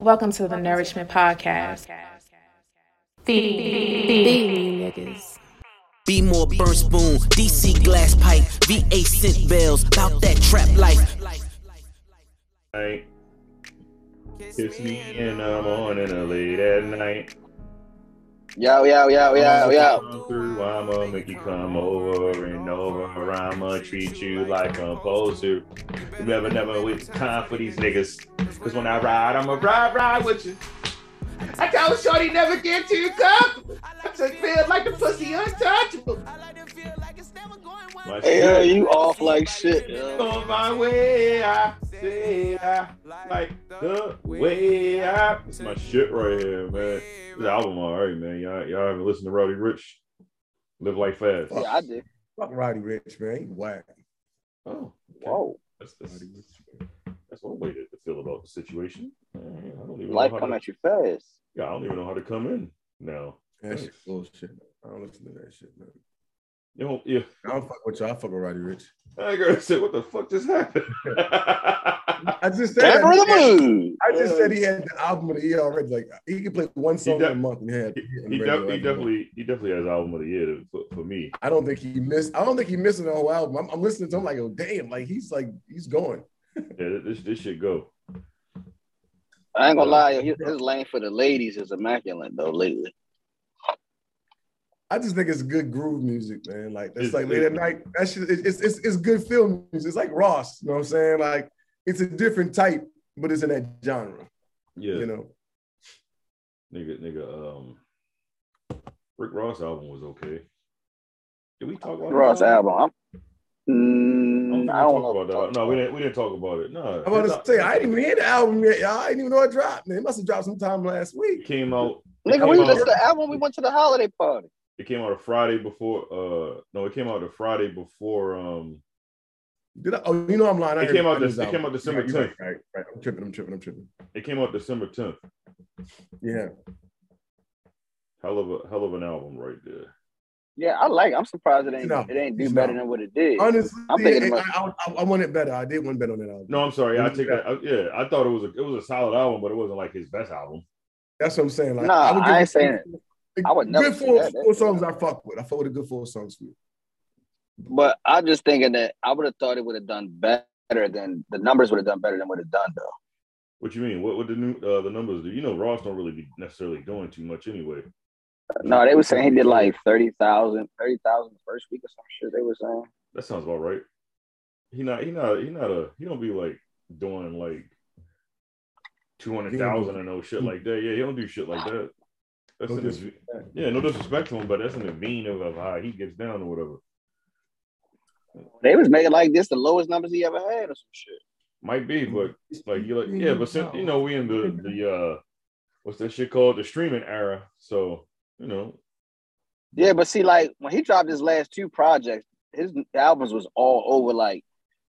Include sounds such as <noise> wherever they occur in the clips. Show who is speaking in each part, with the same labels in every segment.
Speaker 1: Welcome to the Nourishment Podcast. Feed niggas.
Speaker 2: Be more burn spoon, DC glass pipe, VA scent bells, bout that trap life.
Speaker 3: night. Kiss me and I'm on in a late at night.
Speaker 4: Yo, yo, yo, yo, yo.
Speaker 3: Come through, I'ma make you come over and over. I'ma treat you like a poser. You never, never waste time for these niggas. Cause when I ride, I'ma ride, ride with you. I told Shorty never get too comfortable. I just feel like the pussy untouchable. My
Speaker 4: Hey,
Speaker 3: shit.
Speaker 4: hey, you off like shit. yo.
Speaker 3: On my way, I say I like the way I. It's my shit right here, man. This album, all right, man. Y'all, y'all haven't listened to Roddy Rich, Live Life Fast.
Speaker 4: Yeah, I did.
Speaker 5: Fuck Roddy Rich, man. He whack.
Speaker 3: Oh, okay.
Speaker 4: Whoa.
Speaker 3: that's, that's, that's one way to, to feel about the situation. I don't even
Speaker 4: Life
Speaker 3: know how
Speaker 4: come
Speaker 3: to,
Speaker 4: at you fast.
Speaker 3: yeah, I don't even know how to come in now.
Speaker 5: That shit bullshit. I don't listen to that shit, man.
Speaker 3: You know, yeah.
Speaker 5: I don't fuck with y'all. I fuck with Roddy Rich.
Speaker 3: I girl said, "What the fuck just happened?"
Speaker 5: I just said.
Speaker 4: Never in the mood.
Speaker 5: I just said he had the album of the year already. Like he could play one song
Speaker 3: def-
Speaker 5: a month and had.
Speaker 3: <laughs> he,
Speaker 5: it on
Speaker 3: he
Speaker 5: the
Speaker 3: def-
Speaker 5: radio
Speaker 3: he
Speaker 5: every month.
Speaker 3: definitely, he definitely has album of the year to- for, for me.
Speaker 5: I don't think he missed. I don't think he missing the whole album. I'm, I'm listening to him like, oh damn, like he's like he's going.
Speaker 3: Yeah, this this should go.
Speaker 4: I ain't gonna lie, yo, his his lane for the ladies is immaculate though lately.
Speaker 5: I just think it's good groove music, man. Like it's
Speaker 3: It's-
Speaker 5: like late at night. That shit, it- it's it's it's good film music. It's like Ross. You know what I'm saying? Like it's a different type, but it's in that genre.
Speaker 3: Yeah,
Speaker 5: You know.
Speaker 3: nigga, nigga. Um, Rick Ross album was okay. Did we talk about
Speaker 4: Ross
Speaker 3: that
Speaker 4: album. I'm, mm,
Speaker 3: I
Speaker 4: I
Speaker 3: don't
Speaker 4: don't
Speaker 3: think we talked about
Speaker 4: know. if we talked
Speaker 3: that. No, we
Speaker 4: about it.
Speaker 3: didn't. We didn't talk about it. No,
Speaker 5: I'm about to say I didn't even hear the album yet. Y'all. I didn't even know it dropped. Man. It must have dropped sometime last
Speaker 3: It
Speaker 5: week.
Speaker 3: came out. it
Speaker 4: Nigga,
Speaker 3: came
Speaker 4: we
Speaker 3: out-
Speaker 4: listened to the album. We went to the holiday party.
Speaker 3: It came out a Friday before. Uh, no, it came out the Friday before. Um,
Speaker 5: Did I, oh, you know I'm lying. I
Speaker 3: It
Speaker 5: heard
Speaker 3: came out
Speaker 5: Friday's
Speaker 3: this- it came out December
Speaker 5: You're right, you're Right, right, right. I'm tripping. I'm tripping. I'm tripping.
Speaker 3: it came out December tenth.
Speaker 5: Yeah.
Speaker 3: Hell of a hell of an album right there.
Speaker 4: Yeah, I like. it. I'm surprised it ain't
Speaker 5: No,
Speaker 4: it ain't do
Speaker 5: it's
Speaker 4: better
Speaker 5: not.
Speaker 4: than what it did.
Speaker 5: Honestly,
Speaker 4: I'm thinking
Speaker 5: it-
Speaker 4: about-
Speaker 5: I, I, I want it better. I did want better on that album.
Speaker 3: No, I'm sorry. I take that. I- yeah, I thought it was a it was a solid album, but it wasn't like his best album.
Speaker 5: That's what I'm saying. Like,
Speaker 4: Nah,
Speaker 5: would
Speaker 4: I
Speaker 5: give
Speaker 4: ain't
Speaker 5: it-
Speaker 4: saying I would never
Speaker 5: Good
Speaker 4: say
Speaker 5: four,
Speaker 4: that. That's
Speaker 5: four songs
Speaker 4: not-
Speaker 5: I fuck with. I fuck with a good four songs. For you.
Speaker 4: But I'm just thinking that I would have thought it would have done better than the numbers would have done better than what it done though.
Speaker 3: What you mean? What would the new uh, the numbers do? You know, Ross don't really be necessarily doing too much anyway.
Speaker 4: No, they were saying he did like 30,000, 30,000 the first week or some shit. They were saying.
Speaker 3: That sounds about right. He not he not he not a he don't be like doing like two hundred thousand and no shit like that. Yeah, he don't do shit like that. That's
Speaker 5: No
Speaker 3: in his, yeah, no disrespect to him, but that's in the vein of, of how he gets down or whatever.
Speaker 4: They was making like this the lowest numbers he ever had or some shit.
Speaker 3: Might be, but like you like yeah, but since you know we in the the uh what's that shit called the streaming era, so you know
Speaker 4: Yeah, but see, like when he dropped his last two projects, his albums was all over like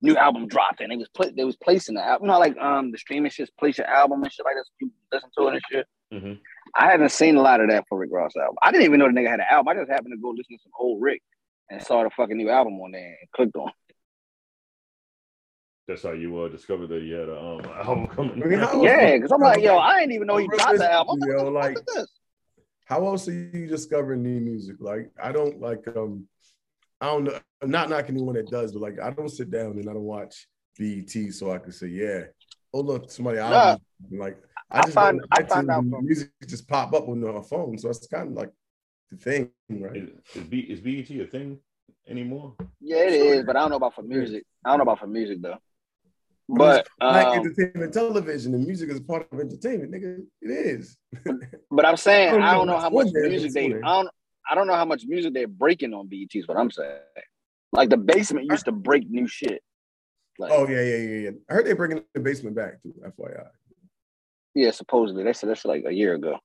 Speaker 4: new album dropped and they was put they was placing the album. You know, like um the streaming shit's place your album and shit like that. so You listen to it and shit.
Speaker 3: Mhm.
Speaker 4: I haven't seen a lot of that for Rick Ross album. I didn't even know the nigga had an album. I just happened to go listen to some old Rick and saw the fucking new album on there and clicked on. it.
Speaker 3: that's how you uh discovered that he had a um <laughs> album coming.
Speaker 5: I mean,
Speaker 3: out.
Speaker 5: how-
Speaker 4: Yeah, because I'm like, yo, I didn't even know he dropped the album.
Speaker 5: Yo,
Speaker 4: Yo,
Speaker 5: like-
Speaker 4: like, this?
Speaker 5: How else are you discovering new music? Like, I don't like um, I don't know. I'm not knocking anyone that does, but like, I don't sit down and I don't watch BET so I can say, yeah, oh look, somebody album. Like, I
Speaker 4: I
Speaker 5: just
Speaker 4: find-
Speaker 5: don't
Speaker 4: I
Speaker 5: iTunes
Speaker 4: find out
Speaker 5: and
Speaker 4: from-
Speaker 5: music just pop up on our phone, so it's kind of like the thing, right?
Speaker 3: Is, is, B, is BET a thing anymore?
Speaker 4: Yeah, it
Speaker 5: Sure.
Speaker 4: is, but I don't know about for music. I don't know about for music though.
Speaker 5: I'm
Speaker 4: But
Speaker 5: like
Speaker 4: um,
Speaker 5: entertainment television and music is part of entertainment, nigga. It is.
Speaker 4: but I'm saying I don't know
Speaker 5: it's
Speaker 4: how much
Speaker 5: on there,
Speaker 4: music
Speaker 5: it's
Speaker 4: they. I
Speaker 5: on there.
Speaker 4: don't. I don't know how much music they're breaking on BET. Is what I'm saying. Like the basement used to break new shit. Like
Speaker 5: Oh yeah, yeah, yeah, yeah. I heard they're bringing the basement back too. FYI,
Speaker 4: yeah, supposedly they said that's like a year ago.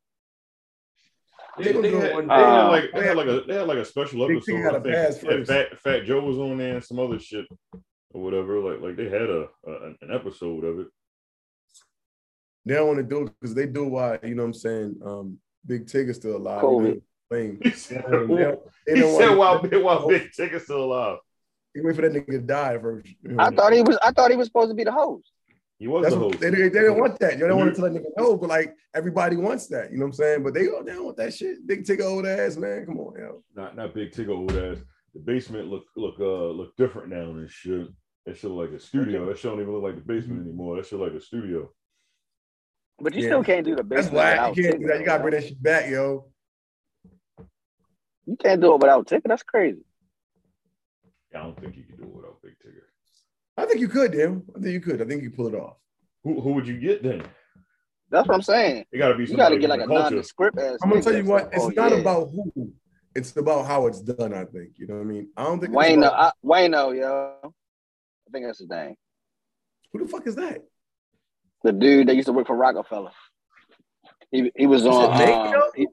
Speaker 3: They,
Speaker 5: They
Speaker 3: they,
Speaker 5: gonna
Speaker 3: had,
Speaker 5: do one
Speaker 3: they
Speaker 4: day.
Speaker 3: had like they had like a they had like a special
Speaker 5: Big
Speaker 3: episode.
Speaker 5: T had
Speaker 3: I
Speaker 5: a
Speaker 3: think.
Speaker 5: pass
Speaker 3: Yeah,
Speaker 5: first.
Speaker 3: Fat Fat Joe was on there and some other shit or whatever. Like like they had a, a an episode of it. <laughs>
Speaker 5: they don't want to do it because they do why you know what I'm saying. Um, Big Tig is still alive.
Speaker 4: Covid.
Speaker 5: You know, playing.
Speaker 3: He
Speaker 5: They
Speaker 3: said,
Speaker 5: don't, <laughs> they don't, they
Speaker 3: he
Speaker 5: don't
Speaker 3: said while
Speaker 5: want to, Oh.
Speaker 3: Big while Big Tick is still alive.
Speaker 5: they wait for that nigga to die first. you know.
Speaker 4: I thought he was. I thought he was supposed to be the host.
Speaker 3: He was
Speaker 5: That's
Speaker 3: the
Speaker 5: what,
Speaker 3: host.
Speaker 5: they, they didn't want that. You don't want to let niggas know, but like everybody wants that. You know what I'm saying? But they go down with that shit. Big ticket old ass man. Come on, yo.
Speaker 3: not not big tickle old ass. The basement look look uh look different now and shit. That shit look like a studio. That shit don't even look like the basement
Speaker 5: Mm-hmm.
Speaker 3: anymore. That shit like a studio.
Speaker 4: But you
Speaker 5: Yeah.
Speaker 4: still can't do the
Speaker 5: That's
Speaker 4: basement.
Speaker 5: whack.
Speaker 4: without
Speaker 5: You can't
Speaker 4: ticket,
Speaker 5: do that. You gotta
Speaker 4: yo.
Speaker 5: bring that shit back, yo.
Speaker 4: You can't do it without ticket. That's crazy.
Speaker 3: I don't think you can do it without big ticket.
Speaker 5: I think you could, damn. I think you could. I think you pull it off.
Speaker 3: Who who would you get then?
Speaker 4: That's what I'm saying.
Speaker 3: It gotta be
Speaker 4: You got
Speaker 3: somebody
Speaker 4: to
Speaker 3: from
Speaker 4: get like
Speaker 3: the
Speaker 4: a
Speaker 3: culture.
Speaker 4: nondescript ass.
Speaker 5: I'm gonna
Speaker 4: nigga
Speaker 5: tell you
Speaker 4: that's
Speaker 5: what,
Speaker 4: like,
Speaker 5: it's
Speaker 4: oh,
Speaker 5: not
Speaker 4: yeah.
Speaker 5: about who, it's about how it's done, I think. You know what I mean? uh, I don't think it's
Speaker 4: Wayno.
Speaker 5: about-
Speaker 4: I, Wayno, yo. I think that's his name.
Speaker 5: who the fuck is that?
Speaker 4: The dude that used to work for Rockefeller. He he was
Speaker 5: You
Speaker 4: on.
Speaker 5: said
Speaker 4: um,
Speaker 5: Wayno?
Speaker 4: he-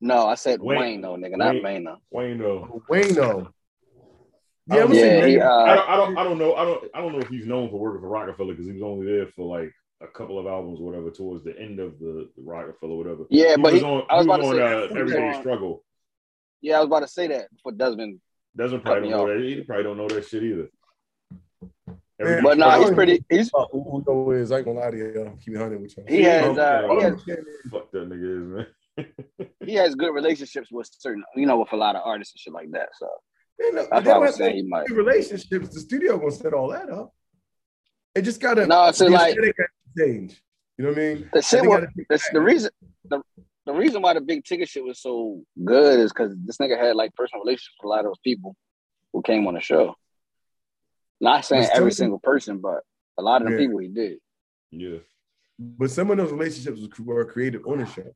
Speaker 4: no, I said
Speaker 3: Wayne.
Speaker 4: Wayno, nigga, not
Speaker 3: Wayne.
Speaker 4: Wayno.
Speaker 3: Wayne though.
Speaker 5: Wayno.
Speaker 3: I
Speaker 5: Oh, Yeah, I'm
Speaker 3: don't
Speaker 5: gonna
Speaker 3: know.
Speaker 4: Yeah,
Speaker 5: say
Speaker 4: he,
Speaker 3: I
Speaker 5: Wayno.
Speaker 4: uh,
Speaker 3: don't, I don't I don't know. I don't I don't know if he's known for working for Rockefeller because he was only there for like a couple of albums or whatever towards the end of the, the Rockefeller, whatever.
Speaker 4: yeah,
Speaker 3: he
Speaker 4: but
Speaker 3: was
Speaker 4: he,
Speaker 3: on,
Speaker 4: I was
Speaker 3: he
Speaker 4: about
Speaker 3: was
Speaker 4: to
Speaker 3: on
Speaker 4: say,
Speaker 3: uh,
Speaker 4: he was
Speaker 3: Everyday
Speaker 4: on-
Speaker 3: Struggle.
Speaker 4: yeah, I was about to say that for Desmond.
Speaker 3: Desmond
Speaker 4: Cut
Speaker 3: probably
Speaker 4: me
Speaker 3: don't know
Speaker 4: off.
Speaker 3: that. He probably don't know that shit either.
Speaker 5: Man,
Speaker 4: But no,
Speaker 5: I
Speaker 3: Oh.
Speaker 4: he's
Speaker 5: don't
Speaker 4: pretty. He's
Speaker 5: about Uh, who who is. I ain't gonna lie to you. yo. Keep it 100 with y'all.
Speaker 4: he has uh, he has
Speaker 3: fuck that nigga is man.
Speaker 4: he has good relationships with certain you know with a lot of artists and shit like that. So
Speaker 5: Man, no,
Speaker 4: that's
Speaker 5: they
Speaker 4: why I
Speaker 5: don't
Speaker 4: was
Speaker 5: have
Speaker 4: saying
Speaker 5: to
Speaker 4: he might.
Speaker 5: do relationships. The studio gonna set all that up. It just gotta
Speaker 4: No, so
Speaker 5: the
Speaker 4: like-
Speaker 5: aesthetic has to change. You know what I mean?
Speaker 4: The shit
Speaker 5: They
Speaker 4: was,
Speaker 5: gotta take
Speaker 4: the, the reason the, the reason why the big ticket shit was so good is because this nigga had like personal relationships with a lot of those people who came on the show. Not saying
Speaker 5: But some-
Speaker 4: every single person, but a lot of the
Speaker 5: Yeah.
Speaker 4: people he did.
Speaker 3: Yeah.
Speaker 5: But some of those relationships was- were created on the show.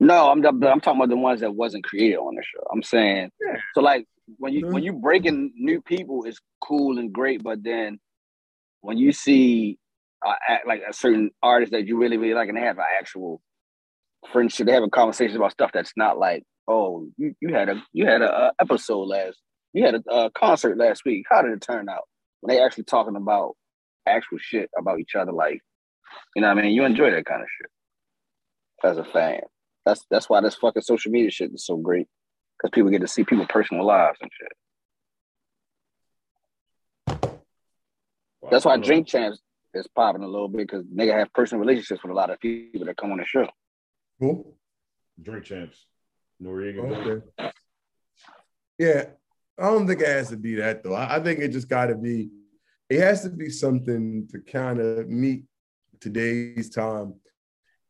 Speaker 4: No, I'm but I'm talking about the ones that wasn't created on the show. I'm saying
Speaker 5: Yeah.
Speaker 4: so like when you
Speaker 5: Mhm.
Speaker 4: when you breaking new people is cool and great, but then when you see uh, act, like a certain artist that you really really like and they have an actual friendship, they have a conversation about stuff that's not like oh you, you had a you had a uh, episode last you had a uh, concert last week. How did it turn out? When they actually talking about actual shit about each other, like you know what I mean. You enjoy that kind of shit as a fan. That's that's why this fucking social media shit is so great because people get to see people personal lives and shit.
Speaker 3: Wow.
Speaker 4: That's why
Speaker 3: Hold on.
Speaker 4: Drink Champs is popping a little bit because nigga have personal relationships with a lot of people that come on the show.
Speaker 5: Cool.
Speaker 3: Drink champs. Noriega.
Speaker 5: Okay. Yeah, I don't think it has to be that though. I, I think it just got to be. It has to be something to kind of meet today's time,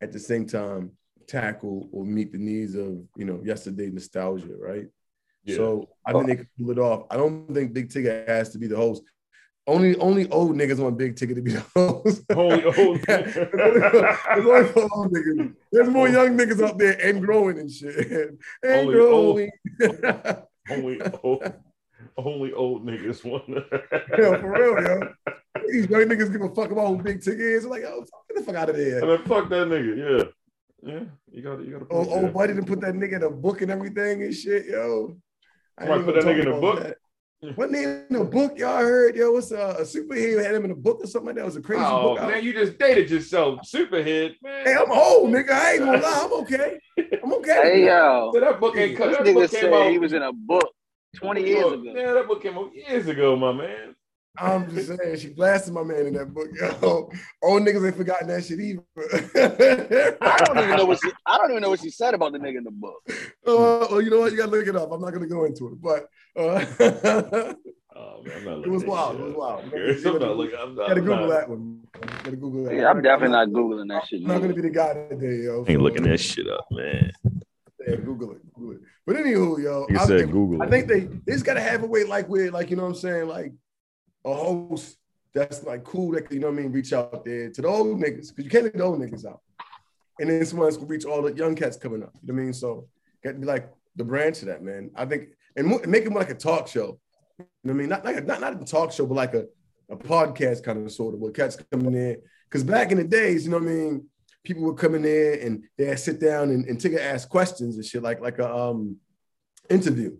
Speaker 5: at the same time tackle or meet the needs of you know yesterday nostalgia, right?
Speaker 3: Yeah.
Speaker 5: So I think they could pull it off. I don't think Big Ticket has to be the host. Only only old niggas want Big Ticket to be the host.
Speaker 3: Holy
Speaker 5: <laughs>
Speaker 3: oh.
Speaker 5: There's <laughs> only for old niggas. There's more young niggas out there and growing and shit. <laughs> And
Speaker 3: Only
Speaker 5: growing.
Speaker 3: <laughs> oh. only old only old niggas won.
Speaker 5: <laughs> <laughs> yo, for real, yo. These young niggas give a fuck about who big ticket is. They're like, oh, fuck, get the fuck out of
Speaker 3: I
Speaker 5: there.
Speaker 3: mean, <laughs> fuck that nigga. Yeah. Yeah. You gotta you gotta put
Speaker 5: Oh,
Speaker 3: it
Speaker 5: old
Speaker 3: there.
Speaker 5: buddy to put that nigga in a book and everything and shit, yo. I
Speaker 3: Somebody
Speaker 5: ain't
Speaker 3: put
Speaker 5: even
Speaker 3: that nigga in
Speaker 5: talking
Speaker 3: a
Speaker 5: about
Speaker 3: book?
Speaker 5: that. What nigga in a book? Y'all heard, yo, what's uh, a superhero had him in a book or something like that? It was a crazy
Speaker 3: Oh
Speaker 5: book. out.
Speaker 3: man, you just dated yourself, superhead. Man,
Speaker 5: Hey, I'm old, nigga. I ain't gonna lie. I'm okay. I'm okay.
Speaker 4: Hey yo,
Speaker 3: So that book ain't cut.
Speaker 4: this
Speaker 3: That book
Speaker 4: nigga
Speaker 3: came
Speaker 4: said
Speaker 3: out
Speaker 4: he was in a book twenty years ago.
Speaker 3: Yeah, that book came out years ago, my man.
Speaker 5: I'm just saying, she blasted my man in that book, yo. <laughs> Old niggas ain't forgotten that shit either. <laughs>
Speaker 4: I don't even know what she, I don't even know what she said about the nigga in the book.
Speaker 5: Uh, well, you know what? You gotta look it up. I'm not gonna go into it, but uh, <laughs>
Speaker 3: Oh man, I'm not
Speaker 5: It was wild. It was wild.
Speaker 3: I'm not looking. I'm not, I'm
Speaker 5: gotta Google
Speaker 3: not-
Speaker 5: that one. Gotta Google that.
Speaker 4: Yeah, I'm
Speaker 5: one.
Speaker 4: definitely not googling that shit.
Speaker 5: I'm not gonna
Speaker 4: nigga.
Speaker 5: be the guy today, yo.
Speaker 3: Ain't looking that shit up, man.
Speaker 5: Yeah, Google it. Google it. But anywho, yo,
Speaker 3: You
Speaker 5: I
Speaker 3: said
Speaker 5: think,
Speaker 3: Google.
Speaker 5: I think they they just gotta have a way like we're like you know what I'm saying like a host that's like cool that can, you know what I mean reach out there to the old niggas because you can't let the old niggas out, and then someone's gonna reach all the young cats coming up. You know what I mean? So got to be like the branch of that man. I think and mo- make it more like a talk show. You know what I mean? Not like a, not not a talk show, but like a a podcast kind of sort of where cats coming in because back in the days, you know what I mean. People would come in there and they'd sit down and, and take ask questions and shit like like a um interview.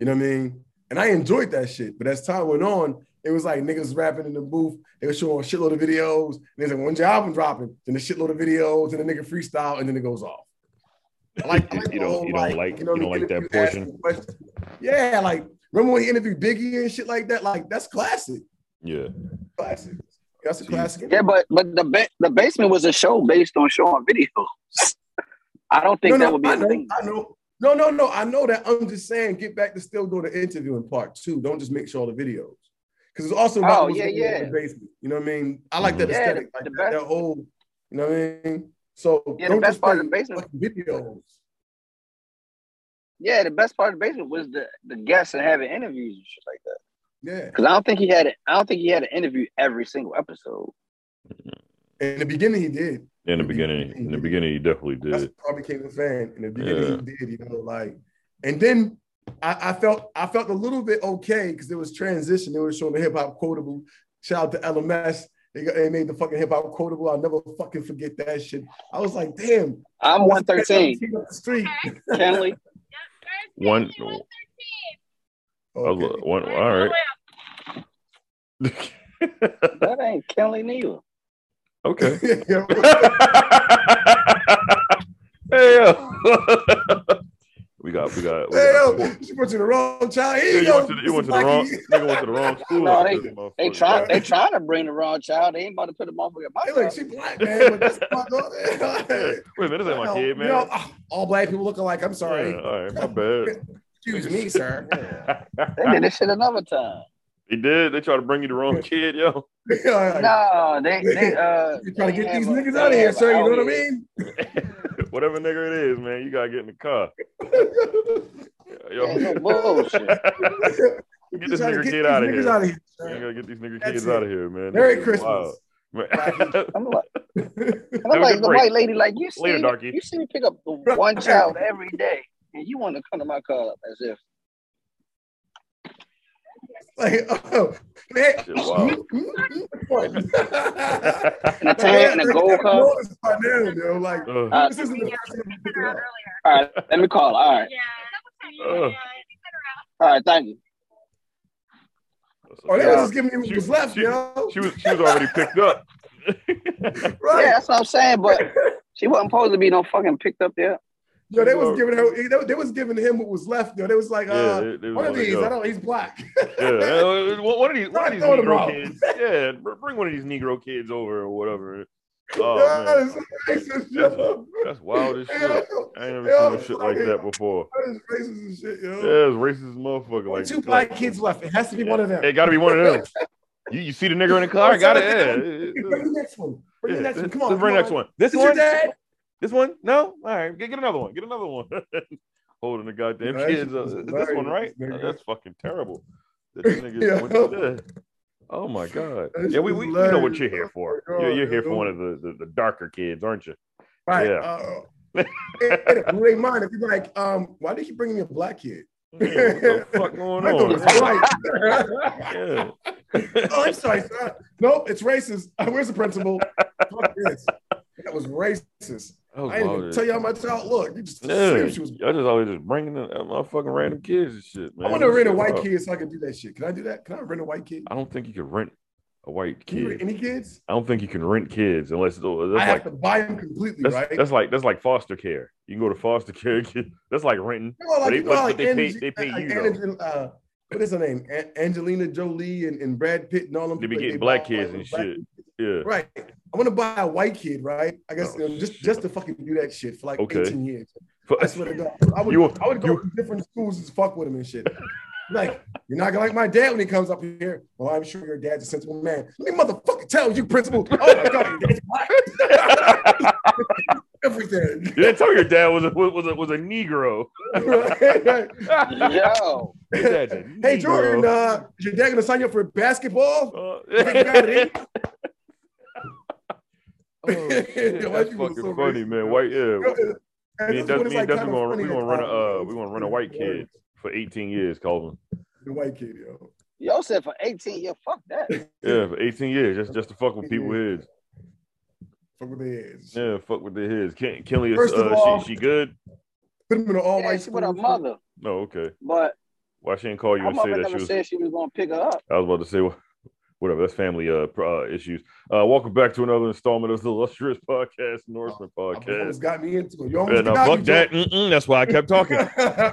Speaker 5: You know what I mean? And I enjoyed that shit. But as time went on, it was like niggas rapping in the booth. They were showing a shitload of videos. And there's like, when's your album dropping? Then a shitload of videos, and the nigga freestyle, and then it goes off. I like, I
Speaker 3: <laughs> You-
Speaker 5: like
Speaker 3: you
Speaker 5: the
Speaker 3: don't-
Speaker 5: whole,
Speaker 3: you don't like-
Speaker 5: what
Speaker 3: you
Speaker 5: I
Speaker 3: don't
Speaker 5: mean?
Speaker 3: like that
Speaker 5: Interview, asking questions. Yeah, like remember when he interviewed Biggie and shit like that? Like that's classic.
Speaker 3: Yeah,
Speaker 5: Classic. That's a classic.
Speaker 4: Yeah, but but the ba- the basement was a show based on showing videos. <laughs> I don't think
Speaker 5: no,
Speaker 4: that
Speaker 5: no,
Speaker 4: would be
Speaker 5: I
Speaker 4: a
Speaker 5: know,
Speaker 4: thing.
Speaker 5: I know. No, no, no. I know that. I'm just saying, get back to still doing the interviewing part too. Don't just mix all the videos because it's also about
Speaker 4: Oh,
Speaker 5: what's
Speaker 4: yeah,
Speaker 5: going on in
Speaker 4: yeah.
Speaker 5: the basement. You know what I mean? I like that
Speaker 4: Yeah,
Speaker 5: aesthetic,
Speaker 4: the-
Speaker 5: like
Speaker 4: the
Speaker 5: that,
Speaker 4: best-
Speaker 5: that whole. You know what I mean? So
Speaker 4: Yeah, the
Speaker 5: don't
Speaker 4: best
Speaker 5: just
Speaker 4: part
Speaker 5: play
Speaker 4: of the basement-
Speaker 5: fucking videos.
Speaker 4: Yeah, the best part of the basement was the the guests and having interviews and shit like that.
Speaker 5: Yeah.
Speaker 4: Because I don't think he had it. I don't think he had an interview every single episode.
Speaker 5: In the beginning, he did.
Speaker 3: In the beginning, in the beginning, he definitely
Speaker 5: That's
Speaker 3: did.
Speaker 5: probably became a fan. In the beginning, he did. You know, like, and then I, I felt I felt a little bit okay because it was transition. They were showing the hip hop quotable. Shout out to LMS. They, got, they made the fucking hip hop quotable. I'll never fucking forget that shit. I was like, damn.
Speaker 4: I'm Oh, one thirteen.
Speaker 5: Up the street.
Speaker 4: Kenley,
Speaker 3: One, Oh,
Speaker 5: Okay. <laughs>
Speaker 3: one, all right.
Speaker 4: that ain't Kenley neither.
Speaker 3: okay. <laughs>
Speaker 5: Yeah, right.
Speaker 3: hey, yo. <laughs> we got, we got, we
Speaker 5: Hey,
Speaker 3: got
Speaker 5: yo, she went to the wrong child.
Speaker 3: Yeah,
Speaker 5: Here you
Speaker 3: you
Speaker 5: go.
Speaker 3: went to the, you went to the wrong,
Speaker 5: <laughs> Mikey.
Speaker 3: nigga went to the wrong school.
Speaker 4: No, they-
Speaker 3: Motherfucker.
Speaker 4: They try.
Speaker 5: <laughs>
Speaker 4: They trying to bring the wrong child. They ain't about to put the motherfucker. in
Speaker 5: Hey,
Speaker 4: My child.
Speaker 5: look, she black, man. But that's my <laughs>
Speaker 3: Yeah.
Speaker 5: daughter.
Speaker 3: Wait a minute, this ain't my kid, man.
Speaker 5: You know, ah, all black people look alike. I'm sorry.
Speaker 3: Yeah, all right, my bad.
Speaker 5: Excuse
Speaker 3: <laughs>
Speaker 5: me, sir.
Speaker 4: They did this shit another time.
Speaker 3: They did. They tried to bring you the wrong kid, yo. <laughs>
Speaker 4: No, they they uh.
Speaker 5: You
Speaker 4: they
Speaker 5: trying to get these
Speaker 4: have a-
Speaker 5: niggas
Speaker 4: they
Speaker 5: out of here,
Speaker 4: have a
Speaker 5: sir. You know what I
Speaker 4: outlet.
Speaker 5: mean?
Speaker 3: Whatever nigga it is, man, you gotta get in the car.
Speaker 4: <laughs>
Speaker 3: Yo,
Speaker 4: Ain't no
Speaker 3: <laughs>
Speaker 4: bullshit.
Speaker 3: get
Speaker 5: You
Speaker 3: this
Speaker 5: trying to
Speaker 3: nigga kid out of
Speaker 5: these
Speaker 3: here.
Speaker 5: niggas outta here,
Speaker 3: You
Speaker 5: sir.
Speaker 3: gotta get these nigga
Speaker 5: That's
Speaker 3: kids
Speaker 5: it.
Speaker 3: out of here, man.
Speaker 5: Merry
Speaker 3: This is
Speaker 5: Christmas.
Speaker 3: wild. <laughs>
Speaker 4: I'm like,
Speaker 3: Have
Speaker 4: I'm
Speaker 3: a
Speaker 4: like
Speaker 3: good
Speaker 4: the
Speaker 3: break.
Speaker 4: white lady. Like you see,
Speaker 3: Later, darky.
Speaker 4: you see me pick up the
Speaker 5: <laughs>
Speaker 4: one child every day, and you want to come to my club as if
Speaker 5: <laughs> Like, oh, hey,
Speaker 3: Shit, wow.
Speaker 5: <laughs>
Speaker 4: in a tan and a gold cup.
Speaker 5: No, it's my name, yo. Like,
Speaker 3: Ugh.
Speaker 4: Uh,
Speaker 5: this isn't the first time we did it.
Speaker 4: All right, let me call. All right,
Speaker 3: Ugh.
Speaker 4: all right, thank you.
Speaker 5: Or Oh, they
Speaker 4: Yeah.
Speaker 5: was just giving me what was left,
Speaker 3: she-
Speaker 5: yo.
Speaker 3: She was she was already picked up. <laughs>
Speaker 5: Right.
Speaker 4: Yeah, that's what I'm saying. But <laughs> she wasn't supposed to be no fucking picked up there.
Speaker 5: Yo, they was giving her. They, they was giving him what was left. Yo, they was like,
Speaker 3: Yeah,
Speaker 5: uh,
Speaker 3: they- they was
Speaker 5: one of
Speaker 3: like,
Speaker 5: these.
Speaker 3: yo.
Speaker 5: I don't. He's black. <laughs>
Speaker 3: Yeah, uh, one one of these, one of these
Speaker 5: Throw them
Speaker 3: Negro
Speaker 5: out.
Speaker 3: kids. Yeah, br- bring one of these Negro kids over or
Speaker 5: <laughs>
Speaker 3: whatever.
Speaker 5: Yeah,
Speaker 3: Oh man,
Speaker 5: that's racist,
Speaker 3: That's-
Speaker 5: yo.
Speaker 3: that's wild as shit.
Speaker 5: Yo,
Speaker 3: I ain't never
Speaker 5: Yeah,
Speaker 3: seen no shit like that before.
Speaker 5: that is racist as shit, yo.
Speaker 3: Yeah, it's racist as motherfucker.
Speaker 5: Only
Speaker 3: Like
Speaker 5: two black
Speaker 3: like-
Speaker 5: kids left. It has to be one of them.
Speaker 3: It got to be one of
Speaker 5: <laughs>
Speaker 3: them. You, you see the nigger in the car? I got it. Yeah.
Speaker 5: Bring the next one. Bring the
Speaker 3: Yeah,
Speaker 5: next one.
Speaker 3: let's-
Speaker 5: Come on.
Speaker 3: let's bring
Speaker 5: come
Speaker 3: the next
Speaker 5: on.
Speaker 3: one. This
Speaker 5: Is your
Speaker 3: one.
Speaker 5: dad?
Speaker 3: This one? No? All right. Get, get another one. Get another one. <laughs> Holding the goddamn
Speaker 5: That
Speaker 3: kids.
Speaker 5: shit
Speaker 3: up.
Speaker 5: was
Speaker 3: Is this one right? Oh,
Speaker 5: hilarious, nigga.
Speaker 3: that's fucking terrible. That you niggas
Speaker 5: <laughs> Yeah.
Speaker 3: went to the- Oh my god.
Speaker 5: That shit
Speaker 3: yeah, we, we,
Speaker 5: was
Speaker 3: we know what
Speaker 5: hilarious.
Speaker 3: you're here for.
Speaker 5: Oh my
Speaker 3: you're,
Speaker 5: God,
Speaker 3: you're here for
Speaker 5: dude.
Speaker 3: one of the, the, the darker kids, aren't
Speaker 5: <laughs>
Speaker 3: you?
Speaker 5: Right.
Speaker 3: Yeah.
Speaker 5: Uh, it, it blew their mind. If you're like, um, why did he bring me a black kid?
Speaker 3: Yeah, what the fuck going
Speaker 5: My daughter's
Speaker 3: on?
Speaker 5: white.
Speaker 3: Yeah.
Speaker 5: <laughs> oh, I'm sorry. Sir. Nope, it's racist. <laughs> Where's the principal? Fuck this. That was racist.
Speaker 3: Oh,
Speaker 5: I didn't even
Speaker 3: God.
Speaker 5: tell you how my child looked. You just
Speaker 3: Yeah.
Speaker 5: assumed she was.
Speaker 3: Y'all just always just bringing the motherfucking random kids and shit, man.
Speaker 5: I want to rent a
Speaker 3: Wow.
Speaker 5: white kid so I can do that shit. Can I do that? Can I rent a white kid?
Speaker 3: I don't think you can rent a white
Speaker 5: Can you rent
Speaker 3: kid.
Speaker 5: any kids?
Speaker 3: I don't think you can rent kids unless that's
Speaker 5: I have
Speaker 3: like
Speaker 5: to buy them completely,
Speaker 3: that's,
Speaker 5: right?
Speaker 3: that's like that's like foster care. You can go to foster care. and get- That's like renting.
Speaker 5: You know, like,
Speaker 3: But they-
Speaker 5: you know,
Speaker 3: but-
Speaker 5: how,
Speaker 3: but
Speaker 5: like
Speaker 3: they pay-
Speaker 5: Ange-
Speaker 3: they pay
Speaker 5: like
Speaker 3: you,
Speaker 5: Ange- uh, what is her name? A- Angelina Jolie and, and Brad Pitt and all them.
Speaker 3: They be
Speaker 5: people,
Speaker 3: getting black
Speaker 5: buy,
Speaker 3: kids
Speaker 5: like,
Speaker 3: and shit. Yeah.
Speaker 5: Right. I want to buy a white kid, right? I guess
Speaker 3: Oh,
Speaker 5: you know, just
Speaker 3: shit.
Speaker 5: just to fucking do that shit for like
Speaker 3: Okay.
Speaker 5: 18 years.
Speaker 3: For-
Speaker 5: I swear to God, I would
Speaker 3: You-
Speaker 5: I would go
Speaker 3: you-
Speaker 5: to different schools and fuck with him and shit. Like you're not gonna like my dad when he comes up here. Well, I'm sure your dad's a sensible man. Let me motherfucking tell you, principal. Oh my god, <laughs> your dad's black. Everything.
Speaker 3: <laughs>
Speaker 5: <laughs>
Speaker 3: You didn't tell your dad was a was was a, was a Negro.
Speaker 5: Right, right.
Speaker 3: <laughs>
Speaker 4: Yo,
Speaker 3: Your dad's a
Speaker 5: Hey
Speaker 3: Negro.
Speaker 5: Jordan, uh, is your dad gonna sign you up for basketball?
Speaker 3: Uh,
Speaker 5: Think about it.
Speaker 3: <laughs>
Speaker 5: <laughs>
Speaker 3: oh, shit,
Speaker 5: Yeah, white
Speaker 3: that's
Speaker 5: people
Speaker 3: fucking
Speaker 5: so
Speaker 3: funny, man.
Speaker 5: racist, bro.
Speaker 3: White, yeah.
Speaker 5: Yo, and- and
Speaker 3: Me and
Speaker 5: that's
Speaker 3: Dustin,
Speaker 5: when it's,
Speaker 3: me and
Speaker 5: like,
Speaker 3: Dustin
Speaker 5: kinda
Speaker 3: gonna we
Speaker 5: funny
Speaker 3: gonna
Speaker 5: at
Speaker 3: run a
Speaker 5: times.
Speaker 3: uh, we gonna run a white kid for 18 years, Colvin.
Speaker 5: The white kid, yo.
Speaker 4: yo said for eighteen. Yo, fuck that.
Speaker 3: Yeah, for 18 years, just just to fuck with people's heads.
Speaker 5: Fuck with their ass.
Speaker 3: Yeah, fuck with their heads. Ken, Kelly is
Speaker 5: First of
Speaker 3: uh,
Speaker 5: all-
Speaker 3: she she good?
Speaker 5: Put him in an all
Speaker 4: Yeah,
Speaker 5: white
Speaker 4: she with her mother,
Speaker 3: No, okay.
Speaker 4: but
Speaker 3: Why she didn't call you
Speaker 4: her
Speaker 3: and say
Speaker 4: mother
Speaker 3: that she
Speaker 4: never
Speaker 3: was
Speaker 4: said she was gonna pick her up.
Speaker 3: I was about to say, whatever. That's family uh, pro- uh issues. Uh, welcome back to another installment of the Lustrous Podcast, Norseman Podcast.
Speaker 5: Oh, Almost got me into it. You almost
Speaker 3: Yeah, no,
Speaker 5: got
Speaker 3: fuck
Speaker 5: me,
Speaker 3: that. Mm-mm, that's why I kept
Speaker 5: <laughs>
Speaker 3: talking.
Speaker 5: Jordan.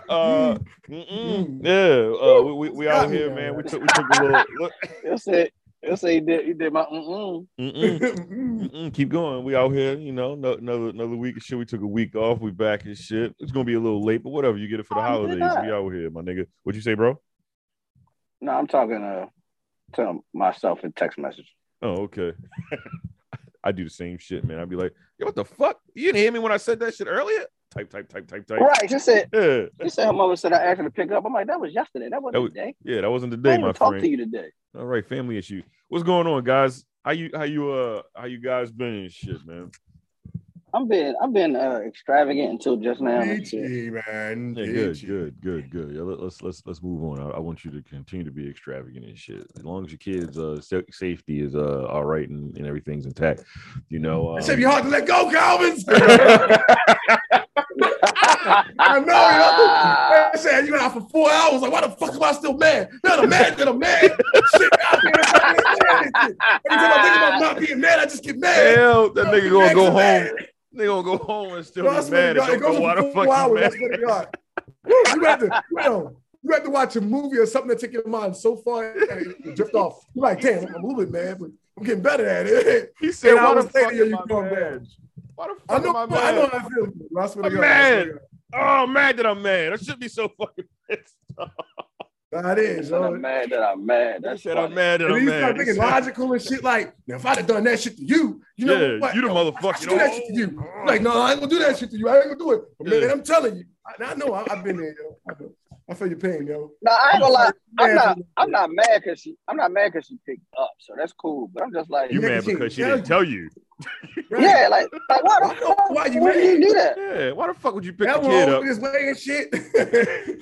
Speaker 5: Mm.
Speaker 3: <laughs> Uh, mm-mm. Yeah, uh, we, we, we out here, man. We took we took a little. Look,
Speaker 4: Yo said, He'll say he did. He did my mm
Speaker 3: Mm-mm.
Speaker 5: Mm.
Speaker 3: Mm-mm. Keep going. We out here, you know. No, another another week of shit. We took a week off. We back and shit. It's gonna be a little late, but whatever. You get it for the
Speaker 4: I'm good
Speaker 3: holidays.
Speaker 4: at
Speaker 3: We out here, my nigga. What you say, bro?
Speaker 4: No, I'm talking uh, to myself in text message.
Speaker 3: Oh, okay. I do the same shit, man. I'd be like, yo, what the fuck? You didn't hear me when I said that shit earlier? Type, type, type, type, type.
Speaker 4: Right. She said.
Speaker 3: Yeah,
Speaker 4: She said her mother said I asked her to pick up. I'm like, that was yesterday. That wasn't
Speaker 3: That was-
Speaker 4: today.
Speaker 3: yeah. That wasn't the
Speaker 4: I
Speaker 3: day,
Speaker 4: didn't
Speaker 3: my
Speaker 4: even talk
Speaker 3: friend.
Speaker 4: to you today.
Speaker 3: All right, family issue. What's going on, guys? How you how you uh how you guys been and shit, man?
Speaker 4: I'm being I'm being uh, extravagant until just now.
Speaker 3: <laughs>
Speaker 4: and <laughs> shit.
Speaker 5: Peachy, man.
Speaker 3: Yeah, good,
Speaker 5: Peachy.
Speaker 3: good, good, good. Yeah, let, us let's let's move on. I, I want you to continue to be extravagant and shit. As long as your kids' uh sa- safety is uh all right and, and everything's intact, you know. Um,
Speaker 5: Except you're hard to let go, <laughs> Calvin's.
Speaker 3: <laughs>
Speaker 5: I know, yo.
Speaker 4: Ah!
Speaker 5: I said you been out for four hours. Like, why the fuck am I still mad? Not a mad, that a mad. Shit, I can't fucking stand this shit. Every time I think about not being mad, I just get mad.
Speaker 3: Hell, that nigga gonna go
Speaker 5: Mad.
Speaker 3: home. They gonna go home and still
Speaker 5: Bro, I
Speaker 3: be mad.
Speaker 5: swear to God,
Speaker 3: and
Speaker 5: it
Speaker 3: don't
Speaker 5: goes
Speaker 3: know why the
Speaker 5: for
Speaker 3: fuck
Speaker 5: four hours. I
Speaker 3: you
Speaker 5: swear to
Speaker 3: mad.
Speaker 5: God. You have to, you know, you have to watch a movie or something to take your mind so far you drift off. You're like, damn, I'm a little bit mad, but I'm getting better at it. <laughs>
Speaker 3: He said,
Speaker 5: Eight
Speaker 3: "Why the
Speaker 5: hours later,
Speaker 3: fuck
Speaker 5: yeah,
Speaker 3: am
Speaker 5: you
Speaker 3: I
Speaker 5: come
Speaker 3: mad?
Speaker 5: back.
Speaker 3: Why the
Speaker 5: I
Speaker 3: fuck
Speaker 5: know,
Speaker 3: am I
Speaker 5: I
Speaker 3: mad?
Speaker 5: know how I feel. Bro. I swear to
Speaker 3: I'm
Speaker 5: God. I swear
Speaker 3: mad.
Speaker 5: to God.
Speaker 3: Oh, I'm mad that I'm mad. I should be so <laughs> fucking pissed.
Speaker 5: Nah, it is,
Speaker 4: Said I'm
Speaker 5: yo.
Speaker 4: mad that I'm mad.
Speaker 3: He
Speaker 4: That's
Speaker 3: said,
Speaker 4: funny.
Speaker 3: I'm mad that
Speaker 5: And
Speaker 3: I'm
Speaker 5: then you start
Speaker 3: mad.
Speaker 5: thinking logical and shit. Like, now if I'd have done that shit to you, you know
Speaker 3: yeah,
Speaker 5: what?
Speaker 3: you the
Speaker 5: Yo, I
Speaker 3: motherfucker.
Speaker 5: should do that shit to you. Like, no, I ain't gonna do that shit to you. I ain't gonna do it. But
Speaker 3: Yeah.
Speaker 5: man, I'm telling you, I, I know I, I've been there, yo. I, know. I feel your pain, yo.
Speaker 4: No, I ain't gonna lie. I'm
Speaker 5: Man,
Speaker 4: not. I'm not mad because she. I'm not mad because she picked up. So that's cool. But I'm just like,
Speaker 3: You mad because she didn't tell you.
Speaker 5: right.
Speaker 4: yeah, like, like why the
Speaker 5: I know
Speaker 4: fuck? Why
Speaker 5: why you
Speaker 4: would
Speaker 5: mad.
Speaker 4: you do that?
Speaker 3: Yeah, why the fuck would you pick
Speaker 5: That
Speaker 3: the
Speaker 5: one
Speaker 3: kid up?
Speaker 5: over this way and shit.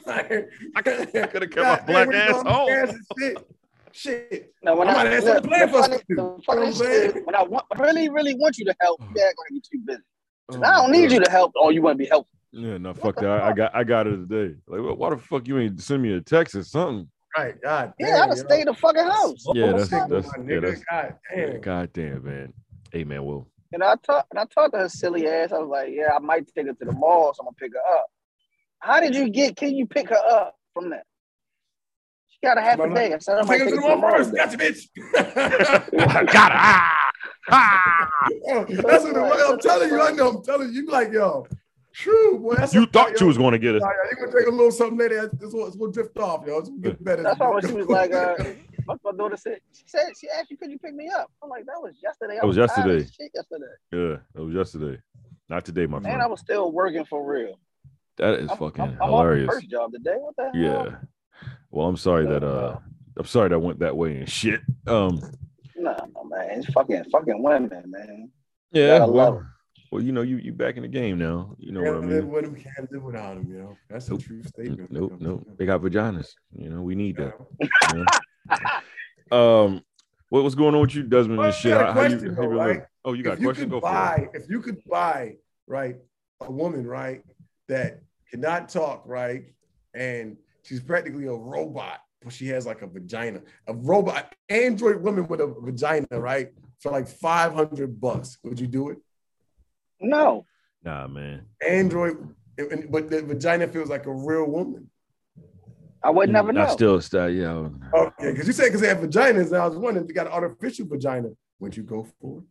Speaker 5: <laughs> Like,
Speaker 3: I could I could have kept my
Speaker 5: <laughs> God,
Speaker 3: black
Speaker 5: man,
Speaker 3: ass
Speaker 5: when you go
Speaker 3: home.
Speaker 5: on the gas and Shit. shit.
Speaker 4: No, when
Speaker 5: I'm
Speaker 4: I,
Speaker 5: not asking
Speaker 4: look,
Speaker 5: the plan for us
Speaker 4: funny-
Speaker 5: to do.
Speaker 4: the funny
Speaker 5: You know what I'm
Speaker 4: shit is,
Speaker 5: saying?
Speaker 4: when I want, really, really want you to help, you act like you're too busy.
Speaker 3: Oh,
Speaker 4: 'Cause I don't
Speaker 3: my
Speaker 4: need you
Speaker 3: God.
Speaker 4: to help. Oh, you want to be helpful?
Speaker 3: Yeah, no, fuck that. I, I got I got it today. Like, wh- why the fuck you ain't send me a text or something?
Speaker 5: Right. God.
Speaker 4: Yeah,
Speaker 5: damn,
Speaker 4: I'd have
Speaker 5: yo.
Speaker 4: stayed the fucking house.
Speaker 3: Yeah,
Speaker 5: Oh,
Speaker 3: that's-
Speaker 5: fuck,
Speaker 3: that's-
Speaker 5: my
Speaker 3: yeah,
Speaker 5: nigga.
Speaker 3: that's-
Speaker 5: God damn.
Speaker 3: God damn, man. Hey, man, Will.
Speaker 4: And I talked and I talked to her silly ass. I was like, yeah, I might take her to the mall, so I'm gonna pick her up. How did you get? Can you pick her up from that? She got a half a
Speaker 5: Mama,
Speaker 4: day. I said, I
Speaker 5: I'm
Speaker 4: might
Speaker 5: taking
Speaker 4: take
Speaker 5: it
Speaker 4: her
Speaker 5: to the mall first.
Speaker 4: today.
Speaker 5: Gotcha, <laughs> bitch.
Speaker 3: I got it. Ah! Ah!
Speaker 5: That's what it was. I'm telling you. I know. I'm telling you. You be like, yo, true, boy. That's
Speaker 3: You
Speaker 5: okay,
Speaker 3: thought you
Speaker 5: yo.
Speaker 3: was going to get it.
Speaker 5: Nah, yo, You gonna take a little something later. This will, this will drift off, yo. It's gonna get better.
Speaker 4: That's why
Speaker 5: <laughs>
Speaker 4: when she was like, uh, what's my daughter said? She said she asked you, could you pick me up? I'm like, that was yesterday. I
Speaker 3: That was
Speaker 4: tired
Speaker 3: yesterday.
Speaker 4: as shit yesterday.
Speaker 3: Yeah, that was yesterday. Not today, my
Speaker 4: And I
Speaker 3: friend.
Speaker 4: was still working for real.
Speaker 3: That is
Speaker 4: I'm- I'm,
Speaker 3: fucking
Speaker 4: I'm off the
Speaker 3: hilarious.
Speaker 4: first job today. What the hell?
Speaker 3: Yeah. Well, I'm sorry that uh I'm sorry that went that way and shit. Um
Speaker 4: No, man, it's fucking fucking women, man.
Speaker 3: yeah,
Speaker 4: Gotta love
Speaker 3: well, well, you know, you you back in the game now. You know what I
Speaker 5: Can't live
Speaker 3: mean?
Speaker 5: with him. Can't live without him, yo. That's a
Speaker 3: Nope.
Speaker 5: true
Speaker 3: N-
Speaker 5: statement.
Speaker 3: Nope,
Speaker 5: yo.
Speaker 3: nope. They got vaginas. You know, we need
Speaker 5: Yeah.
Speaker 3: that. you know? um what was going on with you, Desmond
Speaker 5: Well,
Speaker 3: and
Speaker 5: I
Speaker 3: shit?
Speaker 5: got a
Speaker 3: How- how you-
Speaker 5: question,
Speaker 3: how you
Speaker 5: though,
Speaker 3: been
Speaker 5: right?
Speaker 3: living? Oh, you got
Speaker 5: if
Speaker 3: a
Speaker 5: you
Speaker 3: question?
Speaker 5: could
Speaker 3: Go for it.
Speaker 5: buy, if you could buy, right, a woman, right, that cannot talk, right, and she's practically a robot, but she has like a vagina, a robot, android woman with a vagina, right, for like five hundred bucks, would you do it?
Speaker 4: No,
Speaker 3: Nah, man.
Speaker 5: Android, and- and- but the vagina feels like a real woman.
Speaker 4: I would never know.
Speaker 3: I Mm, still style, yeah. I don't-
Speaker 5: Okay, because you said because they have vaginas, and I was wondering if they got an artificial vagina. Would you go for it?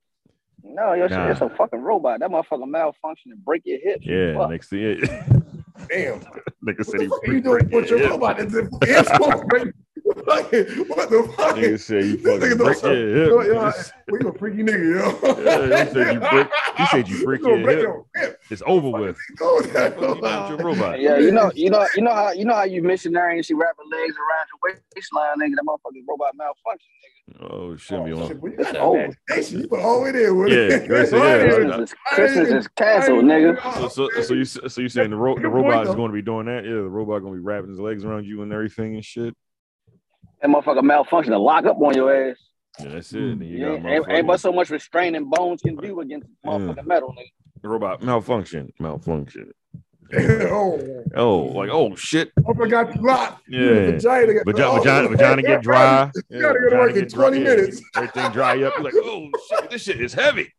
Speaker 4: no, yo, shit,
Speaker 3: Nah.
Speaker 4: it's a fucking robot. That motherfucker malfunction and break your hips.
Speaker 3: Yeah,
Speaker 4: Fuck.
Speaker 3: next thing yeah. <laughs>
Speaker 5: Damn.
Speaker 3: nigga
Speaker 5: What
Speaker 3: said
Speaker 5: the
Speaker 3: he
Speaker 5: fuck are
Speaker 3: free
Speaker 5: you doing with your
Speaker 3: yeah.
Speaker 5: robot? <laughs> It's an asshole, right? Fucking- <laughs> what the fuck?
Speaker 3: Nigga said you
Speaker 5: <laughs> This
Speaker 3: fucking
Speaker 5: nigga's
Speaker 3: break
Speaker 5: awesome.
Speaker 3: your
Speaker 5: Yo,
Speaker 3: hip.
Speaker 5: yo, well, you a freaky nigga, yo.
Speaker 3: Yeah, he said you break- he said
Speaker 5: <laughs>
Speaker 3: you freak
Speaker 5: gonna
Speaker 3: your
Speaker 5: break
Speaker 3: hip.
Speaker 5: your hip.
Speaker 3: It's over with.
Speaker 5: Go
Speaker 3: What
Speaker 5: there,
Speaker 3: the fuck you doing with your
Speaker 5: <laughs>
Speaker 3: robot?
Speaker 4: Yeah, you know, you know, you know how you know how you missionary and she wrap her legs around your waistline, nigga. That motherfucking robot malfunction.
Speaker 3: Oh shit, be
Speaker 5: Oh,
Speaker 3: on.
Speaker 5: shit, well, you got
Speaker 4: It's
Speaker 5: that
Speaker 4: over.
Speaker 5: imagination. You put all in there with
Speaker 3: Yeah,
Speaker 5: it.
Speaker 3: Grace, yeah,
Speaker 5: Right
Speaker 3: right.
Speaker 5: in.
Speaker 4: Christmas is, Christmas is canceled,
Speaker 3: So,
Speaker 4: nigga.
Speaker 3: so, so you
Speaker 5: <laughs>
Speaker 3: s- so you saying the ro- the robot is going to be doing that? Yeah, the robot going to be wrapping his legs around you and everything and shit.
Speaker 4: That motherfucker malfunction to lock up on your ass.
Speaker 3: Yeah, that's it. And then you got
Speaker 4: Yeah, ain't, ain't but
Speaker 3: motherfucking-
Speaker 4: so much restraining bones can do against motherfucking metal, nigga.
Speaker 3: the robot malfunction, malfunction.
Speaker 5: oh,
Speaker 3: Oh, like oh shit,
Speaker 5: I forgot you locked.
Speaker 3: Yeah.
Speaker 5: Vagina, got-
Speaker 3: vagina,
Speaker 5: oh,
Speaker 3: vagina, vagina get dry.
Speaker 5: You gotta go to
Speaker 3: vagina
Speaker 5: work in
Speaker 3: get dry.
Speaker 5: 20
Speaker 3: Yeah,
Speaker 5: minutes.
Speaker 3: Everything dry up. You're like oh shit, this shit is heavy.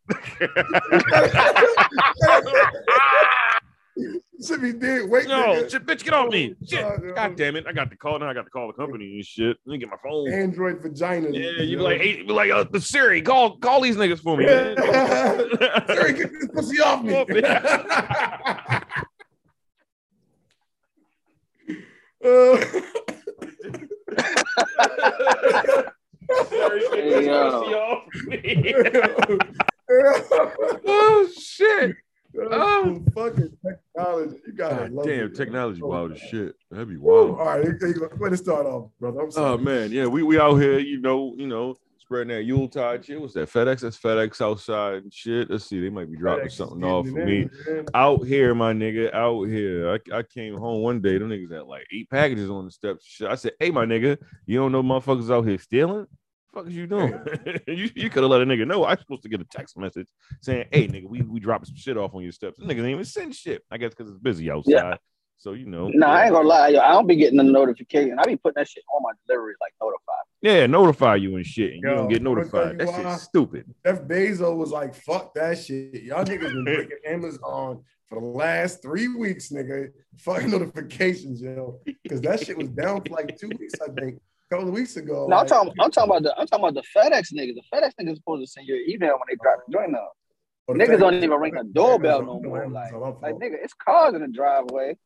Speaker 5: Should be dead. Wait,
Speaker 3: No,
Speaker 5: nigga.
Speaker 3: shit, bitch, get off me. Shit.
Speaker 5: Oh, no.
Speaker 3: God damn it. I got to call now. I got to call the company and shit. Let me get my phone.
Speaker 5: Android vagina.
Speaker 3: yeah, you
Speaker 5: know?
Speaker 3: be like, hey, you be like, uh, the Siri, call call these niggas for me. man. <laughs>
Speaker 5: Terry, get this pussy off me. <laughs>
Speaker 3: Off me.
Speaker 5: Uh,
Speaker 6: Sorry,
Speaker 4: Hey, yo.
Speaker 6: pussy off me.
Speaker 3: <laughs> oh shit. Oh.
Speaker 5: fucking technology. You gotta
Speaker 3: God
Speaker 5: love
Speaker 3: damn,
Speaker 5: it.
Speaker 3: technology
Speaker 5: Oh,
Speaker 3: wild
Speaker 5: God.
Speaker 3: as shit. That'd be
Speaker 5: Woo.
Speaker 3: wild.
Speaker 5: All right, here you go. way to start off, brother. I'm sorry.
Speaker 3: Oh man, yeah, we, we out here, you know, you know, spreading that Yuletide shit. What's that? FedEx? That's FedEx outside and shit. Let's see, they might be dropping
Speaker 5: FedEx is
Speaker 3: something
Speaker 5: getting
Speaker 3: off
Speaker 5: it
Speaker 3: for
Speaker 5: in,
Speaker 3: me.
Speaker 5: man.
Speaker 3: Out here, my nigga, out here. I, I came home one day. Them niggas had like eight packages on the steps. Shit. I said, "Hey, my nigga, you don't know motherfuckers out here stealing? Fuck is you doing? <laughs> you you could have let a nigga know. I supposed to get a text message saying, "Hey, nigga, we we dropping some shit off on your steps." Them niggas ain't even send shit. I guess because it's busy outside. So you know,
Speaker 4: Nah, I
Speaker 3: yeah.
Speaker 4: ain't gonna lie, yo. I don't be getting the notification. I be putting that shit on my deliveries, like notified.
Speaker 3: yeah, notify you and shit, and you
Speaker 5: Yo,
Speaker 3: don't get
Speaker 5: I'm gonna tell
Speaker 3: notified.
Speaker 5: you
Speaker 3: That
Speaker 5: why.
Speaker 3: shit's stupid.
Speaker 5: <laughs> Jeff Bezos was like, fuck that shit. Y'all niggas
Speaker 3: <laughs>
Speaker 5: been breaking Amazon for the last three weeks, nigga. Fucking notifications, yo. Because that shit was down for like two weeks, I think, a couple of weeks ago.
Speaker 4: No, I'm
Speaker 5: Like,
Speaker 4: talking. I'm talking about the. I'm talking about the FedEx niggas. The FedEx niggas supposed to send you an email when they drop the joint now.
Speaker 5: oh, the
Speaker 4: Niggas
Speaker 5: fact-
Speaker 4: don't even ring the doorbell
Speaker 5: Amazon,
Speaker 4: no more. Like,
Speaker 5: Amazon, I'm
Speaker 4: like
Speaker 5: full.
Speaker 4: nigga, it's cars in the driveway.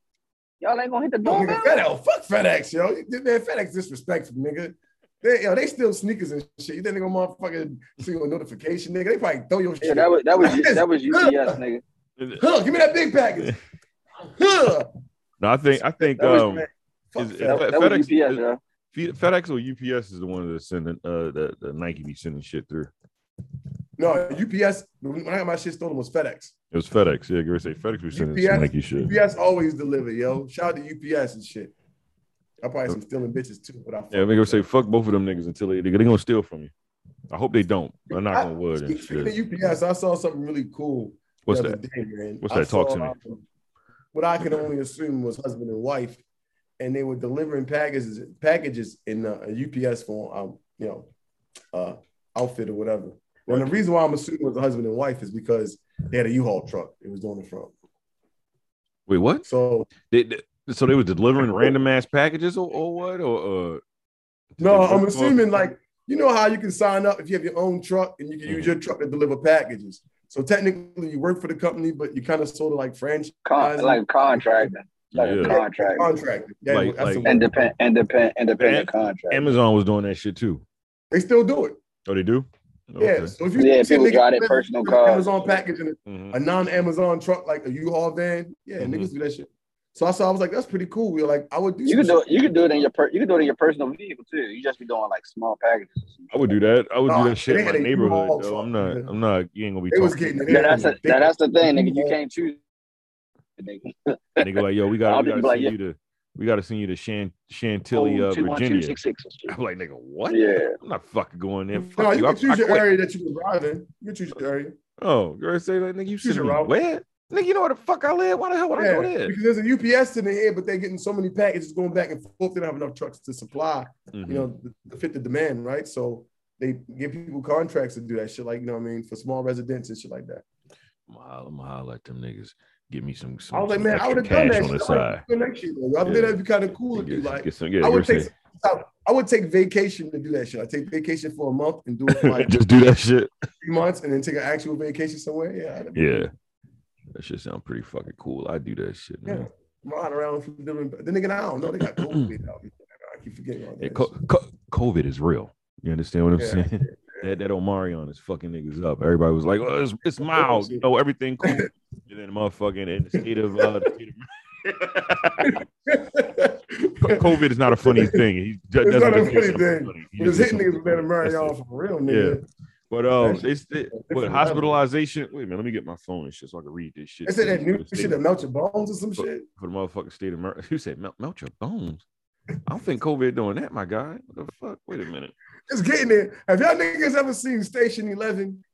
Speaker 4: Y'all ain't gonna hit the
Speaker 5: Oh, nigga,
Speaker 4: doorbell.
Speaker 5: FedEx, fuck FedEx, yo. Man, FedEx disrespectful, nigga. They, yo, they steal sneakers and shit. You think they gonna motherfucking see a notification, nigga? They probably throw your shit.
Speaker 4: Yeah, that was that was that <laughs> was UPS, nigga.
Speaker 5: Huh, give me that big
Speaker 3: <laughs>
Speaker 5: package. Huh.
Speaker 3: No, I think I think
Speaker 5: That was
Speaker 3: um,
Speaker 5: bad. Fuck
Speaker 3: is-
Speaker 5: FedEx.
Speaker 4: That, that was
Speaker 3: FedEx
Speaker 4: UPS,
Speaker 3: is-
Speaker 4: yeah.
Speaker 3: Fe- FedEx or UPS is the one that's sending uh that the Nike be sending shit through.
Speaker 5: No, UPS. When I got my shit stolen, was FedEx.
Speaker 3: It was FedEx. Yeah, give or say FedEx was sending
Speaker 5: UPS
Speaker 3: some Nike shit.
Speaker 5: UPS always deliver, yo. Shout out to UPS and shit. I probably some stealing bitches too, but I
Speaker 3: Yeah, they gonna say fuck both of them niggas until they they gonna steal from you. I hope they don't. I'm not gonna wood and
Speaker 5: Speaking
Speaker 3: shit.
Speaker 5: of UPS, I saw something really cool.
Speaker 3: What's
Speaker 5: the other
Speaker 3: that?
Speaker 5: Day, man.
Speaker 3: What's
Speaker 5: I
Speaker 3: that? Talk
Speaker 5: saw,
Speaker 3: to me.
Speaker 5: um, What I can only assume was husband and wife, and they were delivering packages packages in uh, a UPS form, um, you know, uh, outfit or whatever. And the reason why I'm assuming it was a husband and wife is because they had a U-Haul truck. It was on the front.
Speaker 3: Wait, what?
Speaker 5: So
Speaker 3: They, they- so they were delivering random ass packages or, or what? Or uh, did
Speaker 5: No,
Speaker 3: they
Speaker 5: I'm
Speaker 3: work for-
Speaker 5: assuming like you know how you can sign up if you have your own truck and you can
Speaker 3: Mm-hmm.
Speaker 5: use your truck to deliver packages. So technically, you work for the company, but you kind of sort of like franchise
Speaker 4: Con, like contractor, like
Speaker 3: Yeah.
Speaker 4: a contractor,
Speaker 5: contractor. Yeah,
Speaker 3: Like-
Speaker 5: that's the
Speaker 3: like-
Speaker 5: word.
Speaker 4: independent, independent, independent
Speaker 3: Am-
Speaker 4: contractor.
Speaker 3: Amazon was doing that shit too.
Speaker 5: they still do it.
Speaker 3: Oh, they do.
Speaker 5: Yeah. So if you
Speaker 4: Yeah,
Speaker 5: see a
Speaker 4: people
Speaker 5: nigga
Speaker 4: drive their
Speaker 5: with
Speaker 4: personal
Speaker 5: an
Speaker 4: cars.
Speaker 5: Amazon package and
Speaker 3: Mhm.
Speaker 5: a non-Amazon truck like a U-Haul van, yeah,
Speaker 3: Mhm.
Speaker 5: niggas do that shit. So I saw, I was like, that's pretty cool. We were like, I would do.
Speaker 4: You
Speaker 5: some
Speaker 4: can
Speaker 5: shit.
Speaker 4: do it. You can do it in your per, you can do it in your personal vehicle too. You just be doing like small packages.
Speaker 3: I would do that. I would
Speaker 5: Nah,
Speaker 3: do that shit
Speaker 5: they
Speaker 3: in my
Speaker 5: had a U-Haul
Speaker 3: neighborhood. Though.
Speaker 5: truck,
Speaker 3: I'm not.
Speaker 5: nigga.
Speaker 3: I'm not. You ain't gonna be.
Speaker 5: They was
Speaker 3: talking-
Speaker 5: getting it
Speaker 4: Now, that's a, now, that's the thing, nigga. You
Speaker 5: Yeah.
Speaker 4: can't choose. Nigga.
Speaker 3: Nigga, like, yo, we got
Speaker 4: I'll
Speaker 3: we
Speaker 4: be
Speaker 3: got to
Speaker 4: like,
Speaker 3: send
Speaker 4: yeah.
Speaker 3: you to we got to send you to Shan- Chantilly, uh,
Speaker 4: Oh, two, one, two,
Speaker 3: Virginia.
Speaker 4: six, six, six.
Speaker 3: I'm like, nigga, what?
Speaker 4: Yeah.
Speaker 3: I'm not fucking going there. Fuck
Speaker 5: Mm. No, you
Speaker 3: you.
Speaker 5: can
Speaker 3: I, I
Speaker 5: choose your
Speaker 3: quit.
Speaker 5: area that you can drive in. You can choose your area.
Speaker 3: Oh, girl, say that, nigga, you
Speaker 5: Choose
Speaker 3: sending
Speaker 5: your
Speaker 3: me
Speaker 5: route.
Speaker 3: where? Nigga, you know where the fuck I live? Why the hell would I go
Speaker 5: Yeah,
Speaker 3: there?
Speaker 5: because there's a UPS in the air, but they're getting so many packages going back and forth. They don't have enough trucks to supply,
Speaker 3: Mhm.
Speaker 5: you know, th- to fit the demand, right? So they give people contracts to do that shit, like you know, what I mean, for small residents and shit like that.
Speaker 3: I'm gonna holler, I'm gonna holler at them niggas. Give me some. some
Speaker 5: I was like,
Speaker 3: some
Speaker 5: man, I
Speaker 3: extra
Speaker 5: would have done
Speaker 3: cash
Speaker 5: that.
Speaker 3: on the
Speaker 5: Shit. I
Speaker 3: side.
Speaker 5: would've done that shit, though. I think
Speaker 3: Yeah.
Speaker 5: that'd be kind of cool to do.
Speaker 3: Get-
Speaker 5: Like,
Speaker 3: get some- yeah,
Speaker 5: I would
Speaker 3: girl,
Speaker 5: take.
Speaker 3: say-
Speaker 5: some- I would take vacation to do that shit. I take vacation for a month and do it
Speaker 3: <laughs>
Speaker 5: for like
Speaker 3: Just do that shit.
Speaker 5: three months, and then take an actual vacation somewhere. Yeah, I'd be
Speaker 3: Yeah, that shit sound pretty fucking cool. I do that shit, man.
Speaker 5: Yeah. riding around from different. Then nigga, I don't know. They got
Speaker 3: <clears throat>
Speaker 5: COVID out. I keep forgetting all that.
Speaker 3: Yeah,
Speaker 5: shit.
Speaker 3: co- co- COVID is real. You understand what I'm
Speaker 5: Yeah.
Speaker 3: saying? <laughs> That that Omarion is fucking niggas up. Everybody was like, "Oh, it's, it's mild, you know, everything
Speaker 5: <laughs>
Speaker 3: cool." And then the motherfucking in the state of uh, the state of- <laughs> COVID is not a funny thing. He ju-
Speaker 5: It's
Speaker 3: doesn't
Speaker 5: not a
Speaker 3: consider
Speaker 5: funny
Speaker 3: it
Speaker 5: thing.
Speaker 3: He
Speaker 5: <laughs> But it's
Speaker 3: just-
Speaker 5: hitting niggas with better
Speaker 3: That's
Speaker 5: marry
Speaker 3: it.
Speaker 5: y'all for real, nigga.
Speaker 3: But um,
Speaker 5: That
Speaker 3: it's it, but
Speaker 5: level.
Speaker 3: hospitalization. Wait a minute, let me get my phone and shit so I can read this shit.
Speaker 5: They said that
Speaker 3: For
Speaker 5: new
Speaker 3: the state-
Speaker 5: shit that melt your bones or some shit.
Speaker 3: for the motherfucking state of <laughs> America. Who said melt, melt your bones? I don't think COVID doing that, my guy. What the fuck? Wait a minute.
Speaker 5: It's getting there. Have y'all niggas ever seen Station Eleven?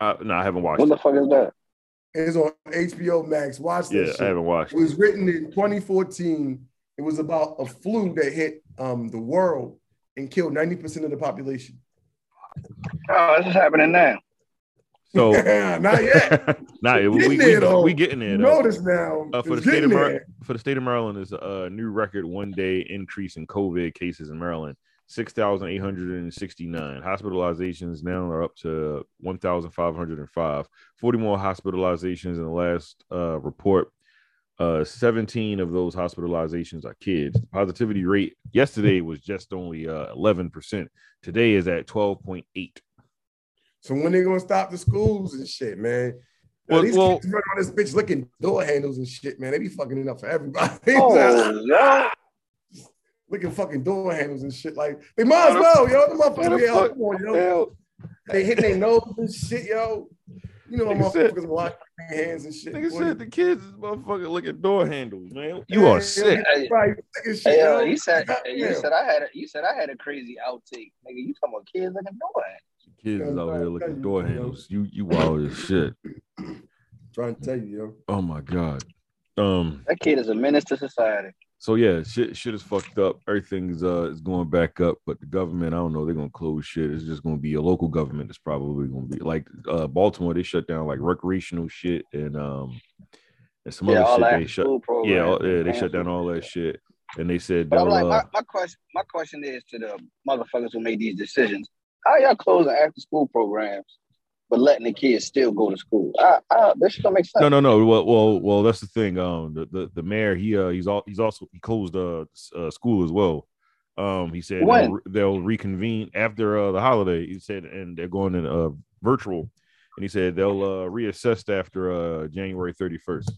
Speaker 3: Uh, no, I haven't watched.
Speaker 4: What the
Speaker 3: It.
Speaker 4: fuck is that?
Speaker 5: It's on HBO Max. Watch
Speaker 3: Yeah, I
Speaker 5: this shit.
Speaker 3: haven't watched.
Speaker 5: It
Speaker 3: It.
Speaker 5: was written in 2014. It was about a flu that hit um, the world and killed 90% of the population.
Speaker 4: Oh, this is happening now.
Speaker 5: <laughs>
Speaker 3: So
Speaker 5: Not yet.
Speaker 3: <laughs> nah, we, we,
Speaker 5: Getting
Speaker 3: we,
Speaker 5: there, though.
Speaker 3: we getting there.
Speaker 5: You
Speaker 3: though.
Speaker 5: Notice now.
Speaker 3: Uh, for the
Speaker 5: it's
Speaker 3: state of
Speaker 5: getting
Speaker 3: Mar-
Speaker 5: there.
Speaker 3: for the state of Maryland is a new record one day increase in COVID cases in Maryland. 6,869 hospitalizations now are up to 1,505. 40 more hospitalizations in the last uh, report. Uh, 17 of those hospitalizations are kids. Positivity rate yesterday was just only uh, 11%. Today is at 12.8.
Speaker 5: So when they gonna stop the schools and shit, man? Now,
Speaker 3: Well-
Speaker 5: these
Speaker 3: well-
Speaker 5: kids running on this bitch looking door handles and shit, man. They be fucking it up for everybody. <laughs>
Speaker 4: Oh, yeah.
Speaker 5: looking fucking door handles and shit. Like they might as well, yo. The motherfuckers,
Speaker 3: the
Speaker 5: yo,
Speaker 3: fuck?
Speaker 5: come on, yo. They hitting their nose and shit, yo. You know,
Speaker 3: Nigga said-
Speaker 5: motherfuckers washing their hands and shit.
Speaker 3: Nigga
Speaker 5: boy.
Speaker 3: said the kids is motherfucking looking door handles, man. You are
Speaker 5: Yeah,
Speaker 3: sick.
Speaker 5: yeah, right, sick as shit,
Speaker 4: Hey, yo,
Speaker 5: yo.
Speaker 4: he said, you
Speaker 5: Goddamn.
Speaker 4: said I had, a, you said I had a crazy outtake, nigga. You talking about kids like a boy?
Speaker 3: Kids
Speaker 5: Yeah,
Speaker 3: is
Speaker 5: I'm
Speaker 3: out
Speaker 5: trying
Speaker 3: here
Speaker 5: to
Speaker 3: looking
Speaker 5: tell you,
Speaker 3: door
Speaker 5: you know.
Speaker 3: handles. You you wild as shit.
Speaker 5: Trying to tell you, yo.
Speaker 3: Oh my god. Um.
Speaker 4: That kid is a menace to society.
Speaker 3: So yeah, shit shit is fucked up. Everything's uh is going back up, but the government, I don't know, they're gonna close shit. It's just gonna be a local government that's probably gonna be like uh Baltimore. They shut down like recreational shit and um and some
Speaker 4: yeah, all
Speaker 3: other shit.
Speaker 4: that
Speaker 3: They shut
Speaker 4: school program.
Speaker 3: yeah, all, yeah they shut down all that shit. And they said
Speaker 4: But I'm
Speaker 3: they'll,
Speaker 4: like,
Speaker 3: uh,
Speaker 4: my, my question, my question is to the motherfuckers who made these decisions: How y'all closing after school programs, but letting the kids still go to school? I, I, this shit don't make sense.
Speaker 3: No, no, no. Well, well, well. That's the thing. Um, the the, the mayor, he uh, he's all he's also he closed uh, s- uh school as well. Um, he said
Speaker 4: When?
Speaker 3: they'll, re- they'll reconvene after uh, the holiday. He said, and they're going in uh virtual, and he said they'll uh, reassess after uh January thirty first.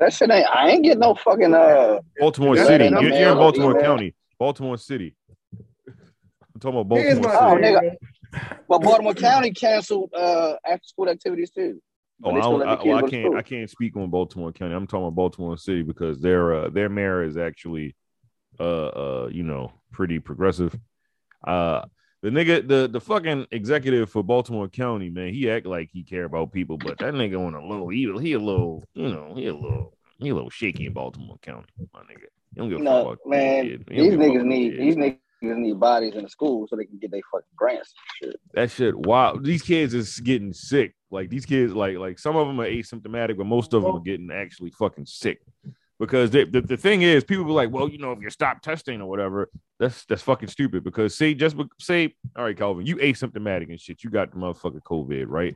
Speaker 4: That shit ain't. I ain't getting no fucking uh.
Speaker 3: Baltimore
Speaker 5: That's
Speaker 3: City.
Speaker 5: in the
Speaker 3: You're, you're in
Speaker 4: mail,
Speaker 3: Baltimore
Speaker 4: email.
Speaker 3: County. Baltimore City. <laughs> I'm talking about
Speaker 5: Here's
Speaker 3: Baltimore
Speaker 5: my
Speaker 4: Oh,
Speaker 3: City.
Speaker 5: thing,
Speaker 4: nigga.
Speaker 5: yo.
Speaker 4: But Baltimore County canceled uh after school activities too. But
Speaker 3: Oh,
Speaker 4: they
Speaker 3: I,
Speaker 4: still
Speaker 3: don't,
Speaker 4: let the
Speaker 3: I, well, I
Speaker 4: kids go to
Speaker 3: can't.
Speaker 4: school.
Speaker 3: I can't speak on Baltimore County. I'm talking about Baltimore City because their uh, their mayor is actually, uh, uh, you know, pretty progressive. Uh, the nigga, the the fucking executive for Baltimore County, man, he act like he care about people, but that nigga on a little, he, he a little, you know, he a little, he a little shaky in Baltimore County, my nigga. He don't give a
Speaker 4: No,
Speaker 3: fuck. about
Speaker 4: man,
Speaker 3: kids. He don't
Speaker 4: These
Speaker 3: give a fuck
Speaker 4: niggas
Speaker 3: about
Speaker 4: need
Speaker 3: kids.
Speaker 4: these niggas need bodies in the school so they can get their fucking grants. and shit.
Speaker 3: that shit. Wow, these kids is getting sick. Like these kids, like like some of them are asymptomatic, but most of them are getting actually fucking sick. Because they, the the thing is, people be like, well, you know, if you stop testing or whatever, that's that's fucking stupid. Because say just be- say, all right, Calvin, you asymptomatic and shit, you got the motherfucking COVID, right?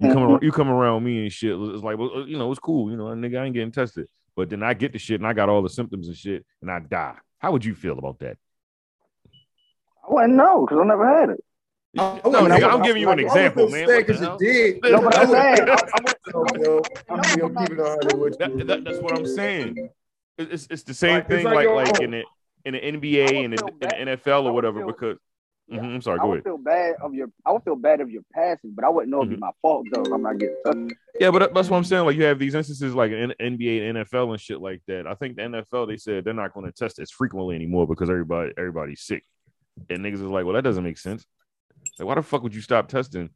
Speaker 3: You come around, you come around me and shit. It's like, well, uh, you know, it's cool, you know, nigga, I ain't getting tested. But then I get the shit and I got all the symptoms and shit, and I die. How would you feel about that?
Speaker 4: I wouldn't know because I never had it.
Speaker 5: I- I
Speaker 3: Oh, No,
Speaker 5: wouldn't-
Speaker 3: nigga, I'm giving you an
Speaker 5: I wouldn't
Speaker 3: example,
Speaker 5: feel
Speaker 3: man.
Speaker 5: sad
Speaker 3: What the
Speaker 5: 'cause you
Speaker 3: hell?
Speaker 5: did.
Speaker 4: No, but I'm
Speaker 5: I <laughs>
Speaker 4: saying,
Speaker 5: wouldn't-
Speaker 4: I,
Speaker 5: I'm, yo, I'm, yo, keeping it 100 with you.
Speaker 3: That, that, that's what I'm saying. It- It's it's the same
Speaker 5: Like, it's
Speaker 3: thing
Speaker 5: like
Speaker 3: like
Speaker 5: your
Speaker 3: like,
Speaker 5: own.
Speaker 3: in the in the NBA and the,
Speaker 4: feel
Speaker 3: in
Speaker 4: bad.
Speaker 3: the NFL
Speaker 4: I
Speaker 3: or
Speaker 4: would
Speaker 3: whatever
Speaker 4: feel-
Speaker 3: because Mhm, I'm sorry.
Speaker 4: I
Speaker 3: Go
Speaker 4: would
Speaker 3: ahead. Mm-hmm.
Speaker 4: feel bad of your. I would feel bad of your passing, but I wouldn't know if it's my fault though. if I'm not getting touched.
Speaker 3: Yeah, but that- that's what I'm saying. Like you have these instances like in NBA and NFL and shit like that. I think the NFL they said they're not going to test as frequently anymore because everybody everybody's sick. And niggas is like, well, that doesn't make sense. Like, why the fuck would you stop testing?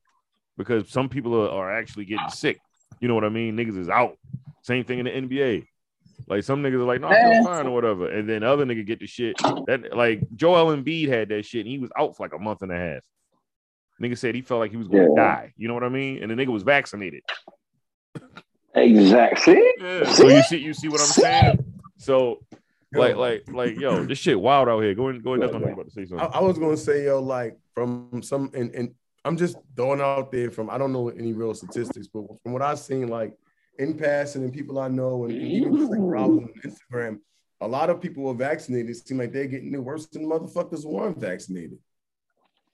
Speaker 3: Because some people are, are actually getting sick. You know what I mean? Niggas is out. Same thing in the NBA. Like some niggas are like, no, I'm
Speaker 4: Man.
Speaker 3: fine or whatever. And then other nigga get the shit. That like Joel Embiid had that shit and he was out for like a month and a half. Nigga said he felt like he was gonna
Speaker 4: Yeah.
Speaker 3: die. You know what I mean? And the nigga was vaccinated.
Speaker 4: Exactly.
Speaker 3: Yeah. So you see, you see what I'm saying? So like, like, like, yo, this shit wild out here. Go in, go in. That's what I'm about to say.
Speaker 5: I,
Speaker 3: Something.
Speaker 5: I was gonna say, yo, like from some and and I'm just throwing out there from I don't know any real statistics, but from what I've seen, like in passing and people I know, and, and even just like problems on Instagram, a lot of people who are vaccinated seem like they're getting it worse than motherfuckers who aren't vaccinated.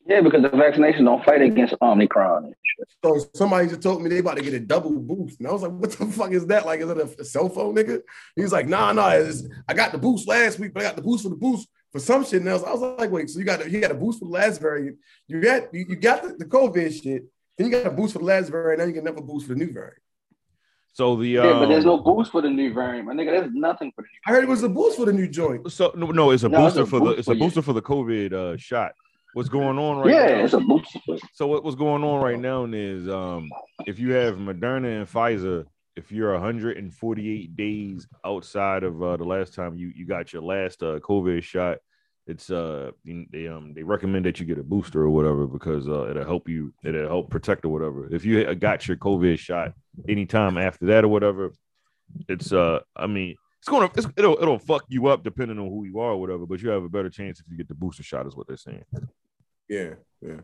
Speaker 4: Yeah, because the vaccination don't fight against Omicron. and shit.
Speaker 5: So somebody just told me they about to get a double boost, and I was like, "What the fuck is that? Like, is it a, a cell phone, nigga?" He was like, "Nah, nah, it's, I got the boost last week, but I got the boost for the boost for some shit." And I was, I was like, "Wait, so you got the, you got a boost for the last variant? You got you, you got the, the COVID shit, then you got a boost for the last variant, now you get another boost for the new variant."
Speaker 3: So the
Speaker 4: Yeah, but there's
Speaker 3: um,
Speaker 4: no boost for the new variant, my nigga. There's nothing for the new.
Speaker 5: I heard it was a boost for the new joint.
Speaker 3: so no, no, it's a
Speaker 4: No, it's
Speaker 3: booster
Speaker 4: a
Speaker 3: for the
Speaker 4: boost
Speaker 3: it's a
Speaker 4: for you.
Speaker 3: booster for the COVID uh, shot. What's going on right
Speaker 4: yeah,
Speaker 3: now?
Speaker 4: it's a boost. For
Speaker 3: So what, what's going on right now is um, if you have Moderna and Pfizer, if you're 148 days outside of uh, the last time you you got your last uh, COVID shot, it's uh you- they um they recommend that you get a booster or whatever because uh it'll help you it'll help protect or whatever. If you had got your COVID shot anytime after that or whatever, it's uh I mean it's gonna it's, it'll it'll fuck you up depending on who you are or whatever. But you have a better chance if you get the booster shot is what they're saying.
Speaker 5: Yeah, yeah.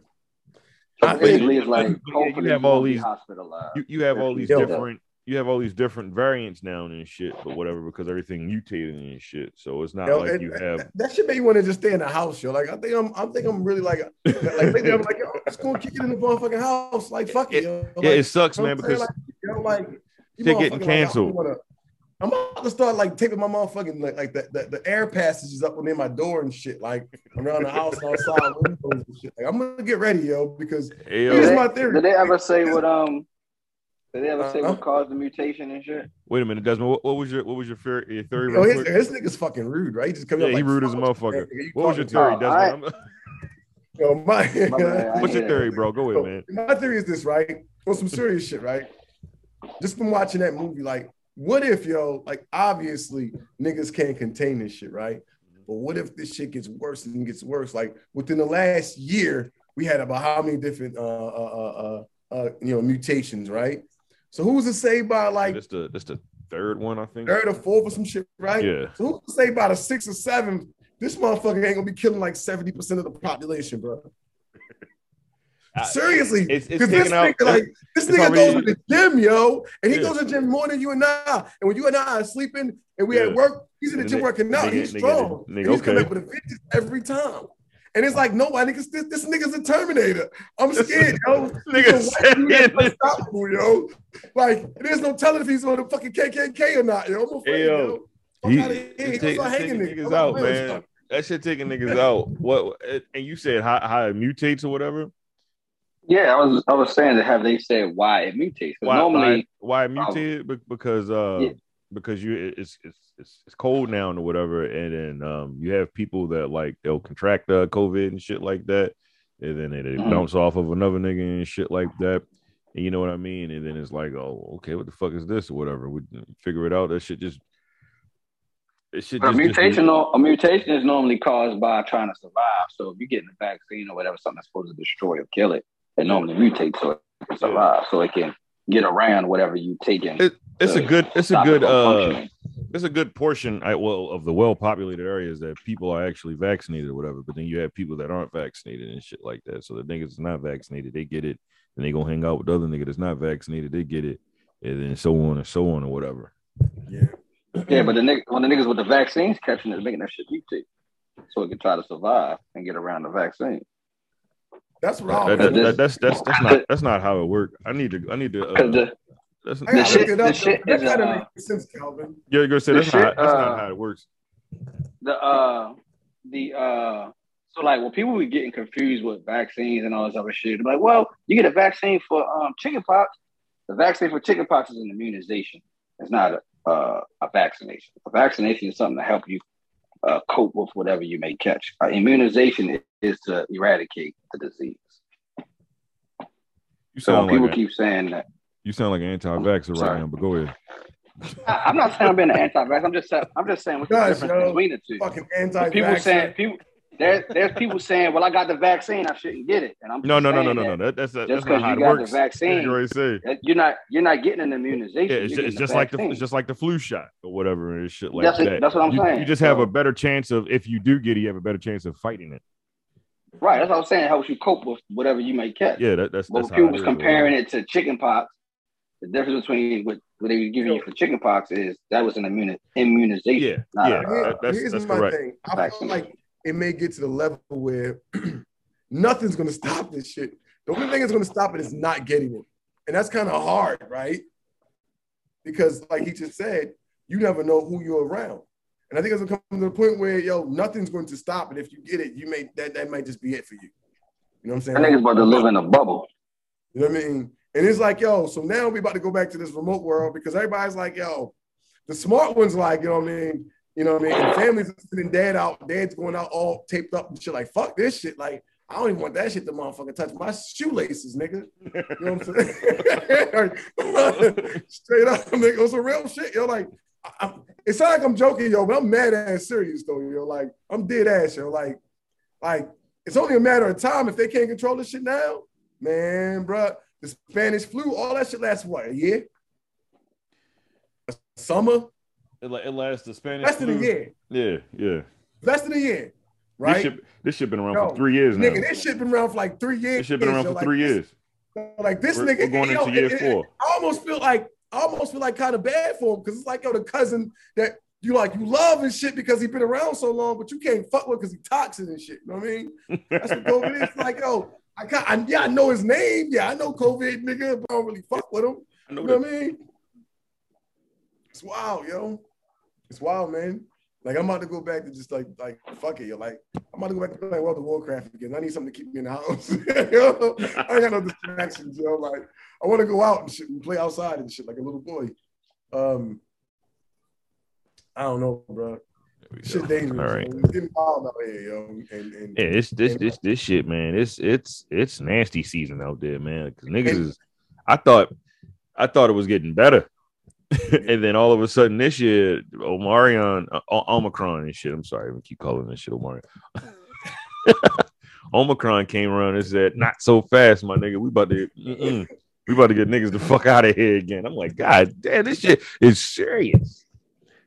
Speaker 4: So
Speaker 5: I-
Speaker 4: basically, it's
Speaker 3: but
Speaker 4: like
Speaker 3: you
Speaker 4: hopefully
Speaker 3: have
Speaker 4: you
Speaker 3: all
Speaker 4: won't be
Speaker 3: these-
Speaker 4: hospitalized.
Speaker 3: You you have all these
Speaker 5: Yeah.
Speaker 3: different you have all these different variants now and shit, but whatever because everything mutated and shit. So it's not
Speaker 5: Yo,
Speaker 3: like
Speaker 5: and-
Speaker 3: you have
Speaker 5: That should make you want to just stay in the house, yo. Like I think I'm, I think I'm really like, like lately
Speaker 3: <laughs>
Speaker 5: I'm like, yo, let's go kick it in the motherfucking house. Like fuck it, yo.
Speaker 3: yeah,
Speaker 5: Like,
Speaker 3: it sucks,
Speaker 5: you know
Speaker 3: man,
Speaker 5: what I'm
Speaker 3: because
Speaker 5: saying? like, yo, like, you
Speaker 3: shit getting
Speaker 5: motherfucking, like, I don't
Speaker 3: canceled.
Speaker 5: wanna- I'm about to start like taping my motherfucking like, like the, the, the air passages up near my door and shit, like around the house
Speaker 3: <laughs>
Speaker 5: and outside windows and shit. Like I'm gonna get ready, yo, because
Speaker 3: Hey,
Speaker 5: Here's
Speaker 3: yo,
Speaker 4: Did
Speaker 5: my
Speaker 4: they-
Speaker 5: theory.
Speaker 4: Did they ever say what um? Did they ever say
Speaker 5: Uh-huh.
Speaker 4: what caused the mutation and shit?
Speaker 3: wait a minute, Desmond. What, what was your what was your, fear, your theory?
Speaker 5: yo,
Speaker 3: real
Speaker 5: his,
Speaker 3: quick?
Speaker 5: his nigga's fucking rude, right? He just comes
Speaker 3: yeah,
Speaker 5: up
Speaker 3: he
Speaker 5: like,
Speaker 3: rude as a
Speaker 5: "Fuck,
Speaker 3: motherfucker.
Speaker 5: nigga, you
Speaker 3: What was your
Speaker 5: talking
Speaker 3: theory,
Speaker 4: Oh,
Speaker 3: Desmond? I'm-
Speaker 5: to- yo,
Speaker 4: My bad, I
Speaker 5: my,
Speaker 3: What's your
Speaker 4: didn't-
Speaker 3: theory, bro? Go
Speaker 5: So,
Speaker 3: ahead, man.
Speaker 5: My theory is this, right? On some serious shit, right? Just from watching that movie, like, what if yo, like, obviously niggas can't contain this shit, right? But what if this shit gets worse and gets worse? Like within the last year, we had about how many different uh uh uh, uh, uh you know mutations, right? So who's to say by like
Speaker 3: that's the that's the third one, I think.
Speaker 5: third or fourth or some shit, right?
Speaker 3: Yeah,
Speaker 5: So who's to say by the sixth or seventh, this motherfucker ain't gonna be killing like 70% of the population, bro.
Speaker 3: I-
Speaker 5: Seriously,
Speaker 3: it's- it's
Speaker 5: because this
Speaker 3: taking out-
Speaker 5: nigga,
Speaker 3: <laughs>
Speaker 5: like this
Speaker 3: it's
Speaker 5: nigga goes
Speaker 3: already-
Speaker 5: to the gym, yo, and he
Speaker 3: Yeah.
Speaker 5: goes to the gym more than you and I. And when you and I are sleeping and we
Speaker 3: Yeah.
Speaker 5: at work, he's in the
Speaker 3: Nigga-
Speaker 5: gym working out.
Speaker 3: nigga-
Speaker 5: he's
Speaker 3: nigga-
Speaker 5: strong.
Speaker 3: nigga,
Speaker 5: and he's coming
Speaker 3: okay.
Speaker 5: up with a vengeance every time. And it's like, no, I niggas, this, this nigga's a terminator. I'm scared, yo.
Speaker 3: <laughs> nigga.
Speaker 5: So
Speaker 3: said-
Speaker 5: why you ain't unstoppable, yo. Like, there's no telling if he's on the fucking KKK or not, yo. I'm afraid,
Speaker 3: Hey,
Speaker 5: yo.
Speaker 3: yo.
Speaker 5: Fuck
Speaker 3: He-
Speaker 5: outta here.
Speaker 3: it's
Speaker 5: He
Speaker 3: take-
Speaker 5: gonna start
Speaker 3: it's
Speaker 5: hanging
Speaker 3: taking
Speaker 5: niggas.
Speaker 3: niggas
Speaker 5: I'm
Speaker 3: out,
Speaker 5: like,
Speaker 3: man. That shit taking niggas out. What? And you said how, how it mutates or whatever.
Speaker 4: Yeah, I was I was saying that have they said why it mutates? 'Cause
Speaker 3: Why?
Speaker 4: normally, um,
Speaker 3: why, why it mutated? Be- because uh,
Speaker 4: Yeah.
Speaker 3: because you it- it's it's it's it's cold now or whatever, and then um, you have people that like they'll contract uh, COVID and shit like that, and then they, they
Speaker 4: Mhm.
Speaker 3: bounce off of another nigga and shit like that. And you know what I mean? And then it's like, oh, okay, what the fuck is this or whatever? We figure it out. That shit just. It should
Speaker 4: a
Speaker 3: just, just-
Speaker 4: mutation or- a mutation is normally caused by trying to survive. So if you're getting a vaccine or whatever, something that's supposed to destroy or kill it, it normally mutates so it can survive, so it can get around whatever you taking.
Speaker 3: It- it's a
Speaker 4: to
Speaker 3: good it's a
Speaker 4: stop it
Speaker 3: good
Speaker 4: from
Speaker 3: uh
Speaker 4: functioning.
Speaker 3: there's a good portion I, well of the well populated areas that people are actually vaccinated or whatever but then you have people that aren't vaccinated and shit like that so the niggas that's not vaccinated they get it then they gonna hang out with the other nigga that's not vaccinated they get it and then so on and so on or whatever
Speaker 5: Yeah. <clears throat>
Speaker 4: yeah, but the nigg- when the niggas with the vaccines catching it, making that shit mutate, so it can try to survive and get around the vaccine.
Speaker 5: That's what I
Speaker 3: That-
Speaker 5: was
Speaker 3: that-
Speaker 4: but
Speaker 3: that-
Speaker 4: Oh, this-
Speaker 3: that's that's that's not that's not how it worked i need to i need to
Speaker 4: Because
Speaker 3: uh,
Speaker 4: the
Speaker 3: that's,
Speaker 5: I gotta
Speaker 4: shit-
Speaker 5: look it up.
Speaker 4: the shit
Speaker 5: That
Speaker 4: is,
Speaker 5: gotta
Speaker 4: uh,
Speaker 5: make sense, Calvin.
Speaker 3: you're gonna say
Speaker 4: the
Speaker 3: that's, not,
Speaker 4: shit,
Speaker 3: that's
Speaker 4: uh,
Speaker 3: not how it works
Speaker 4: the uh the uh so like when people were getting confused with vaccines and all this other shit, they're like, well, you get a vaccine for um chickenpox. The vaccine for chickenpox is an immunization. It's not a uh, a vaccination. A vaccination is something to help you uh, cope with whatever you may catch. Uh, immunization i- is to eradicate the disease.
Speaker 3: you
Speaker 4: So when
Speaker 3: sound
Speaker 4: people
Speaker 3: like a,
Speaker 4: keep saying that.
Speaker 3: you sound like an anti-vaxxer right
Speaker 4: Sorry.
Speaker 3: now but go ahead
Speaker 4: I, I'm not saying I'm being an anti-vax. I'm just saying, I'm just saying what's the
Speaker 5: Guys,
Speaker 4: difference
Speaker 5: yo,
Speaker 4: between the two.
Speaker 5: Fucking
Speaker 4: But
Speaker 5: anti
Speaker 4: people saying people there, there's people saying, well, I got the vaccine, I shouldn't get it, and I'm
Speaker 3: no
Speaker 4: just
Speaker 3: no no no
Speaker 4: saying
Speaker 3: no no that,
Speaker 4: that
Speaker 3: that's that's
Speaker 4: Just
Speaker 3: not
Speaker 4: because
Speaker 3: how
Speaker 4: you
Speaker 3: it
Speaker 4: got the
Speaker 3: works <laughs>
Speaker 4: vaccine,
Speaker 3: you already say
Speaker 4: that you're not you're not getting an immunization.
Speaker 3: Yeah, it's,
Speaker 4: you're
Speaker 3: ju- it's
Speaker 4: getting
Speaker 3: just like the
Speaker 4: vaccine.
Speaker 3: it's just like the flu shot or whatever and shit like
Speaker 4: that's it-
Speaker 3: that.
Speaker 4: that's what I'm
Speaker 3: you,
Speaker 4: saying.
Speaker 3: You just have
Speaker 4: So-
Speaker 3: a better chance of if you do get it, you have a better chance of fighting it.
Speaker 4: right. That's what I'm saying. It helps you cope with whatever you may catch.
Speaker 3: Yeah, that, that's
Speaker 4: but
Speaker 3: that's how
Speaker 4: when people
Speaker 3: it
Speaker 4: was
Speaker 3: is,
Speaker 4: comparing it to chickenpox, the difference between what, what they were giving you for chickenpox is that was an immuni-
Speaker 3: or
Speaker 4: immunization.
Speaker 3: whatever. Yeah,
Speaker 4: Nah,
Speaker 3: yeah,
Speaker 4: nah,
Speaker 5: Here-
Speaker 3: that- that's
Speaker 5: here's
Speaker 3: that's
Speaker 5: my
Speaker 3: correct.
Speaker 5: thing. I feel
Speaker 4: Vaccine.
Speaker 5: like it may get to the level where <clears throat> nothing's gonna stop this shit. The only thing that's gonna stop it is not getting it, and that's kind of hard, right? Because, like he just said, you never know who you're around, and I think it's gonna come to the point where yo, nothing's going to stop it. If you get it, you may that that might just be it for you. You know what I'm saying?
Speaker 4: That nigga's about to live in a bubble.
Speaker 5: You know what I mean? And it's like, yo, so now we about to go back to this remote world because everybody's like, yo, the smart ones like, you know what I mean? You know what I mean? And families are sending dad out, dad's going out all taped up and shit. Like, fuck this shit. Like, I don't even want that shit to motherfucking touch my shoelaces, nigga. <laughs> You know what I'm saying? Like, Straight up, nigga. It was some real shit. Yo, like, I- I'm, it's not like I'm joking, yo, but I'm mad ass serious though, yo. Like I'm dead ass, yo. Like, like it's only a matter of time if they can't control this shit now, man, bruh. The Spanish flu, all that shit lasts what a year, a summer,
Speaker 3: It, la- it lasts the Spanish.
Speaker 5: less than a
Speaker 3: flu.
Speaker 5: year,
Speaker 3: Yeah, yeah.
Speaker 5: less than a year, right?
Speaker 3: Mm. This shit, this shit been around
Speaker 5: Yo,
Speaker 3: for three years now.
Speaker 5: Nigga, this shit been around for like three years.
Speaker 3: this shit been around
Speaker 5: yo.
Speaker 3: for
Speaker 5: Like,
Speaker 3: three
Speaker 5: this-
Speaker 3: years.
Speaker 5: Like this
Speaker 3: We're,
Speaker 5: nigga,
Speaker 3: we're going
Speaker 5: yo,
Speaker 3: into
Speaker 5: <laughs>
Speaker 3: year
Speaker 5: it- it-
Speaker 3: four.
Speaker 5: I almost feel like I almost feel like kind of bad for him because it's like yo, the cousin that you like you love and shit because he been around so long, but you can't fuck with because he toxic and shit. You know what I mean? That's what COVID is. It's Like yo, I got I, yeah, I know his name. Yeah, I know COVID nigga, but I don't really fuck with him.
Speaker 3: I
Speaker 5: You
Speaker 3: know
Speaker 5: know
Speaker 3: that.
Speaker 5: what I mean? It's wild, yo. It's wild, man. Like I'm about to go back to just like like fuck it, yo. Like I'm about to go back to playing World of Warcraft again. I need something to keep me in the house. <laughs> yo. I ain't got no distractions, yo. Like I want to go out and shit and play outside and shit like a little boy. Um, I don't know, bro. Shit dangerous.
Speaker 3: All right.
Speaker 5: yo. It's getting wild out here, yo. And, and
Speaker 3: Yeah, it's this this this shit, man. It's it's it's nasty season out there, man. 'Cause niggas
Speaker 5: And-
Speaker 3: is. I thought, I thought it was getting better, <laughs> and then all of a sudden this year, Omarion, uh, O- Omicron and shit. I'm sorry, I keep calling this shit Omarion. <laughs> Omicron came around and said, "Not so fast, my nigga. We about to, mm-mm. we about to get niggas the fuck out of here again." I'm like, God damn, this shit is serious.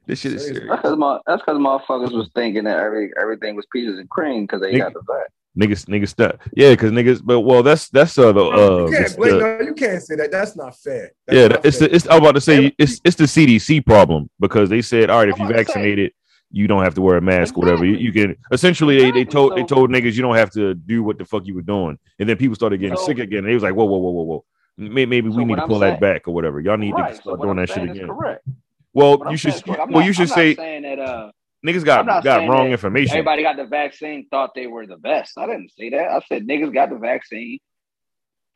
Speaker 3: This shit is
Speaker 5: Serious.
Speaker 3: serious.
Speaker 4: That's because my that's because motherfuckers was thinking that every everything was peaches and cream because they ain't got the vet.
Speaker 3: Niggas, niggas, stuff. Yeah, because niggas. But well, that's that's uh, the uh,
Speaker 4: Oh,
Speaker 5: you can't
Speaker 3: the-
Speaker 5: blame,
Speaker 3: the-
Speaker 5: no, you can't say that. That's not fair. That's
Speaker 3: yeah,
Speaker 5: not
Speaker 3: it's
Speaker 5: fair.
Speaker 3: the, it's. I'm about to
Speaker 5: Yeah.
Speaker 3: say it's it's the CDC problem because they said, all right, if
Speaker 4: I'm
Speaker 3: you
Speaker 4: about to say-
Speaker 3: vaccinated, you don't have to wear a mask, or whatever. You, you can essentially they, they
Speaker 4: Exactly.
Speaker 3: told they
Speaker 4: So-
Speaker 3: told niggas you don't have to do what the fuck you were doing, and then people started getting
Speaker 4: So-
Speaker 3: sick again. And they was like, whoa, whoa, whoa, whoa, whoa. May- Maybe
Speaker 4: So
Speaker 3: we need
Speaker 4: what
Speaker 3: to
Speaker 4: I'm
Speaker 3: pull
Speaker 4: saying-
Speaker 3: that back or whatever. Y'all need
Speaker 4: Right.
Speaker 3: to
Speaker 4: So
Speaker 3: start
Speaker 4: what
Speaker 3: doing
Speaker 4: I'm
Speaker 3: that shit
Speaker 4: saying is
Speaker 3: again.
Speaker 4: correct.
Speaker 3: Well,
Speaker 4: What I'm
Speaker 3: you should.
Speaker 4: saying is correct. I'm
Speaker 3: well,
Speaker 4: not-
Speaker 3: you should
Speaker 4: I'm not
Speaker 3: say
Speaker 4: saying that uh,
Speaker 3: niggas
Speaker 4: I'm
Speaker 3: got
Speaker 4: not
Speaker 3: got
Speaker 4: saying
Speaker 3: wrong
Speaker 4: that
Speaker 3: information.
Speaker 4: everybody got the vaccine thought they were the best. I didn't say that. I said niggas got the vaccine,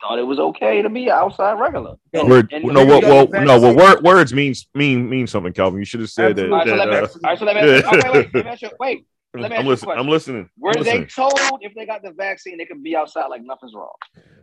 Speaker 4: thought it was okay to be outside regular. And-
Speaker 3: Word,
Speaker 4: and-
Speaker 3: no, well,
Speaker 5: niggas
Speaker 3: well,
Speaker 5: got the
Speaker 3: no, well,
Speaker 5: vaccine.
Speaker 3: word, words means mean mean something, Calvin. You should have said that.
Speaker 4: All right, so
Speaker 5: Absolutely.
Speaker 3: that,
Speaker 4: let me,
Speaker 3: uh,
Speaker 4: all right, so let me,
Speaker 3: yeah.
Speaker 4: ask, all right, wait, let me
Speaker 3: <laughs>
Speaker 4: ask you, wait, let me ask
Speaker 3: I'm
Speaker 4: you a
Speaker 3: listening.
Speaker 4: question.
Speaker 3: I'm listening.
Speaker 4: were
Speaker 3: I'm
Speaker 4: they
Speaker 3: listening.
Speaker 4: told if they got the vaccine they could be outside like nothing's wrong?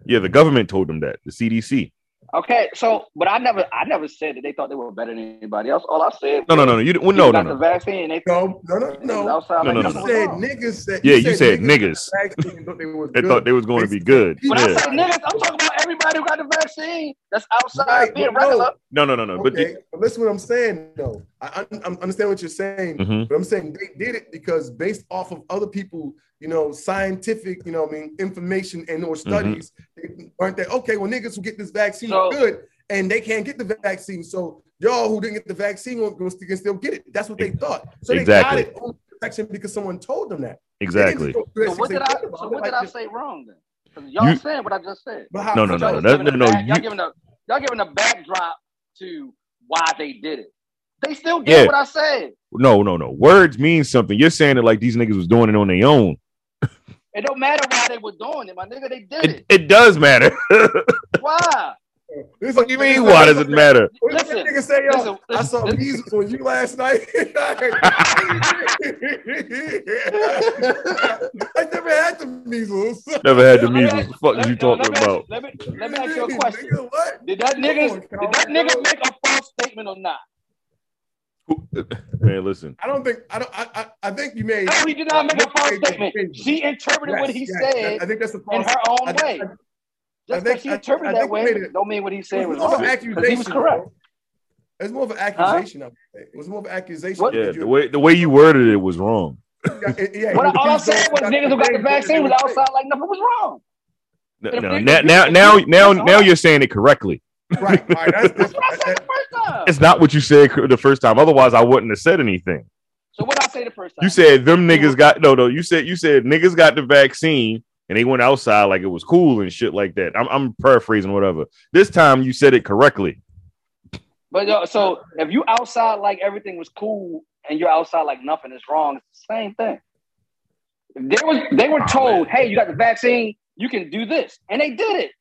Speaker 3: Yeah, the government told them that. The CDC.
Speaker 4: Okay, so but I never, I never said that they thought they were better than anybody else. All I said,
Speaker 3: No, no, no, no. You well,
Speaker 4: niggas
Speaker 3: no, no,
Speaker 4: got
Speaker 3: no.
Speaker 4: the vaccine and they
Speaker 5: no, no, no,
Speaker 4: niggas
Speaker 5: no.
Speaker 3: No,
Speaker 4: outside like
Speaker 3: no, no,
Speaker 5: You
Speaker 4: nothing
Speaker 3: no.
Speaker 4: was
Speaker 5: said
Speaker 4: wrong.
Speaker 5: niggas said
Speaker 3: Yeah, you said niggas.
Speaker 5: vaccinated and thought they was
Speaker 3: They
Speaker 5: good.
Speaker 3: thought they was going to be good.
Speaker 4: When I
Speaker 3: Yeah.
Speaker 4: say niggas, I'm talking about everybody who got the vaccine that's outside
Speaker 5: Right,
Speaker 4: being
Speaker 5: but no.
Speaker 4: regular.
Speaker 3: No, no, no, no. But
Speaker 5: okay, but listen what I'm saying though. I, I, I understand what you're saying,
Speaker 3: Mhm.
Speaker 5: but I'm saying they did it because based off of other people, you know, scientific, you know, what I mean, information and or
Speaker 3: Mm-hmm.
Speaker 5: studies, they aren't they? Okay, well, niggas who get this vaccine
Speaker 4: So-
Speaker 5: are good, and they can't get the vaccine, so y'all who didn't get the vaccine won't- can still- can still get it. That's what they thought. So they
Speaker 3: Exactly.
Speaker 5: got it on protection because someone told them that. They didn't
Speaker 3: exactly.
Speaker 5: just go through
Speaker 4: So
Speaker 5: that
Speaker 4: what did
Speaker 5: shit. They
Speaker 4: I?
Speaker 5: thought
Speaker 4: So
Speaker 5: about it
Speaker 4: what did
Speaker 5: like
Speaker 4: I
Speaker 5: this.
Speaker 4: say wrong then? 'Cause y'all
Speaker 3: You-
Speaker 4: said what I just said.
Speaker 5: But how-
Speaker 3: No, no,
Speaker 5: but y'all
Speaker 3: no,
Speaker 5: was
Speaker 3: that-
Speaker 5: giving
Speaker 4: giving
Speaker 3: no,
Speaker 4: a
Speaker 3: no,
Speaker 4: back- y'all
Speaker 3: you-
Speaker 4: giving a y'all giving a backdrop to why they did it. They still did
Speaker 3: Yeah.
Speaker 4: what I said.
Speaker 3: No, no, no. Words mean something. You're saying it like these niggas was doing it on their own.
Speaker 4: It don't matter why they were doing it, my nigga. They did
Speaker 3: It,
Speaker 4: it.
Speaker 3: it does matter. <laughs> what
Speaker 4: Why?
Speaker 5: It's
Speaker 3: do you
Speaker 5: like-
Speaker 3: mean? Why does it matter?
Speaker 5: What did that
Speaker 4: Listen,
Speaker 5: nigga say, yo?
Speaker 4: listen,
Speaker 5: I saw
Speaker 4: listen.
Speaker 5: Jesus on you last night. <laughs> I never had the measles.
Speaker 3: Never had the
Speaker 4: Let me ask-
Speaker 3: measles. What the fuck is you
Speaker 4: let- no,
Speaker 3: talking
Speaker 4: let me ask-
Speaker 3: about?
Speaker 4: Let me let
Speaker 5: <laughs>
Speaker 4: me ask you a question.
Speaker 5: Nigga, what?
Speaker 4: Did that
Speaker 5: on,
Speaker 4: nigga did
Speaker 5: Cal,
Speaker 4: that nigga
Speaker 5: bro.
Speaker 4: make a false statement or not?
Speaker 3: Man, listen.
Speaker 5: I don't think I don't I I, I think you made
Speaker 4: No, he did not make a false
Speaker 5: Yes,
Speaker 4: statement. She interpreted what he
Speaker 5: yes,
Speaker 4: said
Speaker 5: I think that's the
Speaker 4: in
Speaker 5: false
Speaker 4: her
Speaker 5: I
Speaker 4: own
Speaker 5: think-
Speaker 4: way.
Speaker 5: I-
Speaker 4: Just because
Speaker 5: think-
Speaker 4: she
Speaker 5: I- I
Speaker 4: interpreted
Speaker 5: think
Speaker 4: that
Speaker 5: we
Speaker 4: way,
Speaker 5: made it-
Speaker 4: don't mean what he
Speaker 5: It
Speaker 4: said was
Speaker 5: was more of
Speaker 4: wrong.
Speaker 5: an
Speaker 4: 'Cause
Speaker 5: accusation.
Speaker 4: He was correct.
Speaker 5: bro. It's more of an accusation. I think. It was more of an accusation.
Speaker 4: What-
Speaker 3: Yeah,
Speaker 5: that you-
Speaker 3: the way the way you worded it was wrong.
Speaker 5: yeah,
Speaker 4: What I, all I
Speaker 5: accused
Speaker 4: said
Speaker 5: those
Speaker 4: was niggas who got the
Speaker 5: vaccinated
Speaker 4: vaccine was
Speaker 5: of doing
Speaker 4: outside like nothing was wrong.
Speaker 3: No,
Speaker 4: If
Speaker 3: no,
Speaker 4: you-
Speaker 3: now,
Speaker 4: if you-
Speaker 3: now,
Speaker 4: if
Speaker 3: now,
Speaker 4: you-
Speaker 3: now,
Speaker 4: that's all
Speaker 3: now
Speaker 4: I-
Speaker 3: you're saying it correctly.
Speaker 5: shit. Right, right. That's,
Speaker 4: <laughs> That's what I
Speaker 5: that's,
Speaker 4: said the first time.
Speaker 3: It's not what you said cor- the first time. Otherwise, I wouldn't have said anything.
Speaker 4: So what I say the first time?
Speaker 3: You said them niggas got no no. You said you said niggas got the vaccine and they went outside like it was cool and shit like that. I'm, I'm paraphrasing whatever. This time you said it correctly.
Speaker 4: But yo, so if you outside like everything was cool and you're outside like nothing is wrong, it's the same thing. They was they were told, hey, you got the vaccine, you can do this, and they did it.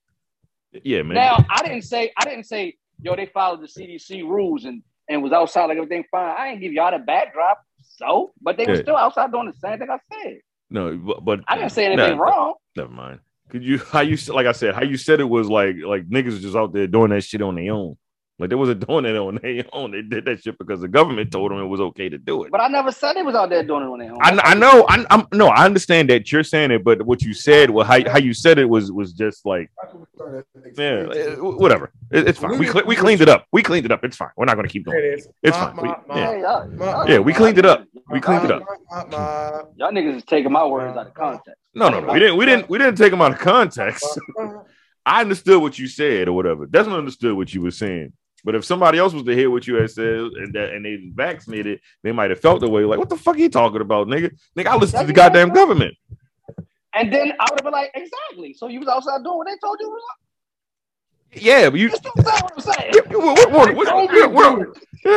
Speaker 3: Yeah, man.
Speaker 4: Now I didn't say I didn't say yo they followed the CDC rules and and was outside like everything fine. I didn't give y'all the backdrop, so but they were
Speaker 3: Yeah.
Speaker 4: still outside doing the same thing I said.
Speaker 3: no, but, but
Speaker 4: I didn't say anything
Speaker 3: Nah,
Speaker 4: wrong.
Speaker 3: Never mind. Could you how you s- like I said how you said it was like like niggas just out there doing that shit on their own. Like they wasn't <laughs> doing it on their own. They did that shit because the government told them it was okay to do it.
Speaker 4: But I never said they was out there doing it on their own.
Speaker 3: I, kn- I know. I, I'm no. I understand that you're saying it, but what you said, well, how, how you said it was was just like, yeah, eh, whatever. It- it's fine. We cle we cleaned it up. We cleaned it up. It's fine. We're not gonna keep going. It's fine. We- yeah.
Speaker 4: Hey, y'all- y'all-
Speaker 3: Yeah, we cleaned it up. We cleaned it up.
Speaker 4: <laughs> Y'all niggas is taking my words out of context.
Speaker 3: No, no, no. We didn't. We didn't. We didn't take them out of context. <laughs> I understood what you said or whatever. Desmond understood what you were saying. But if somebody else was to hear what you had said and that and they vaccinated, they might have felt the way like, what the fuck are you talking about, nigga? Nigga, I listen to the goddamn government.
Speaker 4: And then I would have been like, exactly. So you was outside doing what they told you. was
Speaker 3: Yeah, but you.
Speaker 4: up? That's not what I'm saying.
Speaker 3: Yeah, We're, we're- we're- we're- we're- we're-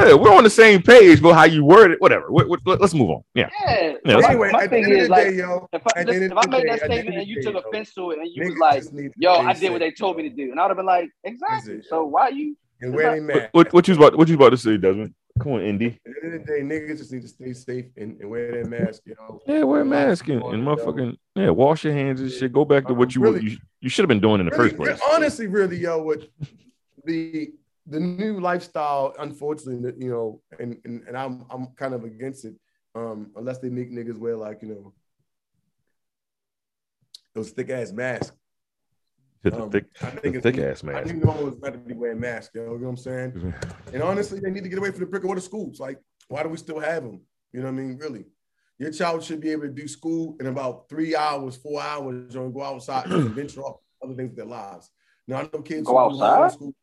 Speaker 3: yeah, we're on the same page, but how you word it, whatever. We're- we're- let's move on. Yeah.
Speaker 4: Yeah.
Speaker 3: Yeah,
Speaker 4: My-
Speaker 5: Anyway,
Speaker 4: my
Speaker 5: at the
Speaker 4: thing
Speaker 5: end of
Speaker 4: is
Speaker 5: the
Speaker 4: like,
Speaker 5: day, yo,
Speaker 4: if I,
Speaker 5: at the
Speaker 4: listen,
Speaker 5: end
Speaker 4: if
Speaker 5: of
Speaker 4: I
Speaker 5: the
Speaker 4: made that
Speaker 5: day, at the end
Speaker 4: statement
Speaker 5: of
Speaker 4: and
Speaker 5: the
Speaker 4: you
Speaker 5: day,
Speaker 4: took
Speaker 5: yo,
Speaker 4: offense to it and you was
Speaker 5: niggas
Speaker 4: like,
Speaker 5: just need to
Speaker 4: yo,
Speaker 5: stay
Speaker 4: I did what
Speaker 5: safe,
Speaker 4: they told me
Speaker 5: yo,
Speaker 4: to do. And I would have been like, exactly.
Speaker 5: it.
Speaker 4: So why you?
Speaker 5: And where they
Speaker 3: What,
Speaker 5: mad?
Speaker 3: what, what you was about? What you about to say, Desmond? Come on, Indy.
Speaker 5: At the end of the day, niggas just need to stay safe and, and wear their mask, you know.
Speaker 3: Yeah, wear a mask and, and motherfucking yeah, wash your hands and shit. Go back to what you were you, you should have been doing in the
Speaker 5: Really,
Speaker 3: first place.
Speaker 5: Honestly, really, yo, what the the new lifestyle, unfortunately, you know, and and, and I'm I'm kind of against it. Um, unless they make niggas wear like, you know, those thick ass masks.
Speaker 3: Hit the
Speaker 5: Um,
Speaker 3: thick,
Speaker 5: I
Speaker 3: the
Speaker 5: think it's-
Speaker 3: thick ass
Speaker 5: I
Speaker 3: mask. <laughs>
Speaker 5: think no one was better to be wearing masks, yo. You know what I'm saying? And honestly, they need to get away from the brick and mortar schools. Like, why do we still have them? You know what I mean? Really, your child should be able to do school in about three hours, four hours, or go outside
Speaker 3: <clears throat>
Speaker 5: and venture off other things in their lives. Now I know kids
Speaker 4: Go
Speaker 5: who do
Speaker 4: outside?
Speaker 5: homeschool-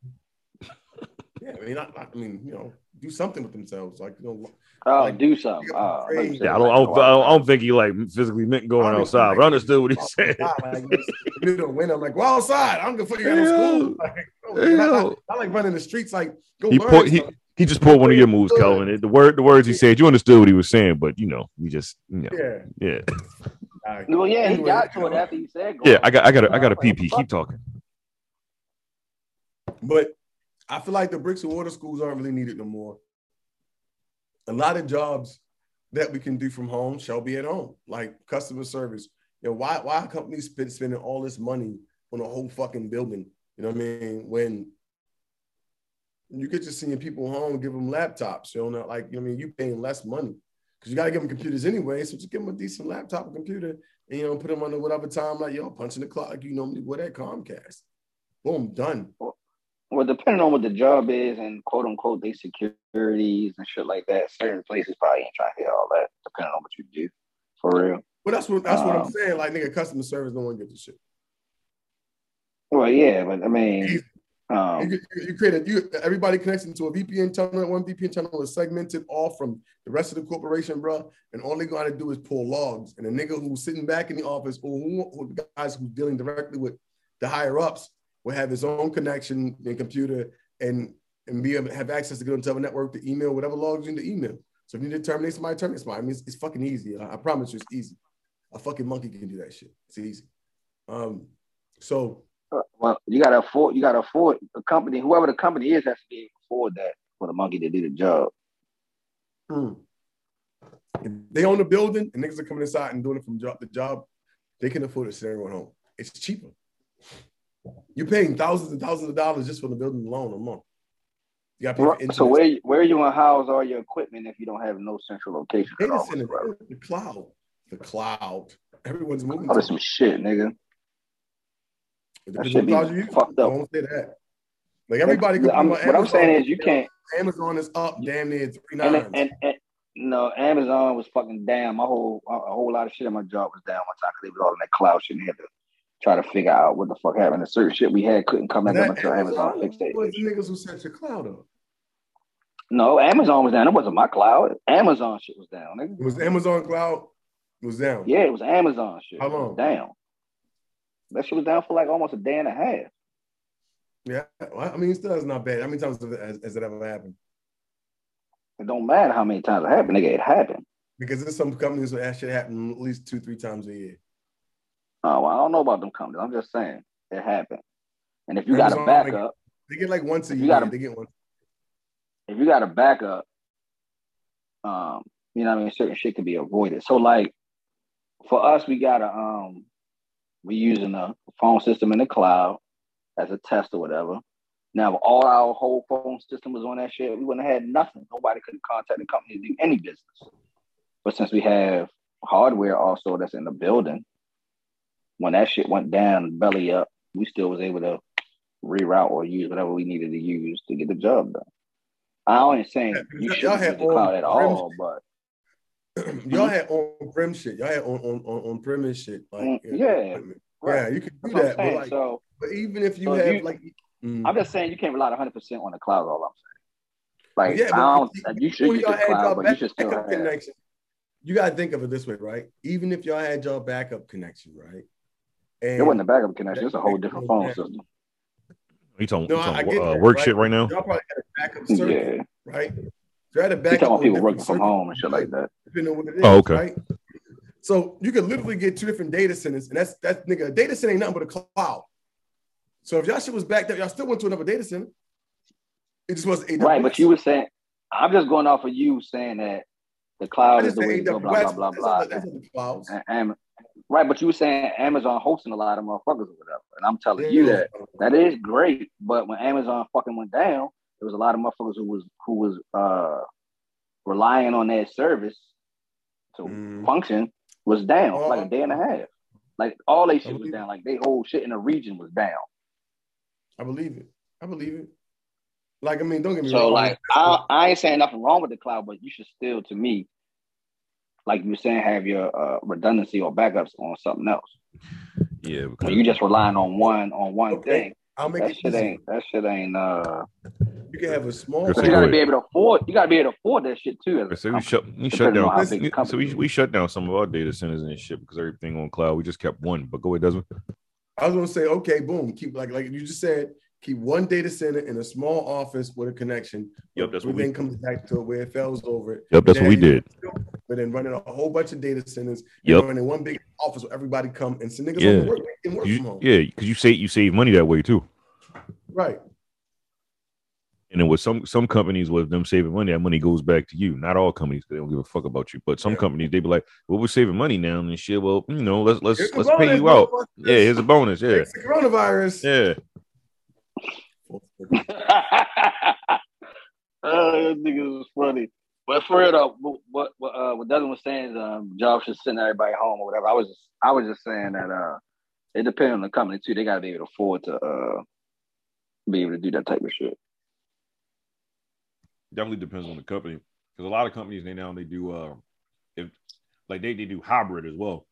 Speaker 5: Yeah, I mean, I, I mean, you know, do something with themselves. Like, you know,
Speaker 4: Oh,
Speaker 5: Like,
Speaker 4: do something.
Speaker 5: you're
Speaker 4: Oh,
Speaker 5: afraid.
Speaker 4: like,
Speaker 3: Yeah, I don't, I don't, I don't- I don't think he like physically meant going
Speaker 5: I don't
Speaker 3: outside,
Speaker 5: think-
Speaker 3: but I understood what he said. <laughs>
Speaker 5: like, it's middle of winter, I'm like, go outside. I don't give a fuck. You got no school. <laughs> Like, no,
Speaker 3: Ew.
Speaker 5: I, I- I like running the streets. Like, go
Speaker 3: He
Speaker 5: learn.
Speaker 3: put- he-
Speaker 5: something.
Speaker 3: He just pulled one of your moves, Calvin. The word, the words he said, you understood what he was saying, but you know, you just, you know,
Speaker 5: yeah.
Speaker 3: yeah,
Speaker 5: All right.
Speaker 4: Well, yeah, he
Speaker 5: Anyway,
Speaker 4: got to
Speaker 5: you
Speaker 4: it
Speaker 5: know,
Speaker 4: after he said. go
Speaker 3: yeah. I got, I got, a, I
Speaker 4: outside.
Speaker 3: got a
Speaker 4: Like,
Speaker 3: PP.
Speaker 4: fuck
Speaker 3: Keep talking.
Speaker 5: But I feel like the bricks and mortar schools aren't really needed no more. A lot of jobs that we can do from home shall be at home, like customer service. You know, why why are companies spend, spending all this money on a whole fucking building? You know what I mean? When you get to seeing people home, give them laptops. You know, not like you know, what I mean, you paying less money because you got to give them computers anyway. So just give them a decent laptop, and computer, and you know, put them under whatever time like yo punching the clock like you normally would at Comcast. Boom, done.
Speaker 4: Well, depending on what the job is and quote unquote they securities and shit like that, certain places probably ain't trying to hear all that, depending on what you do. For real.
Speaker 5: Well, that's what that's what I'm
Speaker 4: Um,
Speaker 5: saying. Like, nigga, customer service, no one gives a shit.
Speaker 4: Well, yeah, but I mean,
Speaker 5: You,
Speaker 4: um,
Speaker 5: you- you create a you everybody connects into a VPN tunnel. That one VPN tunnel is segmented off from the rest of the corporation, bro. And all they gotta do is pull logs. And the nigga who's sitting back in the office or who, or the guys who's dealing directly with the higher ups will have his own connection and computer and and be able to have access to get onto a network to email whatever logs you need to email. So if you need to terminate somebody, terminate somebody. I mean, it's, it's fucking easy. I, I promise you, it's easy. A fucking monkey can do that shit. It's easy. Um, so
Speaker 4: uh, well, you gotta afford you gotta afford the company, whoever the company is has to be able to afford that for the monkey to do the job.
Speaker 5: Mm. If they own the building and niggas are coming inside and doing it from job to job, they can afford to send everyone home. It's cheaper. You're paying thousands and thousands of dollars just for the building alone a month. You got to pay for internet.
Speaker 4: So where you- where you gonna house all your equipment if you don't have no central location? at
Speaker 5: data
Speaker 4: all
Speaker 5: center,
Speaker 4: whatsoever?
Speaker 5: the cloud, the cloud. Everyone's moving.
Speaker 4: Oh,
Speaker 5: to
Speaker 4: that's some shit, nigga.
Speaker 5: it.
Speaker 4: That
Speaker 5: Depends
Speaker 4: should
Speaker 5: on
Speaker 4: be
Speaker 5: cloud you use.
Speaker 4: fucked up.
Speaker 5: Don't say that. Like everybody,
Speaker 4: Like, I'm-
Speaker 5: complains
Speaker 4: what
Speaker 5: about
Speaker 4: I'm saying is you
Speaker 5: Amazon.
Speaker 4: can't
Speaker 5: Amazon is up damn near three
Speaker 4: and,
Speaker 5: nines.
Speaker 4: and, and no, Amazon was fucking down. My whole a a whole lot of shit in my job was down one time because they was all in that cloud shit. And they had to try to figure out what the fuck happened. And certain shit we had couldn't come at them
Speaker 5: that
Speaker 4: until Amazon fixed
Speaker 5: Amazon was
Speaker 4: it.
Speaker 5: the niggas who set your cloud up.
Speaker 4: No, Amazon was down. It wasn't my cloud. Amazon shit was down. nigga.
Speaker 5: It was Amazon cloud. It was down.
Speaker 4: Yeah, it was Amazon shit.
Speaker 5: How
Speaker 4: It was
Speaker 5: long?
Speaker 4: Down. That shit was down for like almost a day and a half.
Speaker 5: Yeah, well, I mean, still, that's not bad. How many times has, has it ever happened?
Speaker 4: It don't matter how many times it happened, nigga. It happened.
Speaker 5: Because there's some companies where that shit happen at least two, three times a year.
Speaker 4: Oh, well, I don't know about them companies. I'm just saying it happened. And if you got a
Speaker 5: Amazon, like-
Speaker 4: backup,
Speaker 5: They get like once a
Speaker 4: You
Speaker 5: year.
Speaker 4: gotta-
Speaker 5: they get one. <clears throat>
Speaker 4: if you got a backup, um, you know what I mean, certain shit could be avoided. So like for us, we got a um we using a phone system in the cloud as a test or whatever. Now, if all our whole phone system was on that shit, we wouldn't have had nothing. Nobody could contact the company to do any business. But since we have hardware also that's in the building, when that shit went down, belly up, we still was able to reroute or use whatever we needed to use to get the job done. I ain't saying
Speaker 5: Yeah,
Speaker 4: you
Speaker 5: y'all
Speaker 4: shouldn't
Speaker 5: had
Speaker 4: use the cloud
Speaker 5: all
Speaker 4: at all, but
Speaker 5: y'all had on prem shit. Y'all had on on on premise shit. Like
Speaker 4: Mm, yeah,
Speaker 5: yeah,
Speaker 4: right.
Speaker 5: you could do
Speaker 4: That's what
Speaker 5: that.
Speaker 4: I'm
Speaker 5: But
Speaker 4: saying.
Speaker 5: like,
Speaker 4: so
Speaker 5: but even if you
Speaker 4: so
Speaker 5: have
Speaker 4: you-
Speaker 5: like, Mm.
Speaker 4: I'm just saying you can't rely 100 percent on the cloud. All I'm saying, like
Speaker 5: Yeah, but
Speaker 4: I don't,
Speaker 5: you-
Speaker 4: you should
Speaker 5: Well,
Speaker 4: use
Speaker 5: y'all
Speaker 4: the
Speaker 5: had
Speaker 4: cloud,
Speaker 5: y'all
Speaker 4: but you should still
Speaker 5: backup
Speaker 4: have.
Speaker 5: connection. You gotta think of it this way, right? Even if y'all had y'all backup connection, right? And
Speaker 4: It wasn't a backup connection. It's a whole different phone system.
Speaker 3: You talking,
Speaker 5: No,
Speaker 3: you
Speaker 5: I-
Speaker 3: talking
Speaker 5: I get
Speaker 3: uh,
Speaker 5: that,
Speaker 3: work
Speaker 5: right?
Speaker 3: shit right now?
Speaker 5: y'all probably had a backup circuit,
Speaker 4: <laughs> Yeah,
Speaker 5: right? You had a
Speaker 4: you talking
Speaker 5: backup.
Speaker 4: about
Speaker 5: on
Speaker 4: people
Speaker 5: different
Speaker 4: working from
Speaker 5: circuits,
Speaker 4: home and shit like that.
Speaker 5: Depending on what it is,
Speaker 3: Oh, okay.
Speaker 5: right? So you could literally get two different data centers, and that's that's nigga, a data center ain't nothing but a cloud. So if y'all shit was backed up, y'all still went to another data center. It just wasn't AWS.
Speaker 4: Right, but you were saying I'm just going off of you saying that the cloud
Speaker 5: I
Speaker 4: is
Speaker 5: just
Speaker 4: the way to
Speaker 5: said
Speaker 4: go.
Speaker 5: AWS.
Speaker 4: Blah blah blah
Speaker 5: that's
Speaker 4: blah.
Speaker 5: other- that's other clouds.
Speaker 4: And- and- right, but you were saying Amazon hosting a lot of motherfuckers or whatever, and I'm telling you that that is great. But when Amazon fucking went down, there was a lot of motherfuckers who was who was uh relying on that service to
Speaker 3: Mm-hmm.
Speaker 5: Mm.
Speaker 4: function was down for like a day and a half. Like all they shit was
Speaker 5: believe-
Speaker 4: down. Like they whole shit in the region was down.
Speaker 5: I believe it. I believe it. Like I mean, don't get me
Speaker 4: So
Speaker 5: wrong.
Speaker 4: like I, I ain't saying nothing wrong with the cloud, but you should still, to me, like you were saying, have your uh, redundancy or backups on something else.
Speaker 3: Yeah,
Speaker 4: When
Speaker 3: because
Speaker 4: you just relying on one on one
Speaker 5: Okay,
Speaker 4: thing,
Speaker 5: I'll make
Speaker 4: that
Speaker 5: it
Speaker 4: shit
Speaker 5: easy.
Speaker 4: ain't that shit ain't. Uh,
Speaker 5: You can have a small.
Speaker 3: That's
Speaker 4: but
Speaker 3: a
Speaker 4: you gotta
Speaker 3: good-
Speaker 4: be able to afford. You gotta be able to afford that shit too. as a
Speaker 3: so we
Speaker 4: company.
Speaker 3: shut we shut
Speaker 4: Depending on how
Speaker 3: down.
Speaker 4: big the
Speaker 3: so
Speaker 4: company
Speaker 3: we,
Speaker 4: is.
Speaker 3: we shut down some of our data centers and shit because everything on cloud. We just kept one. But go ahead, Desmond.
Speaker 5: I was gonna say, okay, boom, keep like like you just said, keep one data center in a small office with a connection.
Speaker 3: Yep, that's what we-
Speaker 5: Everything comes back to it where it fails over. it.
Speaker 3: Yep, that's what we
Speaker 5: Then-
Speaker 3: did.
Speaker 5: But then running a whole bunch of data centers.
Speaker 3: Yep.
Speaker 5: And running one big office where everybody come and send niggas
Speaker 3: Yeah.
Speaker 5: yeah. work and work from
Speaker 3: You,
Speaker 5: home.
Speaker 3: yeah, because you save you save money that way too.
Speaker 5: Right.
Speaker 3: And then with some some companies with them saving money, that money goes back to you. Not all companies, 'cause they don't give a fuck about you. But some
Speaker 5: Yeah.
Speaker 3: companies they be like, "Well, we're saving money now and shit. Well, you know, let's let's
Speaker 5: Here's the
Speaker 3: let's pay
Speaker 5: bonus,
Speaker 3: you out.
Speaker 5: motherfucker.
Speaker 3: Yeah, here's a bonus. Yeah,
Speaker 5: It's the coronavirus.
Speaker 3: yeah.
Speaker 4: <laughs> oh, that niggas was funny. But for real though, what what, what, uh, what Douglas was saying is um, jobs should send everybody home or whatever. I was just I was just saying that uh, it depends on the company too. They gotta be able to afford to uh, be able to do that type of shit.
Speaker 3: Definitely depends on the company because a lot of companies they now they do uh, if like they they do hybrid as well.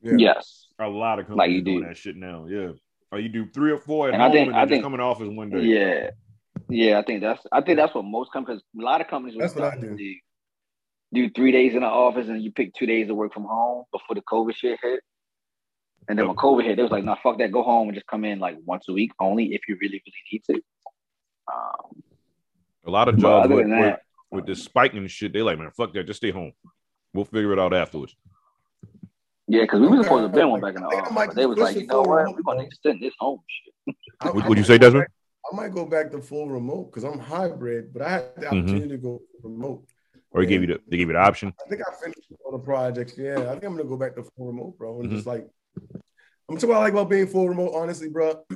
Speaker 5: Yeah.
Speaker 4: Yes,
Speaker 3: A lot of companies
Speaker 4: Like you
Speaker 3: are doing
Speaker 4: do.
Speaker 3: that shit now. Yeah. Or you do three or four at
Speaker 4: And I
Speaker 3: home
Speaker 4: think-
Speaker 3: and
Speaker 4: I
Speaker 3: then just
Speaker 4: think-
Speaker 3: come in the office one day.
Speaker 4: yeah, yeah. I think that's I think that's what most companies. A lot of companies.
Speaker 5: That's what I do.
Speaker 4: Do, do three days in the office and you pick two days to work from home before the COVID shit hit. And then when COVID hit, they was like, "Nah, fuck that. Go home and just come in like once a week only if you really really need to." Um,
Speaker 3: A lot of
Speaker 4: But
Speaker 3: jobs
Speaker 4: other
Speaker 3: with,
Speaker 4: than
Speaker 3: with-
Speaker 4: that-
Speaker 3: with this spiking and shit, they like, man, fuck that. Just stay home. We'll figure it out afterwards.
Speaker 4: yeah, because we were supposed to have been one back in the
Speaker 5: I think I
Speaker 4: office,
Speaker 5: might
Speaker 4: but they was
Speaker 5: push
Speaker 4: like,
Speaker 5: it
Speaker 4: "You know
Speaker 5: forward.
Speaker 4: what? We're gonna extend this home shit."
Speaker 5: I-
Speaker 3: Would,
Speaker 5: I
Speaker 3: would you
Speaker 5: might
Speaker 3: say,
Speaker 5: go
Speaker 3: Desmond?
Speaker 5: back- I might go back to full remote because I'm hybrid, but I had the
Speaker 3: Mhm.
Speaker 5: opportunity to go remote.
Speaker 3: Or he
Speaker 5: Yeah.
Speaker 3: gave you the they gave you the option.
Speaker 5: I think I finished all the projects. Yeah, I think I'm gonna go back to full remote, bro. And
Speaker 3: Mhm.
Speaker 5: just like, I'm talking about like about being full remote. Honestly, bro, <clears throat>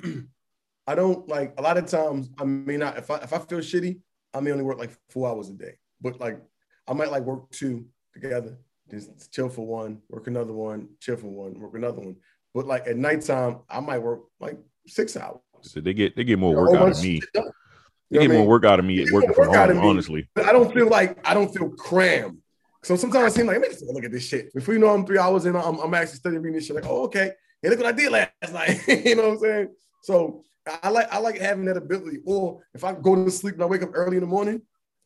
Speaker 5: I don't like a lot of times. I may not if I if I feel shitty, I may only work like four hours a day. But like, I might like work two together, just chill for one, work another one, chill for one, work another one. But like at nighttime, I might work like six hours.
Speaker 3: So they get they get more
Speaker 5: A
Speaker 3: work
Speaker 5: whole
Speaker 3: out
Speaker 5: bunch
Speaker 3: of
Speaker 5: of
Speaker 3: me.
Speaker 5: shit done.
Speaker 3: They
Speaker 5: You know
Speaker 3: get
Speaker 5: what I
Speaker 3: more
Speaker 5: mean?
Speaker 3: work out of me
Speaker 5: They
Speaker 3: at
Speaker 5: get
Speaker 3: working
Speaker 5: more
Speaker 3: from
Speaker 5: work out
Speaker 3: home,
Speaker 5: of me.
Speaker 3: honestly.
Speaker 5: But I don't feel like I don't feel crammed. So sometimes I seem like, let me just take a look at this shit. Before you know, I'm three hours in, I'm, I'm actually studying reading this shit. Like, oh, okay. Hey, look what I did last <laughs> night. you know what I'm saying? So I- I like I like having that ability. Or if I go to sleep and I wake up early in the morning,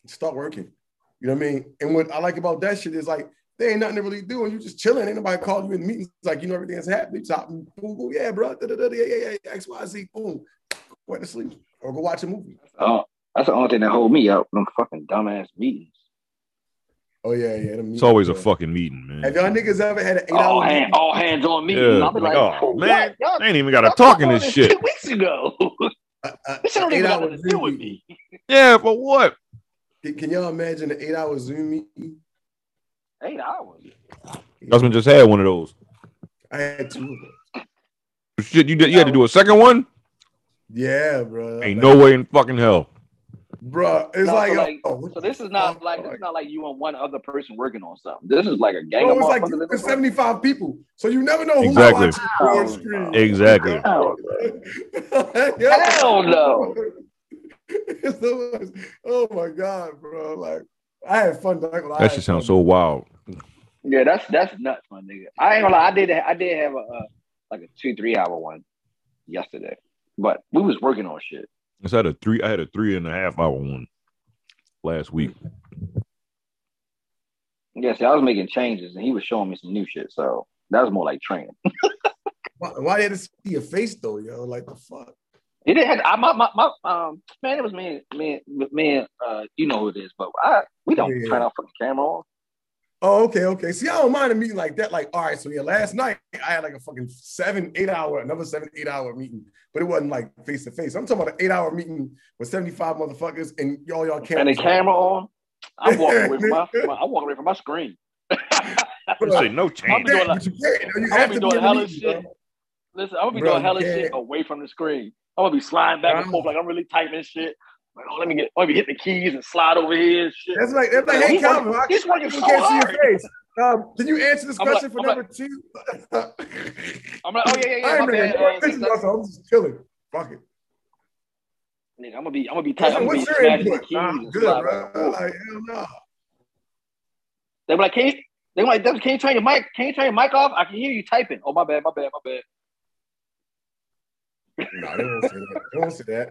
Speaker 5: start working. You know what I mean? And what I like about that shit is like there ain't nothing to really do, and you just chilling. Ain't nobody calling you in meetings. Like you know everything that's happening. Top, boom, boom, yeah, bro. Da, da, da, da, yeah, yeah, yeah. X, Y, Z. Boom. Go to sleep or go watch a movie.
Speaker 4: Oh, that's the only thing that hold me up. Them fucking dumbass meetings.
Speaker 5: Oh yeah, yeah. them
Speaker 3: It's always a
Speaker 5: meetings, yeah.
Speaker 3: fucking meeting, man.
Speaker 5: Have y'all niggas ever had an eight
Speaker 4: All
Speaker 5: hour
Speaker 4: hand, all hands on me.
Speaker 3: Yeah,
Speaker 4: I'll be
Speaker 3: like,
Speaker 4: like,
Speaker 3: oh,
Speaker 4: "Oh
Speaker 3: man,
Speaker 4: man, y'all,
Speaker 3: I ain't even got to
Speaker 4: y'all
Speaker 3: talk in
Speaker 4: on
Speaker 3: this shit.
Speaker 4: Two weeks ago. <laughs>
Speaker 5: uh,
Speaker 4: This shit don't even got nothing to do with me.
Speaker 3: Yeah, but what?
Speaker 5: Can, can y'all imagine an eight hour Zoom meeting?
Speaker 4: Eight hours.
Speaker 3: Desmond just had one of those.
Speaker 5: I had two of them.
Speaker 3: Shit, you did, you had to do a second one.
Speaker 5: Yeah, bro.
Speaker 3: Ain't no way in fucking hell.
Speaker 5: bro. It's
Speaker 4: No,
Speaker 5: like,
Speaker 4: so, like,
Speaker 5: oh, what
Speaker 4: So
Speaker 5: the
Speaker 4: this is not
Speaker 5: fuck?
Speaker 4: like this is not like you and one other person working on something. This is like a gang
Speaker 5: Bro,
Speaker 4: of
Speaker 5: it's like
Speaker 4: motherfuckers.
Speaker 5: it's 75 people, so you never know who
Speaker 3: Exactly.
Speaker 5: watches you on screen. <laughs>
Speaker 3: Exactly.
Speaker 4: Hell,
Speaker 5: Yeah.
Speaker 4: Hell no.
Speaker 5: It's <laughs> so much- oh my god, bro! Like I had fun. Like, when I
Speaker 3: That
Speaker 5: had
Speaker 3: shit sounds so
Speaker 5: fun.
Speaker 3: wild.
Speaker 4: Yeah, that's that's nuts, my nigga. I ain't gonna lie, I did I did have a uh, like a two three hour one yesterday, but we was working on shit.
Speaker 3: I had a three. I had a three and a half hour one last week.
Speaker 4: Yeah, see, I was making changes and he was showing me some new shit, so that was more like training.
Speaker 5: Why, why they had to see your face though, yo? Like the fuck.
Speaker 4: It didn't have I, my, my my um man, it was me and me and me and uh you know who it is, but I we don't
Speaker 5: Yeah.
Speaker 4: turn our fucking camera on.
Speaker 5: Oh, okay, okay. See, I don't mind a meeting like that. Like, all right, so yeah, last night I had like a fucking seven, eight hour, another seven, eight hour meeting, but it wasn't like face to face. I'm talking about an eight hour meeting with 75 motherfuckers and y'all, y'all cameras.
Speaker 4: and the camera on, I'm walking away from
Speaker 5: <laughs>
Speaker 4: my, my I'm walking away from my screen. <laughs>
Speaker 3: I say no
Speaker 4: I'm
Speaker 3: change.
Speaker 4: doing
Speaker 5: <laughs> Yeah,
Speaker 4: like-
Speaker 5: but you can't. You
Speaker 4: I'll
Speaker 5: have
Speaker 4: be
Speaker 5: to be
Speaker 4: doing
Speaker 5: in the
Speaker 4: hella
Speaker 5: meeting,
Speaker 4: shit.
Speaker 5: bro.
Speaker 4: Listen, I'm gonna be
Speaker 5: Bro,
Speaker 4: doing hella
Speaker 5: yeah.
Speaker 4: shit away from the screen. I'm gonna be sliding back and
Speaker 5: Bro.
Speaker 4: forth like I'm really typing shit. Like, oh, let me get, let me hit the keys and slide over here and shit.
Speaker 5: That's like, that's like,
Speaker 4: Yeah,
Speaker 5: hey,
Speaker 4: he's
Speaker 5: Calvin,
Speaker 4: working-
Speaker 5: I
Speaker 4: he's working
Speaker 5: can't see
Speaker 4: so hard.
Speaker 5: your face. Um, can you answer this
Speaker 4: I'm
Speaker 5: question
Speaker 4: like-
Speaker 5: for
Speaker 4: I'm
Speaker 5: number
Speaker 4: <laughs>
Speaker 5: two?
Speaker 4: I'm like, oh yeah, yeah, yeah.
Speaker 5: I ain't
Speaker 4: my
Speaker 5: ready.
Speaker 4: bad, uh,
Speaker 5: This is
Speaker 4: nigga,
Speaker 5: awesome. I'm just chilling. Fuck it.
Speaker 4: I'm gonna be, I'm gonna be typing.
Speaker 5: Listen,
Speaker 4: I'm gonna be
Speaker 5: what's
Speaker 4: smashing the
Speaker 5: your input?
Speaker 4: keys
Speaker 5: Nah, I'm
Speaker 4: and
Speaker 5: good,
Speaker 4: slide
Speaker 5: bro.
Speaker 4: back and forth.
Speaker 5: Like, hell nah.
Speaker 4: They be like, can you, they be like, "Devin, can you turn your mic? Can you turn your mic off? I can hear you typing. Oh my bad, my bad, my bad.
Speaker 5: No, they don't say that. They don't say that.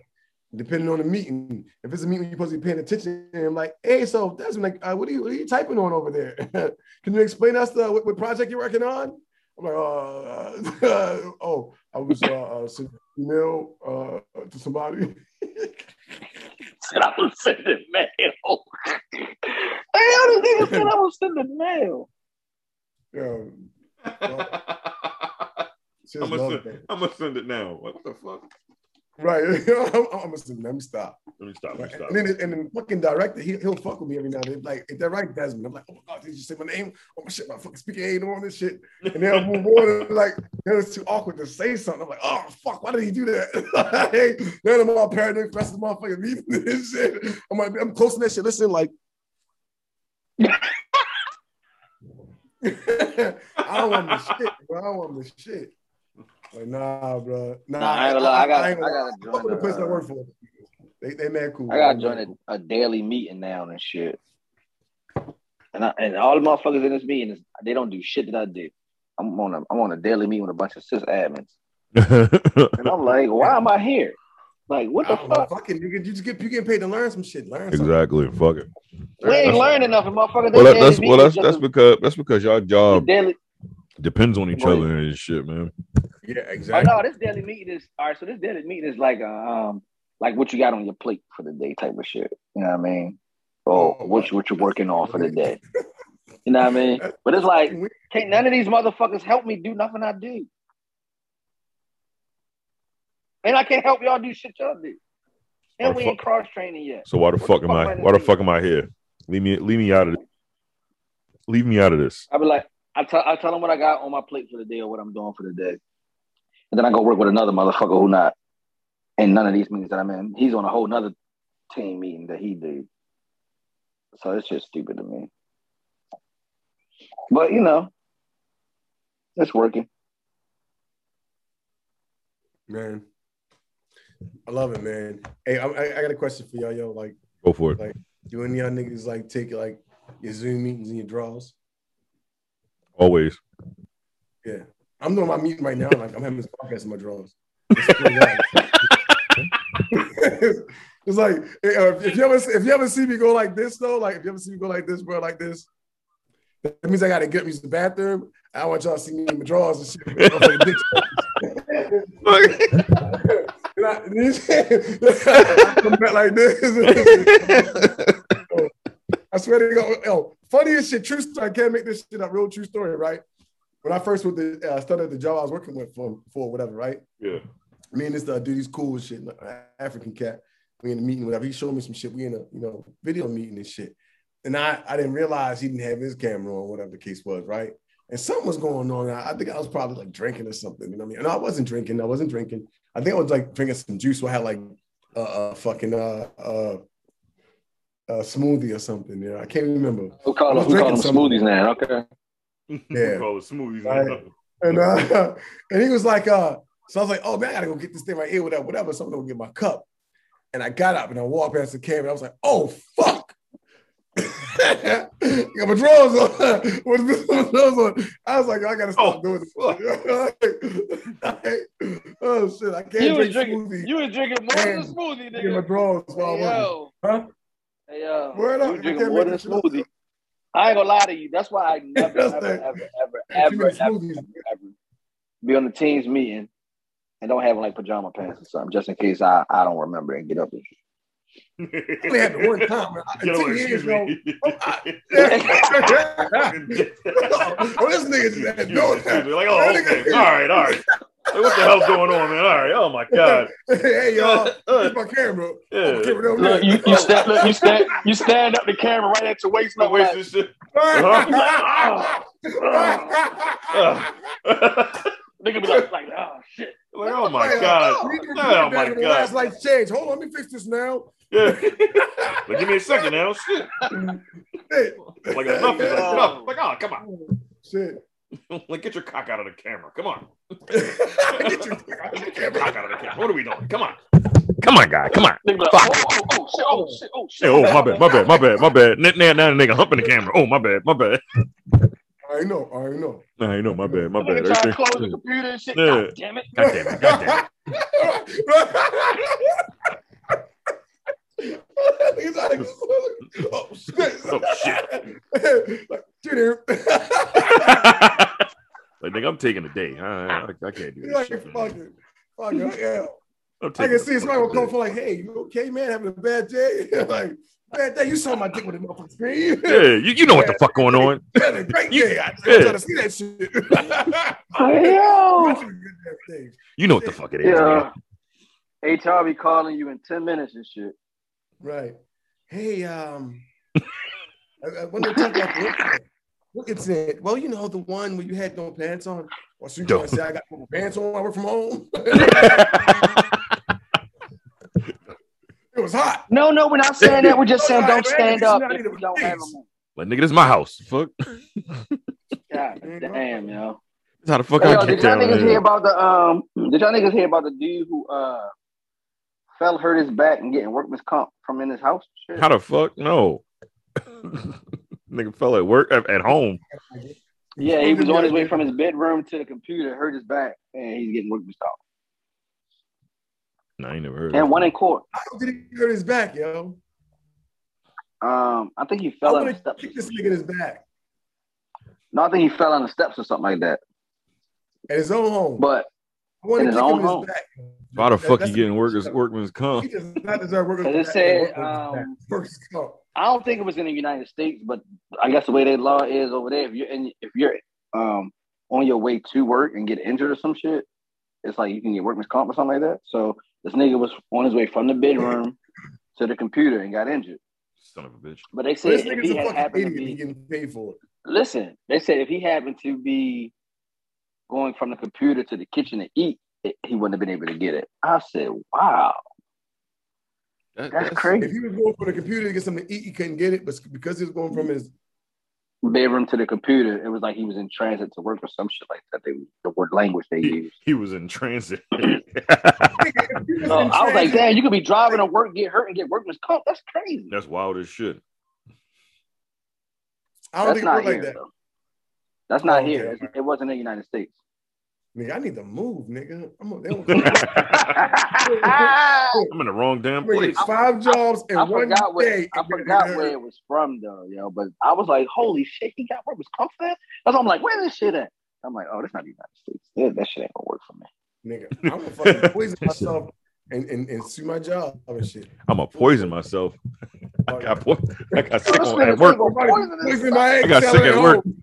Speaker 5: Depending on the meeting, if it's a meeting you're supposed to be paying attention, and I'm like, hey, so that's like, uh, what are you what are you typing on over there? <laughs> Can you explain us the what, what project you're working on? I'm like, uh, uh, <laughs> oh, I was uh, uh sending an email uh, to somebody. <laughs>
Speaker 4: Said I was sending mail. Damn, this nigga said I was sending mail.
Speaker 5: Yeah, she
Speaker 3: I'm
Speaker 5: just
Speaker 3: gonna send,
Speaker 5: loved that.
Speaker 3: I'm gonna send it now. Like, what the fuck?
Speaker 5: Right, <laughs> I'm, I'm gonna send- let me stop.
Speaker 3: Let me stop. Let me stop.
Speaker 5: And then, and then fucking director, he, he'll fuck with me every now and then. Like, is that right, Desmond? I'm like, oh my God, did you say my name? Oh my shit, my fucking speaking ain't on this shit. And they'll move on. and, Like, it was too awkward to say something. I'm like, oh fuck, why did he do that? <laughs> hey, none of my paranoid rest of the motherfucking meeting and shit. I'm like, I'm closing that shit. Listen, like. <laughs> I don't want the shit, bro. I don't want the shit. Like, nah, bro. Nah,
Speaker 4: Nah, I ain't gonna lie. I got-
Speaker 5: ain't gonna
Speaker 4: I gotta
Speaker 5: lie.
Speaker 4: join
Speaker 5: Fuck with the
Speaker 4: the,
Speaker 5: place I
Speaker 4: uh,
Speaker 5: work for. They, they mad cool.
Speaker 4: I gotta
Speaker 5: They mad
Speaker 4: join
Speaker 5: cool.
Speaker 4: a, a daily meeting now and shit. And I, and all the motherfuckers in this meeting is they don't do shit that I do. I'm on a I'm on a daily meeting with a bunch of cis admins, and I'm like, why am I here? Like, what the
Speaker 5: I don't know,
Speaker 4: fuck?
Speaker 5: Fucking, you get you just get you getting paid to learn some shit. Learn
Speaker 3: <laughs>
Speaker 5: something.
Speaker 3: exactly. Fuck it.
Speaker 4: We ain't learning nothing, motherfucker.
Speaker 3: Well,
Speaker 4: They
Speaker 3: that, that's
Speaker 4: daily
Speaker 3: well, that's
Speaker 4: meetings
Speaker 3: that's um,
Speaker 4: just
Speaker 3: because that's because y'all
Speaker 4: a-
Speaker 3: job
Speaker 4: daily.
Speaker 3: depends on each
Speaker 4: Right.
Speaker 3: other and shit, man.
Speaker 5: Yeah,
Speaker 4: Oh
Speaker 5: exactly.
Speaker 4: no, this daily meeting is all right. So this daily meeting is like uh, um like what you got on your plate for the day type of shit. You know what I mean? Or
Speaker 5: Oh,
Speaker 4: what you what you're working on for the day. You know what I mean? But it's
Speaker 5: <laughs>
Speaker 4: like can't none of these motherfuckers help me do nothing I do. And I can't help y'all do shit y'all do. And we ain't cross training yet.
Speaker 3: So why the fuck am
Speaker 4: fuck
Speaker 3: I?
Speaker 4: am I
Speaker 3: Why the
Speaker 4: doing?
Speaker 3: fuck am I here? Leave me. Leave me out of. This. Leave me out of this.
Speaker 4: I be like, I tell I tell them what I got on my plate for the day or what I'm doing for the day, and then I go work with another motherfucker who not in none of these meetings that I'm in. He's on a whole nother team meeting that he do. So it's just stupid to me. But you know, it's working.
Speaker 5: man. I love it, man. Hey, I, I I got a question for y'all, yo. Like,
Speaker 3: Go for it.
Speaker 5: do any of y'all niggas like take like your Zoom meetings and your draws?
Speaker 3: Always.
Speaker 5: Yeah, I'm doing my meeting right now. Like, I'm having this podcast in my draws. <laughs> it's like uh, if you ever if you ever see me go like this though, like if you ever see me go like this, bro, like this, that means I gotta get me to the bathroom. I don't want y'all to see me in my drawers and shit. <laughs> with my fucking dick. And I- <laughs> I come back like this. <laughs> I swear to God, yo, funniest shit, true story. I can't make this shit up. Real true story, right? When I first with the uh, started the job I was working with for, for whatever, right?
Speaker 3: Yeah.
Speaker 5: me and this uh, dude, he's cool and shit, uh, African cat. We in a meeting, whatever. He showed me some shit. We in a you know video meeting and shit. And I, I didn't realize he didn't have his camera on, whatever the case was, right? And something was going on. I, I think I was probably like drinking or something. You know what I mean? And I wasn't drinking. I wasn't drinking. I think I was like drinking some juice. So I had like a, a fucking uh, uh, a smoothie or something. Yeah, I can't remember.
Speaker 4: We call
Speaker 5: I'm
Speaker 4: them, we call
Speaker 5: drinking
Speaker 4: them
Speaker 5: some-
Speaker 4: smoothies now. Okay.
Speaker 5: Yeah.
Speaker 3: Call it smoothies.
Speaker 5: Right. And uh, <laughs> and he was like, uh, so I was like, oh man, I gotta go get this thing right here, whatever, whatever. So I'm gonna go get my cup. And I got up and I walked past the camera. I was like, oh fuck. <laughs> I got my drawers on. <laughs> With my drawers on. I was like, I gotta
Speaker 3: Oh,
Speaker 5: stop doing this. <laughs> oh shit, I can't
Speaker 7: You was
Speaker 5: drink
Speaker 7: drinking,
Speaker 5: smoothie.
Speaker 7: you was drinking more than a
Speaker 5: Damn.
Speaker 7: smoothie,
Speaker 5: get my
Speaker 7: nigga.
Speaker 5: drawers while
Speaker 7: Hey,
Speaker 5: I'm
Speaker 7: yo.
Speaker 5: Huh?
Speaker 4: Hey, yo,
Speaker 5: Word up,
Speaker 4: you
Speaker 5: I
Speaker 4: drinking
Speaker 5: can't
Speaker 4: more than a
Speaker 5: make this
Speaker 4: smoothie. I ain't gonna lie to you. That's why
Speaker 5: <laughs>
Speaker 4: I never,
Speaker 5: That's
Speaker 4: ever, ever,
Speaker 5: like-
Speaker 4: ever,
Speaker 5: You
Speaker 4: ever, ever,
Speaker 5: make
Speaker 4: ever,
Speaker 5: smoothies.
Speaker 4: ever be on the team's meeting and don't have like pajama pants or something, just in case I, I don't remember and get up. And
Speaker 5: I only happened one
Speaker 3: <laughs>
Speaker 5: time. I-
Speaker 3: You know what,
Speaker 5: Ten years
Speaker 3: excuse
Speaker 5: ago.
Speaker 3: <laughs>
Speaker 5: <laughs>
Speaker 3: me.
Speaker 5: oh, this
Speaker 3: Excuse
Speaker 5: nigga
Speaker 3: me,
Speaker 5: just had
Speaker 3: excuse me,
Speaker 5: no
Speaker 3: excuse me. Like,
Speaker 5: <laughs>
Speaker 3: oh, okay. all right, all right. Like, what the hell's going on, man? All right. Oh my god.
Speaker 5: Hey y'all,
Speaker 3: Uh,
Speaker 5: here's my camera.
Speaker 3: yeah.
Speaker 5: Give it over
Speaker 7: Look,
Speaker 5: there.
Speaker 7: you, you stand, look, you
Speaker 5: <laughs>
Speaker 7: stand, you stand up the camera right at your waist.
Speaker 3: Stop
Speaker 7: Look,
Speaker 3: wasting
Speaker 7: like,
Speaker 3: shit. Oh,
Speaker 7: nigga be like, like, oh shit.
Speaker 3: Like, oh my god. Oh my
Speaker 5: Last
Speaker 3: god.
Speaker 5: light change. Hold on, let me fix this now.
Speaker 3: Yeah. But give me a second now. Shit.
Speaker 5: Hey,
Speaker 3: Like enough is enough. Like, oh, come on.
Speaker 5: shit. <laughs>
Speaker 3: <laughs> Like, get your cock out of the camera. Come on.
Speaker 5: Get your-
Speaker 3: Get your cock out of the camera. What are we doing? Come on. Come on, guy. Come on.
Speaker 7: Nigga be like, oh, oh, oh shit, oh shit, oh shit.
Speaker 3: Hey, oh, my bad, my bad, my bad, my bad. Now, now, now the nigga humping the camera. Oh, my bad, my bad.
Speaker 5: I know, I know.
Speaker 3: I know, my bad, my
Speaker 7: Nigga trying to
Speaker 3: bad. Everything-
Speaker 7: close the computer and shit.
Speaker 3: Yeah.
Speaker 7: God damn it.
Speaker 3: God damn it, god damn it.
Speaker 5: He's out of- <laughs> oh shit!
Speaker 3: Oh,
Speaker 5: shit! <laughs> like, dude, <laughs>
Speaker 3: <laughs> like, nigga, I'm taking a day. I, I, I can't do
Speaker 5: He's
Speaker 3: this
Speaker 5: like,
Speaker 3: shit.
Speaker 5: fuck
Speaker 3: man.
Speaker 5: it, fuck it, yeah.
Speaker 3: <laughs> I'm
Speaker 5: I
Speaker 3: taking
Speaker 5: can
Speaker 3: a
Speaker 5: see it's
Speaker 3: fucking
Speaker 5: will
Speaker 3: day.
Speaker 5: come for like, hey, you okay, man? Having a bad day? <laughs> like, bad day. You saw my dick with a motherfucking screen. <laughs>
Speaker 3: Yeah, you, you know what the fuck going on.
Speaker 5: You had a
Speaker 3: <laughs>
Speaker 5: great
Speaker 3: You-
Speaker 5: day. I, I'm
Speaker 3: yeah.
Speaker 5: trying to see that
Speaker 3: <laughs>
Speaker 5: shit. <laughs>
Speaker 4: Yo,
Speaker 5: right.
Speaker 3: You know what the fuck it is.
Speaker 4: yeah. HR be calling you in ten minutes and shit.
Speaker 5: Hey, um, I, I want to talk about look at look at it. Well, you know the one where you had no pants on. Or so you
Speaker 3: Yo.
Speaker 5: trying to say I got no pants on? I work from home. <laughs>
Speaker 3: nigga.
Speaker 5: it was hot.
Speaker 4: No, no, we're not saying that. We're <laughs> just saying
Speaker 5: Alright,
Speaker 4: don't
Speaker 5: man,
Speaker 4: stand
Speaker 5: it's
Speaker 4: up
Speaker 5: not
Speaker 4: if
Speaker 5: even
Speaker 4: you don't have them.
Speaker 5: please.
Speaker 4: on.
Speaker 3: <laughs> like, nigga, this is my house. Fuck. This
Speaker 4: God damn, yo.
Speaker 3: is how the fuck
Speaker 4: Hey, yo,
Speaker 3: I get
Speaker 4: did y'all
Speaker 3: down
Speaker 4: niggas
Speaker 3: here.
Speaker 4: hear about the um? Did y'all niggas hear about the dude who uh fell hurt his back and getting workman's comp from in his house? Shit.
Speaker 3: How the fuck? No. <laughs> nigga fell at work, at, at home.
Speaker 4: Yeah, he was on his way from his bedroom to the computer, hurt his back, and he's getting workman's comp.
Speaker 3: No, I ain't never heard
Speaker 4: And
Speaker 3: of
Speaker 4: one in court.
Speaker 5: How did he hurt his back, yo?
Speaker 4: Um, I think he
Speaker 5: I
Speaker 4: fell on the
Speaker 5: want to
Speaker 4: steps.
Speaker 5: kick this nigga in his back
Speaker 4: No, I think he fell on the steps or something like that.
Speaker 5: at his own home.
Speaker 4: But
Speaker 5: I want to
Speaker 4: in his
Speaker 5: kick
Speaker 4: own
Speaker 5: him in
Speaker 4: home.
Speaker 5: his back.
Speaker 3: it. How the fuck
Speaker 5: That's
Speaker 3: you
Speaker 5: a-
Speaker 3: getting workers, workman's comp?
Speaker 5: He does not deserve workers.
Speaker 4: As it said, um,
Speaker 5: workers comp.
Speaker 4: I don't think it was in the United States. But I guess the way that law is over there, if you're in, if you're um on your way to work and get injured or some shit, it's like you can get workman's comp or something like that. So this nigga was on his way from the
Speaker 5: <laughs>
Speaker 4: bedroom to the computer and got injured.
Speaker 3: Son of a bitch.
Speaker 4: But they
Speaker 5: So
Speaker 4: said
Speaker 5: this
Speaker 4: if
Speaker 5: nigga's
Speaker 4: he
Speaker 5: a
Speaker 4: had
Speaker 5: fucking
Speaker 4: happened to
Speaker 5: idiot.
Speaker 4: be
Speaker 5: He getting paid for it.
Speaker 4: Listen, they said if he happened to be going from the computer to the kitchen to eat, it, he wouldn't have been able to get it. I said, "Wow,
Speaker 3: That-
Speaker 4: that's crazy."
Speaker 5: If he was going for the computer to get something to eat, he couldn't get it, but because he was going from his
Speaker 4: Bedroom to the computer, it was like he was in transit to work or some shit like that. They, the word language they
Speaker 3: He,
Speaker 4: used.
Speaker 3: he was in transit. <laughs>
Speaker 5: If he was
Speaker 4: So
Speaker 5: in
Speaker 4: I was like,
Speaker 5: transit,
Speaker 4: "Damn, you could be driving to work, get hurt, and get workman's comp. That's crazy."
Speaker 3: That's wild as shit. <laughs>
Speaker 5: I don't
Speaker 4: That's
Speaker 5: think
Speaker 4: not
Speaker 5: it worked
Speaker 4: here.
Speaker 5: like that. Oh,
Speaker 4: though. That's not
Speaker 5: Okay,
Speaker 4: here.
Speaker 5: okay.
Speaker 4: It wasn't in the United
Speaker 5: <laughs>
Speaker 4: States.
Speaker 5: Nigga, I need to move, nigga. I'm on, they don't-
Speaker 3: I'm in the wrong damn
Speaker 5: Wait,
Speaker 3: place.
Speaker 5: five jobs in
Speaker 4: I
Speaker 5: one
Speaker 4: forgot where
Speaker 5: day.
Speaker 4: I
Speaker 5: and
Speaker 4: forgot
Speaker 5: then-
Speaker 4: where it was from though, yo. But I was like, holy shit, he got work was comfortable. That's why I'm like, where this shit at? I'm like, oh, that's not the United States. Yeah, that shit ain't gonna work for me.
Speaker 5: Nigga, I'm gonna fucking poison myself and, and, and sue my job and shit.
Speaker 3: I'm gonna poison myself. <laughs> I got, po- I got sick
Speaker 4: This
Speaker 3: on,
Speaker 4: nigga
Speaker 3: at work.
Speaker 4: gonna poison his-
Speaker 5: Poison my eggs.
Speaker 3: got sick at work.
Speaker 5: work.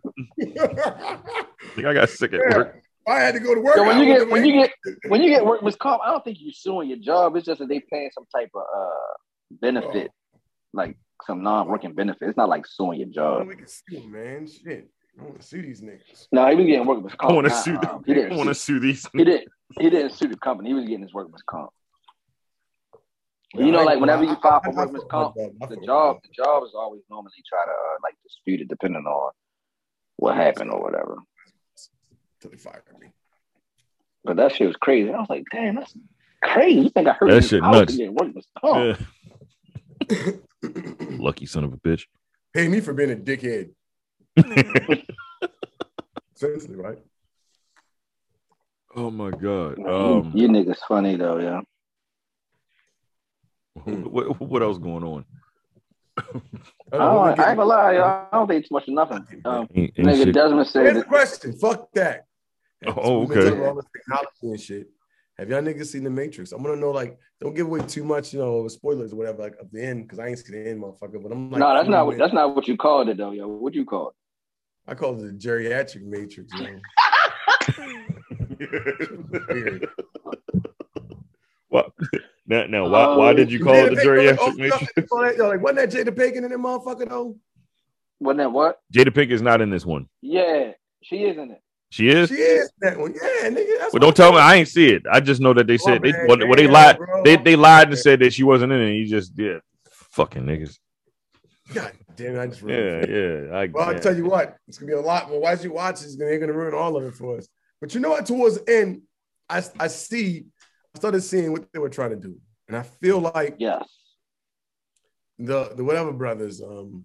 Speaker 3: Nigga, I got sick at work.
Speaker 5: I had to go to work.
Speaker 4: Yo, when you
Speaker 5: I
Speaker 4: get when
Speaker 5: would've
Speaker 4: you get when you get workman's comp, I don't think you suing your job. It's just that they paying some type of uh,
Speaker 5: Oh.
Speaker 4: benefit, like some non-working benefit. It's not like suing your
Speaker 5: been-
Speaker 4: job.
Speaker 5: we can sue, man. Shit. I want to see these niggas.
Speaker 4: No, he was getting workman's comp.
Speaker 3: I want to
Speaker 4: Nah,
Speaker 3: sue.
Speaker 4: uh,
Speaker 3: them. <laughs>
Speaker 4: He
Speaker 3: I
Speaker 4: didn't,
Speaker 3: want to
Speaker 4: sue-
Speaker 3: sue these.
Speaker 4: he didn't. He didn't sue the company. He was getting his workman's comp. You
Speaker 5: Yeah,
Speaker 4: know,
Speaker 5: I-
Speaker 4: like whenever you
Speaker 5: I-
Speaker 4: file
Speaker 5: I-
Speaker 4: for
Speaker 5: I- I
Speaker 4: workman's
Speaker 5: fuck
Speaker 4: comp,
Speaker 5: with that.
Speaker 4: the
Speaker 5: I fuck with
Speaker 4: job,
Speaker 5: that.
Speaker 4: the job is always normally try to uh, like dispute it, depending on what happened or whatever.
Speaker 5: Till they fire me. <clears throat>
Speaker 4: But that shit was crazy. I was like, damn, that's crazy. You think I heard
Speaker 3: That
Speaker 4: you
Speaker 3: shit
Speaker 4: out to
Speaker 3: nuts.
Speaker 4: get workman's comp?
Speaker 3: Yeah. Lucky son of a bitch.
Speaker 5: Pay me for being a dickhead.
Speaker 4: <laughs>
Speaker 5: Seriously, right?
Speaker 3: oh my god.
Speaker 4: You-
Speaker 3: Um,
Speaker 4: you, niggas funny though, yeah.
Speaker 3: <laughs> what, what else going on?
Speaker 5: I
Speaker 4: I,
Speaker 5: don't
Speaker 4: don't,
Speaker 5: wanna
Speaker 4: I ain't
Speaker 5: get-
Speaker 4: gonna lie, y'all, I don't think too much of nothing. Um,
Speaker 3: Ain't- ain't
Speaker 4: nigga
Speaker 3: shit.
Speaker 4: Desmond said
Speaker 5: Here's the
Speaker 4: that
Speaker 5: question. Fuck that.
Speaker 3: Oh,
Speaker 5: We've been talking
Speaker 3: okay.
Speaker 5: about all this technology and shit. Have y'all niggas seen the Matrix? I'm gonna know like don't give away too much, you know, spoilers or whatever, like of the end, because I ain't seen the end, motherfucker. But I'm like,
Speaker 4: no, that's not
Speaker 5: what
Speaker 4: what that's not what you called it though, yo. What you call it?
Speaker 5: I call it the geriatric Matrix. You know?
Speaker 3: <laughs>
Speaker 5: Weird.
Speaker 3: What? Now, now,
Speaker 5: Oh,
Speaker 3: why, why did you call it the
Speaker 5: Jada Pinkett,
Speaker 3: geriatric
Speaker 5: like,
Speaker 3: matrix?
Speaker 5: oh, fuck, yo, like, wasn't that Jada Pinkett in that motherfucker though?
Speaker 4: Wasn't that what?
Speaker 3: Jada Pinkett is not in this one.
Speaker 4: Yeah, she is in it.
Speaker 3: She is.
Speaker 5: She is that one. Yeah, nigga. That's
Speaker 3: well, don't tell me I ain't see it. I just know that they
Speaker 5: Oh,
Speaker 3: said they
Speaker 5: man,
Speaker 3: well, well, they
Speaker 5: damn,
Speaker 3: lied.
Speaker 5: bro.
Speaker 3: They they lied and said that she wasn't in it. You just did. Fucking niggas.
Speaker 5: God damn, it, I just ruined
Speaker 3: Yeah,
Speaker 5: it.
Speaker 3: yeah. I,
Speaker 5: Well, I'll
Speaker 3: yeah.
Speaker 5: tell you what, it's gonna be a lot. Well, why you watch it's gonna they're gonna ruin all of it for us. But you know what? Towards the end, I I see, I started seeing what they were trying to do, and I feel like
Speaker 4: Yes.
Speaker 5: the the whatever brothers, um,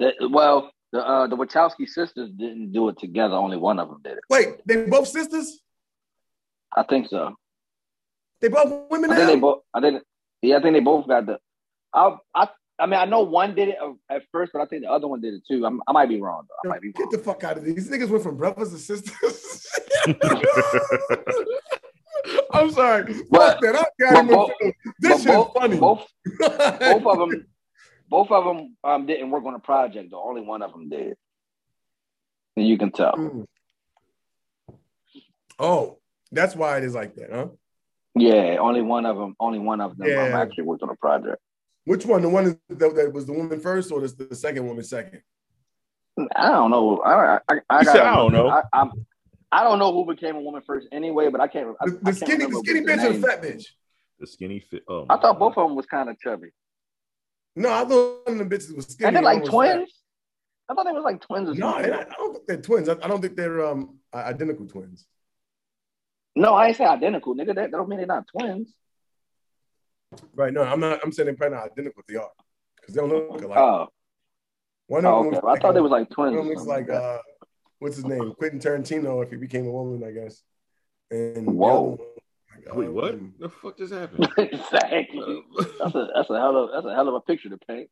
Speaker 4: That, well, the uh, the Wachowski sisters didn't do it together. Only one of them did it.
Speaker 5: wait, they both sisters.
Speaker 4: I think so.
Speaker 5: They both women
Speaker 4: I think
Speaker 5: now.
Speaker 4: they both. I think. Yeah, I think they both got the. I I I mean I know one did it at first, but I think the other one did it too. I'm, I might be wrong though. I might be
Speaker 5: Get
Speaker 4: wrong.
Speaker 5: the fuck out of these niggas went from brothers to sisters. I'm sorry.
Speaker 4: But-
Speaker 5: fuck that. I
Speaker 4: but
Speaker 5: got
Speaker 4: both-
Speaker 5: emotional. This shit
Speaker 4: But both,
Speaker 5: is funny.
Speaker 4: both both of them, both of them um, didn't work on the project. though. only one of them did, and you can tell.
Speaker 5: Mm. <laughs> Oh, that's why it is like that, huh?
Speaker 4: Yeah, only one of them. Only one of them um,
Speaker 5: Yeah.
Speaker 4: actually worked on the project.
Speaker 5: Which one? The one that, that was the woman first, or this, the second woman second?
Speaker 4: I don't know. I I, I, I,
Speaker 3: You said,
Speaker 4: gotta-
Speaker 3: "I don't know."
Speaker 4: I, I'm, I don't know who became a woman first anyway, but I can't. I, I
Speaker 5: The, the
Speaker 4: can't
Speaker 5: skinny,
Speaker 4: remember
Speaker 5: the skinny
Speaker 4: what
Speaker 5: bitch or the
Speaker 4: name-
Speaker 5: fat bitch?
Speaker 3: the skinny fit. Oh,
Speaker 4: I thought both of them was kind of chubby.
Speaker 5: No, I thought one of the bitches was skinny.
Speaker 4: and they're
Speaker 5: and
Speaker 4: like
Speaker 5: one was fat.
Speaker 4: twins. I thought they were like twins. Or
Speaker 5: No,
Speaker 4: something.
Speaker 5: they're not- I don't think they're twins. I, I don't think they're um i- identical twins.
Speaker 4: no, I ain't say identical, nigga. That, that don't mean they're not twins.
Speaker 5: Right? No, I'm not. I'm saying they're probably not identical. They are because they don't look alike.
Speaker 4: Oh,
Speaker 5: one
Speaker 4: oh,
Speaker 5: of them
Speaker 4: okay. Well, I
Speaker 5: looks like,
Speaker 4: thought they
Speaker 5: uh,
Speaker 4: was like twins. or
Speaker 5: one of them looks
Speaker 4: something
Speaker 5: like
Speaker 4: that.
Speaker 5: uh, what's his name? Quentin Tarantino. If he became a woman, I guess. And the
Speaker 4: Whoa.
Speaker 5: other one, like,
Speaker 3: Wait,
Speaker 5: um,
Speaker 3: what? The fuck just
Speaker 4: <laughs>
Speaker 3: happened? <laughs>
Speaker 5: uh,
Speaker 4: exactly. That's a that's a hell of that's a hell of a picture to paint.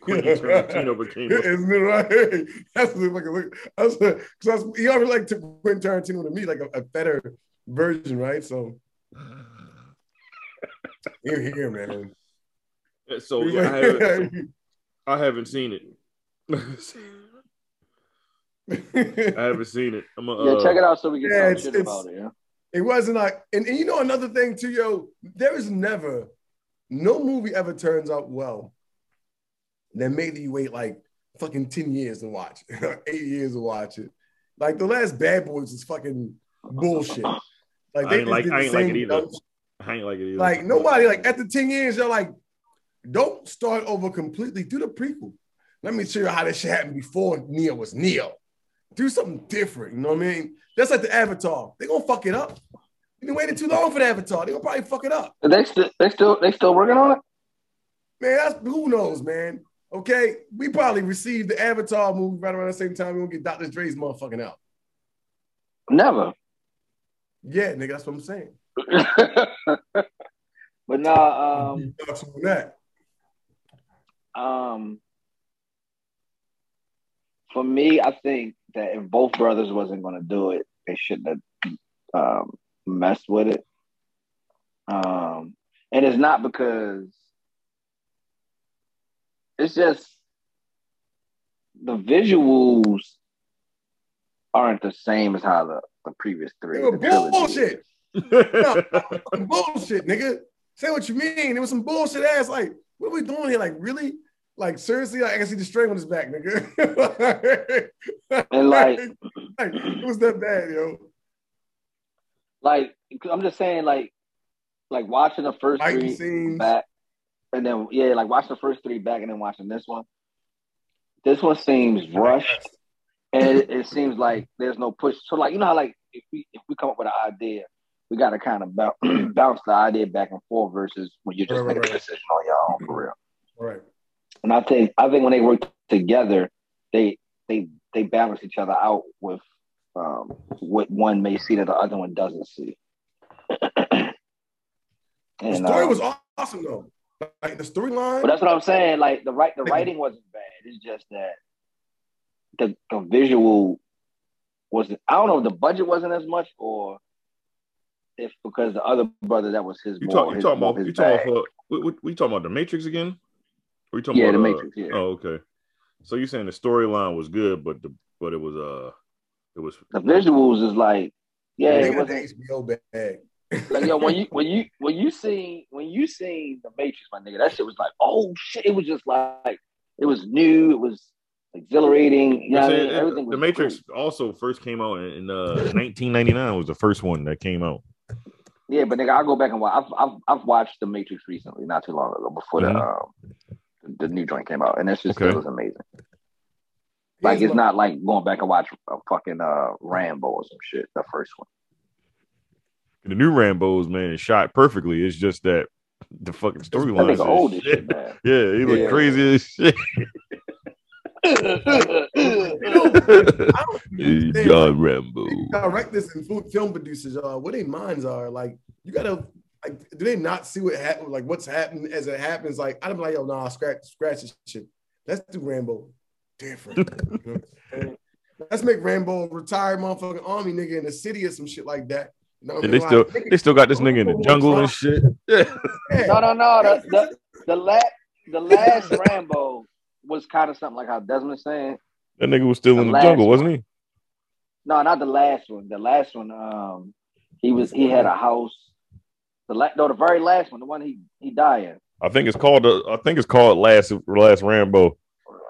Speaker 3: Quentin Tarantino became. a-
Speaker 5: <laughs> Isn't it right? That's what it fucking look. That's because that's he already like took Quentin Tarantino to me like a, a better version, right?
Speaker 3: <sighs>
Speaker 5: So here, here, man. <laughs>
Speaker 3: So yeah, I haven't, I haven't seen it. <laughs> I haven't seen it. I'm a, uh,
Speaker 4: Yeah, check it out so we can
Speaker 5: yeah,
Speaker 4: talk
Speaker 5: it's-
Speaker 4: shit
Speaker 5: it's-
Speaker 4: about it. Yeah.
Speaker 5: it wasn't like, and, and you know another thing too, yo. There is never, no movie ever turns out well. That made you wait like fucking ten years to watch, it, <laughs> eight years to watch it. Like the last Bad Boys is fucking bullshit. Like
Speaker 3: I ain't like-
Speaker 5: did the
Speaker 3: I ain't like
Speaker 5: same
Speaker 3: it either.
Speaker 5: dumb
Speaker 3: I ain't like it either. <laughs>
Speaker 5: Like nobody, <laughs> like after 10 years, you're like, don't start over completely. Do the prequel. Let me show you how this shit happened before Neo was Neo. Do something different. You know what I mean? That's like the Avatar. They're gonna fuck it up. You've been waiting too long for the Avatar. They're gonna probably fuck it up.
Speaker 4: They still they still they still working on it.
Speaker 5: Man, that's who knows, man. Okay, we probably received the Avatar movie right around the same time we gonna get Dr. Dre's motherfucking out.
Speaker 4: Never. <laughs>
Speaker 5: Yeah, nigga, that's what I'm saying.
Speaker 4: but nah, um,
Speaker 5: Thoughts on that.
Speaker 4: um, for me, I think that if both brothers wasn't gonna do it, they shouldn't have um, messed with it. Um, and it's not because it's just the visuals aren't the same as how the, the previous three.
Speaker 5: They
Speaker 4: the
Speaker 5: were
Speaker 4: trilogy is.
Speaker 5: bullshit.
Speaker 3: nobody.
Speaker 5: some bullshit, nigga. Say what you mean. It was some bullshit ass. Like, what are we doing here? Like, really? Like seriously, like, I can see the string on his back, nigga. <laughs>
Speaker 4: And like,
Speaker 5: Like, it was that bad, yo.
Speaker 4: like I'm just saying, like, like watching the first
Speaker 5: Fighting
Speaker 4: three
Speaker 5: scenes.
Speaker 4: back, and then yeah, like watch the first three back, and then watching this one. This one seems rushed, and it, it seems like there's no push. So like you know how like if we if we come up with an idea, we got to kind of bounce, <clears throat> bounce the idea back and forth versus when you just
Speaker 5: Right,
Speaker 4: make
Speaker 5: right,
Speaker 4: a
Speaker 5: right.
Speaker 4: decision on your own for real.
Speaker 5: All right.
Speaker 4: And I think I think when they work together, they they they balance each other out with um, what one may see that the other one doesn't see. <clears throat>
Speaker 5: The
Speaker 4: and,
Speaker 5: story
Speaker 4: um,
Speaker 5: was aw- awesome though. Like the storyline.
Speaker 4: but that's what I'm saying. Like the right, the writing wasn't bad. It's just that the, the visual was. I don't know. if The budget wasn't as much, or if because the other brother that was his.
Speaker 3: You
Speaker 4: more-
Speaker 3: talk. You
Speaker 4: his-
Speaker 3: talking
Speaker 4: more
Speaker 3: about?
Speaker 4: his
Speaker 3: You talking
Speaker 4: bag.
Speaker 3: about? What, what, what you talking about? The Matrix again? Or you talking
Speaker 4: Yeah,
Speaker 3: about
Speaker 4: The
Speaker 3: uh,
Speaker 4: Matrix, yeah.
Speaker 3: Oh, okay. So you saying the storyline was good, but the but it was uh, it was
Speaker 4: The visuals is like, yeah,
Speaker 5: They
Speaker 4: it
Speaker 5: got the
Speaker 4: wasn't.
Speaker 5: HBO bag.
Speaker 4: Like yo, when you when you when you seen when you seen the Matrix, my nigga, that shit was like, oh shit! It was just like it was new, it was exhilarating. You know what I
Speaker 3: It-
Speaker 4: mean?
Speaker 3: it-
Speaker 4: Everything was
Speaker 3: the Matrix
Speaker 4: great.
Speaker 3: also first came out in, in, uh, 1999 was the first one that came out.
Speaker 4: Yeah, but nigga, I'll go back and watch. I've, I've I've watched the Matrix recently, not too long ago, before the
Speaker 3: Mhm.
Speaker 4: um the, the new joint came out, and that's just
Speaker 3: Okay.
Speaker 4: it was amazing.
Speaker 5: <laughs>
Speaker 4: Like it's not like going back and watch a fucking uh, Rambo or some shit. The first one.
Speaker 3: The new Rambo's man is shot perfectly. It's just that the fucking
Speaker 4: That
Speaker 3: storyline. is
Speaker 4: nigga old as
Speaker 3: shit.
Speaker 4: shit, <laughs> man.
Speaker 3: <laughs> Yeah, he looked
Speaker 4: Yeah.
Speaker 3: crazy as shit.
Speaker 5: I
Speaker 3: <laughs>
Speaker 5: don't
Speaker 3: Hey,
Speaker 5: understand,
Speaker 3: John Rambo.
Speaker 5: like, directors and fu- film producers are what their minds are. Like you gotta like do they not see what happened like what's happened as it happens? Like I'm like, yo, nah, scratch scratch this shit. Let's do Rambo different.
Speaker 3: <laughs>
Speaker 5: You know what I'm saying? Let's make Rambo a retired motherfucking army nigga in the city or some shit like that. You know what I
Speaker 3: And
Speaker 5: mean?
Speaker 3: they still
Speaker 5: Like, nigga,
Speaker 3: they still got this nigga in the jungle and shit. <laughs> Yeah.
Speaker 5: yeah.
Speaker 4: No, no, no. The the the last the last Rambo was kind of something like how Desmond's saying.
Speaker 3: That nigga was still
Speaker 4: The
Speaker 3: in the
Speaker 4: last
Speaker 3: jungle, wasn't he?
Speaker 4: No, not the last one. The last one, um, he was he had a house. The la- no, the very last one, the one he he died in,
Speaker 3: I think it's called. uh, I think it's called last last Rambo.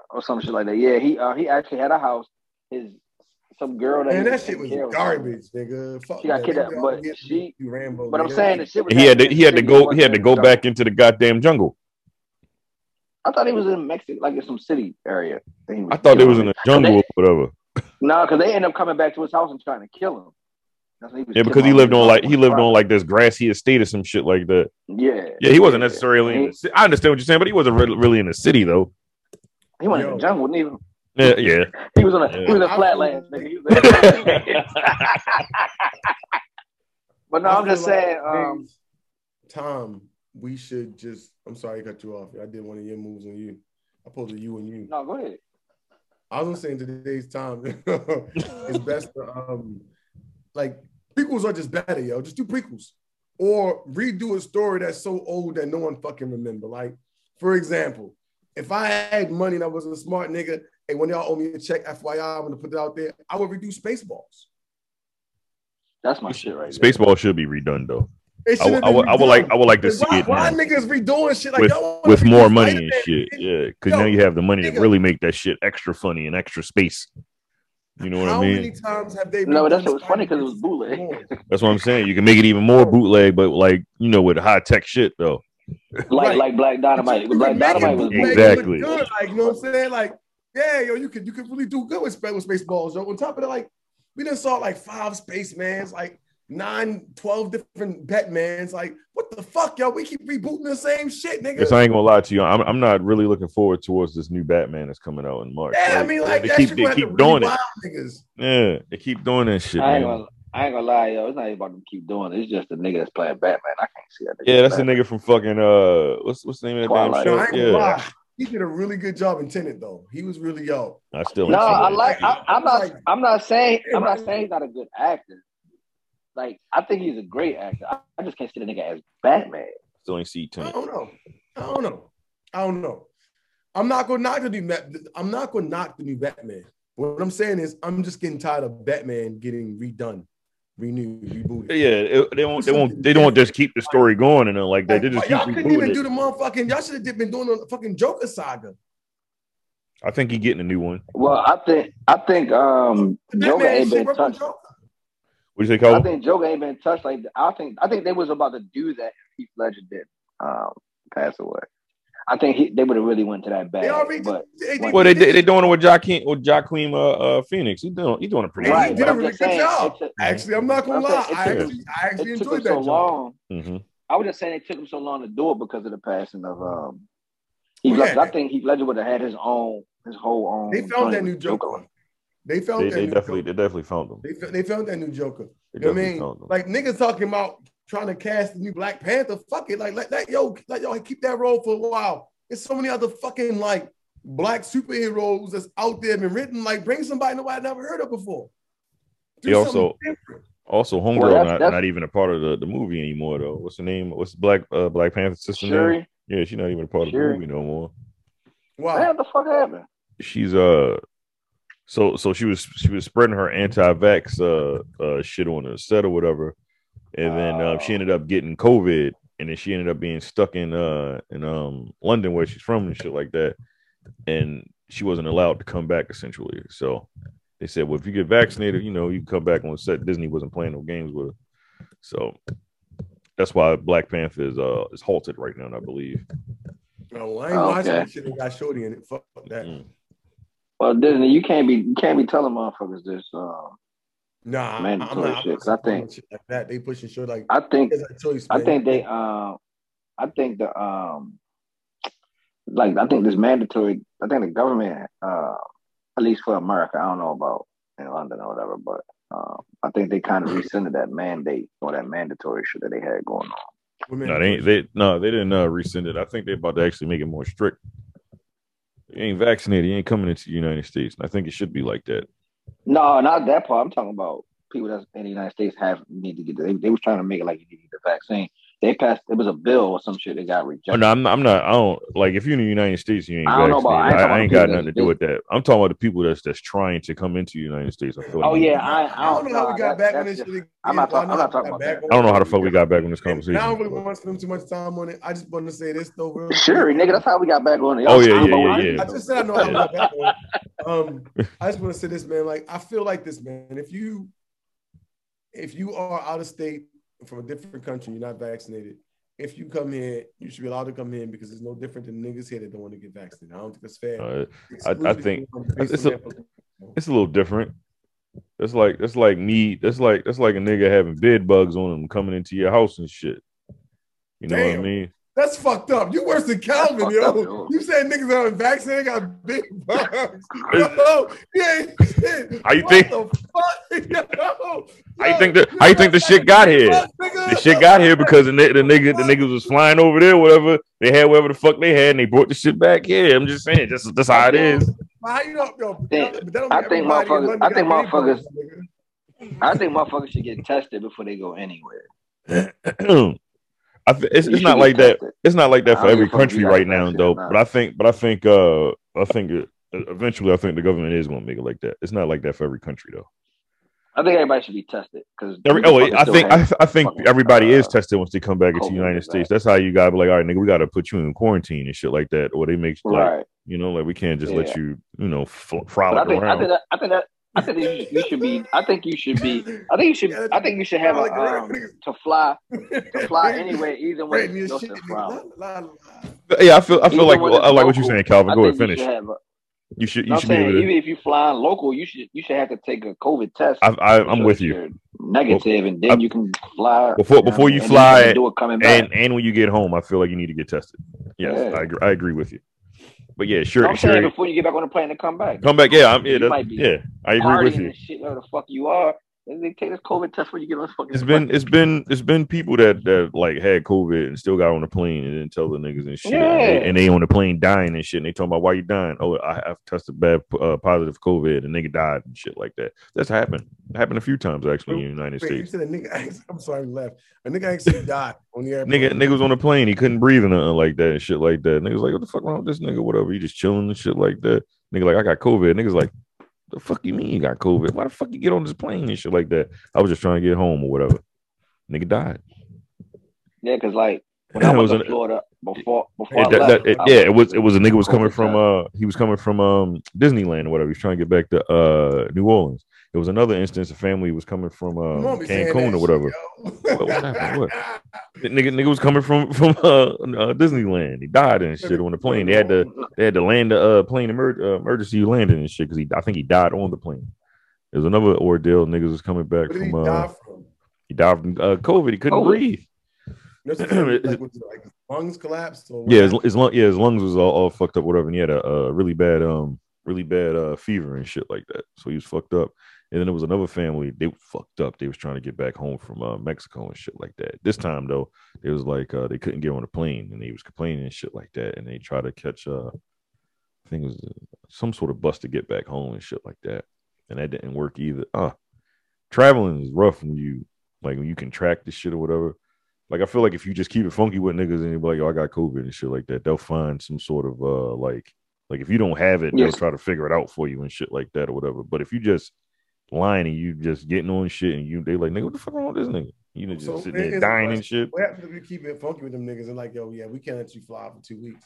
Speaker 4: or some shit like that. Yeah, he uh, he actually had a house. His some girl that
Speaker 5: Man,
Speaker 4: he
Speaker 5: that shit was
Speaker 4: taking care of.
Speaker 5: garbage, nigga. Fuck
Speaker 4: She got
Speaker 5: that.
Speaker 4: kidnapped,
Speaker 5: Nigga,
Speaker 4: but
Speaker 5: I'll get
Speaker 4: she-
Speaker 5: you Rambo.
Speaker 4: But I'm
Speaker 5: nigga.
Speaker 4: saying the shit was
Speaker 3: He had to,
Speaker 4: happening
Speaker 3: he had to
Speaker 4: in the
Speaker 3: go
Speaker 4: city.
Speaker 3: he had to go back into the goddamn jungle.
Speaker 4: I thought he was in Mexico, like in some city area. that he
Speaker 3: I thought they was in the jungle or whatever.
Speaker 4: No, because they end up coming back to his house and trying to kill him. That's what was
Speaker 3: Yeah, because he
Speaker 4: killing
Speaker 3: lived
Speaker 4: all
Speaker 3: on like
Speaker 4: these
Speaker 3: he
Speaker 4: motherfuckers.
Speaker 3: lived on like this grassy estate or some shit like that.
Speaker 4: Yeah,
Speaker 3: Yeah, he wasn't necessarily. In the, ci- I understand what you're saying, but he wasn't really, really in the city though.
Speaker 4: He went in
Speaker 5: Yo.
Speaker 4: the jungle. Didn't even,
Speaker 3: Yeah, yeah.
Speaker 4: he was on a he was in
Speaker 5: Yeah.
Speaker 4: flatlands. nigga.
Speaker 5: <laughs>
Speaker 4: He was in flatlands. <laughs> but no,
Speaker 5: I
Speaker 4: I'm just
Speaker 5: feel like
Speaker 4: saying. Um,
Speaker 5: things- Tom, we should just. I'm sorry, I cut you off. I did one of your moves on you. I pulled a you and you.
Speaker 4: no, go ahead.
Speaker 5: I was saying today's time, <laughs> it's best to um, like prequels are just better, yo. Just do prequels or redo a story that's so old that no one fucking remember. Like, for example, if I had money and I was a smart nigga, and when y'all owe me a check, FYI, I'm gonna put it out there. I would redo Spaceballs.
Speaker 4: That's my shit right there.
Speaker 3: Spaceball should be redone though.
Speaker 5: It
Speaker 3: I,
Speaker 5: should've
Speaker 3: I would,
Speaker 5: been
Speaker 3: I would like
Speaker 5: redone.
Speaker 3: I would like to see
Speaker 5: why,
Speaker 3: it
Speaker 5: why
Speaker 3: now
Speaker 5: niggas redoing shit like
Speaker 3: with
Speaker 5: y'all wanna
Speaker 3: with
Speaker 5: redo
Speaker 3: more money and
Speaker 5: Spider-Man
Speaker 3: shit. Yeah, because
Speaker 5: Yo,
Speaker 3: now you have the money to
Speaker 5: nigga.
Speaker 3: really make that shit extra funny and extra space. You know what
Speaker 5: How
Speaker 3: I mean?
Speaker 5: many times have they?
Speaker 4: No, but that's
Speaker 5: redone
Speaker 4: what was funny because it was
Speaker 5: Spider-Man
Speaker 4: bootleg. <laughs>
Speaker 5: since then?
Speaker 3: That's what I'm saying. You can make it even more bootleg, but like you know, with high tech shit though.
Speaker 4: like
Speaker 5: Right.
Speaker 4: like Black Dynamite.
Speaker 5: You
Speaker 4: Black
Speaker 5: can make
Speaker 4: Dynamite
Speaker 5: it
Speaker 4: was
Speaker 5: look
Speaker 4: bootleg.
Speaker 3: Exactly.
Speaker 5: good, Like you know what I'm saying? Like yeah, yo, you could you could really do good with space with Spaceballs, yo. On top of that, like we done saw like five Spacemans, like nine, 12 different Batmans. Like what the fuck, yo? We keep rebooting the same shit, nigga.
Speaker 3: Yes, I ain't gonna lie to you. I'm, I'm not really looking forward towards this new Batman that's coming out in March.
Speaker 5: yeah, I mean, like
Speaker 3: they
Speaker 5: that
Speaker 3: keep
Speaker 5: shit
Speaker 3: they
Speaker 5: gonna have
Speaker 3: keep
Speaker 5: to
Speaker 3: doing
Speaker 5: rewild niggas.
Speaker 3: it. Yeah, they keep doing that shit.
Speaker 4: I ain't
Speaker 3: man.
Speaker 4: gonna. I ain't gonna lie, yo. It's not even about to keep doing it. It's just the nigga that's playing Batman. I can't see that. Nigga
Speaker 3: Yeah, that's the
Speaker 4: Batman.
Speaker 3: nigga from fucking uh, what's what's the name of that
Speaker 4: Twilight.
Speaker 5: No,
Speaker 3: damn
Speaker 5: I ain't
Speaker 3: show?
Speaker 5: gonna
Speaker 3: Yeah,
Speaker 5: lie. He did a really good job in Tenet, though. He was really yo.
Speaker 3: I still ain't
Speaker 4: No,
Speaker 3: seen
Speaker 4: I
Speaker 3: it.
Speaker 4: like. I, I'm not. I'm not saying. I'm not
Speaker 5: Right.
Speaker 4: saying he's not a good actor. Like I think he's a great actor. I, I just can't see the nigga as Batman.
Speaker 3: still ain't see
Speaker 5: I
Speaker 3: Tenet.
Speaker 5: don't know. I don't know. I don't know. I'm not gonna knock the new. Bat- I'm not gonna knock the new Batman. What I'm saying is, I'm just getting tired of Batman getting redone, renewed, rebooted.
Speaker 3: Yeah, it- they won't. They won't. They don't just keep the story going and then like that. They just
Speaker 5: Like,
Speaker 3: keep
Speaker 5: y'all couldn't even
Speaker 3: rebooting
Speaker 5: do
Speaker 3: it.
Speaker 5: the motherfucking. Y'all should have been doing the fucking Joker saga.
Speaker 3: I think he getting a new one.
Speaker 4: Well, I think I think um
Speaker 5: That
Speaker 4: Joker
Speaker 5: man
Speaker 4: ain't
Speaker 5: shit
Speaker 4: been
Speaker 5: right from
Speaker 4: touched.
Speaker 5: Joker.
Speaker 3: What do you say,
Speaker 4: I
Speaker 3: Cole?
Speaker 4: think Joker ain't been touched. Like I think I think they was about to do that if Heath Ledger did um pass away. I think he, they would have really went to that
Speaker 5: They
Speaker 4: bad.
Speaker 5: already
Speaker 4: but
Speaker 5: did-
Speaker 3: well, they they they doing it with Joaquin with Joaquin uh, uh, Phoenix. He doing he doing a pretty
Speaker 5: Right,
Speaker 3: good
Speaker 5: did a
Speaker 3: job.
Speaker 5: really
Speaker 4: just
Speaker 5: good
Speaker 4: saying,
Speaker 5: job.
Speaker 4: it took-
Speaker 5: Actually, I'm not gonna
Speaker 4: I'm
Speaker 5: lie.
Speaker 4: saying
Speaker 5: I
Speaker 4: it took-
Speaker 5: actually, I actually
Speaker 4: It took them
Speaker 5: enjoyed
Speaker 4: so
Speaker 5: that. job.
Speaker 4: long.
Speaker 3: Mhm.
Speaker 4: I was just saying it took him so long to do it because of the passing of um. Heath
Speaker 5: Well,
Speaker 4: Ledger.
Speaker 5: yeah.
Speaker 4: I think Heath Ledger would have had his own, his whole own.
Speaker 5: They found that
Speaker 4: joint
Speaker 5: new
Speaker 4: with
Speaker 5: Joker. They found
Speaker 3: They,
Speaker 5: that
Speaker 3: they
Speaker 5: new
Speaker 3: definitely
Speaker 5: Joker.
Speaker 3: they definitely found him.
Speaker 5: They, fo- they found that new Joker.
Speaker 3: They
Speaker 5: You know what I
Speaker 3: definitely
Speaker 5: mean?
Speaker 3: found him.
Speaker 5: Like niggas talking about trying to cast the new Black Panther. Fuck it. Like let that yo, let yo keep that role for a while. There's so many other fucking like black superheroes that's out there been written. Like bring somebody nobody never heard of before. Do
Speaker 3: They
Speaker 5: something
Speaker 3: also-
Speaker 5: different.
Speaker 3: also, homegirl
Speaker 4: Well, that's-
Speaker 3: not,
Speaker 4: that's-
Speaker 3: not even a part of the, the movie anymore though. What's the name? What's Black uh, Black Panther sister name?
Speaker 4: Shuri,
Speaker 3: Yeah, she's not even a part of
Speaker 4: Shuri.
Speaker 3: the movie no more.
Speaker 5: Wow.
Speaker 4: what the fuck happened?
Speaker 3: She's uh, so so she was she was spreading her anti-vax uh, uh shit on the set or whatever, and then um, she ended up getting COVID, and then she ended up being stuck in uh in um London where she's from and shit like that, and she wasn't allowed to come back essentially. So they said, well, if you get vaccinated, you know you can come back on set. Disney wasn't playing no games with her, so. That's why Black Panther is uh is halted right now, I believe.
Speaker 5: No, I ain't
Speaker 4: Oh,
Speaker 5: watching
Speaker 4: okay.
Speaker 5: that shit that got shorty in it. Fuck that.
Speaker 3: Mm.
Speaker 4: Well, Disney, you can't be, you can't be telling motherfuckers this. Uh,
Speaker 5: Nah, I'm not-
Speaker 4: Mandatory
Speaker 5: I'm not.
Speaker 4: shit, 'cause I
Speaker 5: supporting
Speaker 4: think-
Speaker 5: shit like that. They pushing shit like
Speaker 4: I think,
Speaker 5: there's a choice.
Speaker 4: I
Speaker 5: man.
Speaker 4: think they, um, I think the, um, like I think this mandatory. I think the government, uh, at least for America, I don't know about in London or whatever, but um, I think they kind of rescinded that mandate or that mandatory shit that they had going on.
Speaker 5: Women-
Speaker 3: No, they ain't, they no, they didn't uh, rescind it. I think they're about to actually make it more strict. You ain't vaccinated, you ain't coming into the United States. I think it should be like that.
Speaker 4: No, not that part. I'm talking about people that's in the United States have need to get. They, they was trying to make it like you need to get the vaccine. They passed. It was a bill or some shit that got
Speaker 3: Oh,
Speaker 4: rejected.
Speaker 3: no, I'm not, I'm not. I don't like if you're in the United States, you ain't
Speaker 4: I don't know
Speaker 3: vaccinated.
Speaker 4: about- I
Speaker 3: I, I
Speaker 4: ain't talking about
Speaker 3: ain't
Speaker 4: the
Speaker 3: got
Speaker 4: people
Speaker 3: nothing to
Speaker 4: that's-
Speaker 3: do with that. I'm talking about the people that's that's trying to come into the United States. I feel
Speaker 4: Oh
Speaker 3: like-
Speaker 4: yeah, I, I,
Speaker 5: I don't know how we
Speaker 4: nah, that-
Speaker 5: got back
Speaker 4: that's
Speaker 5: on this shit.
Speaker 4: just-
Speaker 5: again.
Speaker 4: I'm not talking-
Speaker 5: I
Speaker 4: I'm
Speaker 5: know
Speaker 4: not
Speaker 5: how we
Speaker 4: talking
Speaker 5: got
Speaker 4: about
Speaker 5: back
Speaker 4: that.
Speaker 5: on
Speaker 3: I don't know how the
Speaker 5: it.
Speaker 3: fuck we got back on this
Speaker 5: And
Speaker 3: conversation.
Speaker 5: I don't really want to spend too much time on it. I just want to say this though. Real
Speaker 4: Sure, nigga. That's how we got back on it.
Speaker 3: Oh, yeah,
Speaker 4: Y'all
Speaker 3: yeah,
Speaker 4: talking
Speaker 3: yeah,
Speaker 4: about-
Speaker 3: yeah.
Speaker 5: I just said I know how we got back
Speaker 3: <laughs>
Speaker 5: on. it. Um, I just want to say this, man. Like I feel like this, man. If you if you are out of state from a different country, you're not vaccinated. If you come here, you should be allowed to come in because it's no different than niggas here that don't want to get vaccinated. I don't think that's fair.
Speaker 3: Uh, I- I
Speaker 5: Exclusion
Speaker 3: think-
Speaker 5: based on
Speaker 3: it's a-
Speaker 5: that.
Speaker 3: it's a little different. That's like that's like me. That's like that's like a nigga having bed bugs on him coming into your house and shit. You know what I
Speaker 5: Damn.
Speaker 3: mean?
Speaker 5: That's fucked up. You worse than Calvin,
Speaker 4: That's fucked
Speaker 5: yo.
Speaker 4: up, yo.
Speaker 5: You said niggas aren't vaccinated got big
Speaker 3: <laughs>
Speaker 5: bugs. yo, yeah, shit.
Speaker 3: How you
Speaker 5: what
Speaker 3: think-
Speaker 5: The fuck? <laughs> Yo,
Speaker 3: How you
Speaker 5: yo,
Speaker 3: think the how you think the shit got here?
Speaker 5: nigga.
Speaker 3: The shit got here because the, ni- the nigga the niggas was flying over there, whatever they had, whatever the fuck they had, and they brought the shit back here. I'm just saying, that's that's how it is. <clears throat>
Speaker 5: How you know, yo,
Speaker 4: I think-
Speaker 5: but that don't
Speaker 4: I
Speaker 5: mean
Speaker 4: think
Speaker 5: everybody in
Speaker 4: motherfuckers-
Speaker 5: London
Speaker 4: I
Speaker 5: got
Speaker 4: think
Speaker 5: bed bugs, nigga.
Speaker 4: I think motherfuckers should get tested before they go anywhere.
Speaker 3: I, thi- it's,
Speaker 4: You
Speaker 3: it's
Speaker 4: should
Speaker 3: not
Speaker 4: get
Speaker 3: like that.
Speaker 4: tested.
Speaker 3: It's not like that
Speaker 4: I
Speaker 3: for
Speaker 4: don't
Speaker 3: every
Speaker 4: give a fuck if
Speaker 3: country
Speaker 4: you got
Speaker 3: right now,
Speaker 4: vaccinated
Speaker 3: though.
Speaker 4: or not.
Speaker 3: But I think, but I think, uh, I think it, eventually, I think the government is going to make it like that. It's not like that for every country, though.
Speaker 4: I think everybody should be tested because
Speaker 3: Every, oh, I think I, I think
Speaker 4: fucking,
Speaker 3: everybody is
Speaker 4: uh,
Speaker 3: tested once they come back into the
Speaker 4: COVID
Speaker 3: United
Speaker 4: is
Speaker 3: States. That's how you gotta be like, all right, nigga, we gotta put you in quarantine and shit like that, or they make like
Speaker 4: right.
Speaker 3: You know, like we can't just let
Speaker 4: Yeah.
Speaker 3: you, you know, fl-
Speaker 4: But I
Speaker 3: frolic
Speaker 4: think I
Speaker 3: around.
Speaker 4: think that, I think that I think that you, should- you should be. I think you should be. I think you should. I think you should have a
Speaker 5: Like,
Speaker 4: um,
Speaker 5: niggas-
Speaker 4: to fly
Speaker 5: <laughs>
Speaker 4: to fly
Speaker 5: niggas
Speaker 4: anywhere either way.
Speaker 5: rating your
Speaker 4: That's
Speaker 5: shit,
Speaker 4: the
Speaker 5: nigga.
Speaker 4: problem.
Speaker 5: La, la, la.
Speaker 3: yeah, I feel, I feel
Speaker 4: Even
Speaker 3: like,
Speaker 4: when
Speaker 3: I
Speaker 4: it's
Speaker 3: like what you're
Speaker 4: local,
Speaker 3: saying, Calvin.
Speaker 4: I
Speaker 3: Go ahead,
Speaker 4: think you
Speaker 3: finish.
Speaker 4: should have a-
Speaker 3: You should, you
Speaker 4: I'm
Speaker 3: should be
Speaker 4: saying
Speaker 3: able to.
Speaker 4: even if you flying local, you should you should have to take a COVID test.
Speaker 3: I, I, I'm
Speaker 4: So
Speaker 3: with
Speaker 4: if
Speaker 3: you.
Speaker 4: you're negative, and then
Speaker 3: I-
Speaker 4: you can fly
Speaker 3: Before-
Speaker 4: know what
Speaker 3: before
Speaker 4: I mean?
Speaker 3: you
Speaker 4: And
Speaker 3: fly
Speaker 4: can do it coming back.
Speaker 3: And and when you get home, I feel like you need to get tested. Yes,
Speaker 4: Yeah.
Speaker 3: I, agree, I agree with you. But yeah,
Speaker 4: So
Speaker 3: sure,
Speaker 4: I'm
Speaker 3: sure.
Speaker 4: saying before you get back on the plane to come back,
Speaker 3: Come back, yeah, I'm, yeah,
Speaker 4: You
Speaker 3: that's-
Speaker 4: might be
Speaker 3: yeah. I agree with
Speaker 4: partying
Speaker 3: you.
Speaker 4: and shit, whatever the fuck you are. And they take this COVID test when you get on the fucking.
Speaker 3: It's
Speaker 4: plane.
Speaker 3: been, it's been, it's been people that that like had COVID and still got on the plane and didn't tell the niggas and shit. And, they,
Speaker 4: Yeah.
Speaker 3: and they on the plane dying and shit. And they talking about why you dying? Oh, I, I've tested bad uh, positive COVID and nigga died and shit like that. That's happened. happened a few times actually in the United
Speaker 5: Wait, you
Speaker 3: States.
Speaker 5: said a nigga. <laughs> actually- I'm sorry, I left. A nigga actually died on the airplane.
Speaker 3: Nigga, nigga was on a plane. He couldn't breathe or nothing like that and shit like that. Nigga was like, what the fuck wrong with this nigga? Whatever. You just chilling and shit like that. Nigga like, I got COVID. Nigga's like, the fuck you mean you got COVID? Why the fuck you get on this plane and shit like that? I was just trying to get home or whatever. Nigga died.
Speaker 4: yeah, because like when
Speaker 3: <laughs>
Speaker 4: I
Speaker 3: It <clears throat>
Speaker 4: went
Speaker 3: was
Speaker 4: to
Speaker 3: an-
Speaker 4: Florida, before before
Speaker 3: It-
Speaker 4: I
Speaker 3: that-
Speaker 4: left.
Speaker 3: that- it-
Speaker 4: I
Speaker 3: yeah, it was it was a nigga was
Speaker 4: Cool
Speaker 3: coming from uh he was coming from um Disneyland or whatever. He was trying to get back to uh New Orleans. There was another instance a family was coming from uh
Speaker 5: You won't be saying
Speaker 3: Cancun
Speaker 5: that
Speaker 3: or whatever.
Speaker 5: shit, yo.
Speaker 3: What- what happened? What?
Speaker 5: <laughs>
Speaker 3: The nigga, nigga was coming from <laughs> from uh, uh Disneyland. He died and shit on the plane. They had to they had to land the uh, plane emer- uh, emergency landing and shit because he I think he died on the plane. There was another ordeal. Niggas was coming back
Speaker 5: What did he
Speaker 3: from uh,
Speaker 5: die from?
Speaker 3: he died from uh, COVID. He couldn't
Speaker 4: Covid.
Speaker 3: breathe.
Speaker 5: That's what
Speaker 3: <clears throat>
Speaker 5: I'm saying, like, was it like his lungs collapsed or what?
Speaker 3: Yeah, his, his lung, yeah, his lungs was all, all fucked up, whatever. And he had a, uh really bad, um, really bad uh, fever and shit like that. So he was fucked up. And then there was another family. They were fucked up. They was trying to get back home from uh, Mexico and shit like that. This time though, it was like uh, they couldn't get on a plane, and they was complaining and shit like that. And they tried to catch, uh, I think it was some sort of bus to get back home and shit like that. And that didn't work either. Uh, traveling is rough when you like when you can track this shit or whatever. Like I feel like if you just keep it funky with niggas and you're like, "Yo, I got COVID and shit like that," they'll find some sort of uh like like if you don't have it,
Speaker 4: Yes.
Speaker 3: they'll try to figure it out for you and shit like that or whatever. But if you just lying and you just getting on shit and you they like, "Nigga, what the fuck wrong with this nigga?" You know, just
Speaker 5: So
Speaker 3: sitting
Speaker 5: it
Speaker 3: there
Speaker 5: is
Speaker 3: dying
Speaker 5: like-
Speaker 3: and shit.
Speaker 5: What happened if you keep it funky with them niggas and like, yo, yeah, we can't let you fly for two weeks.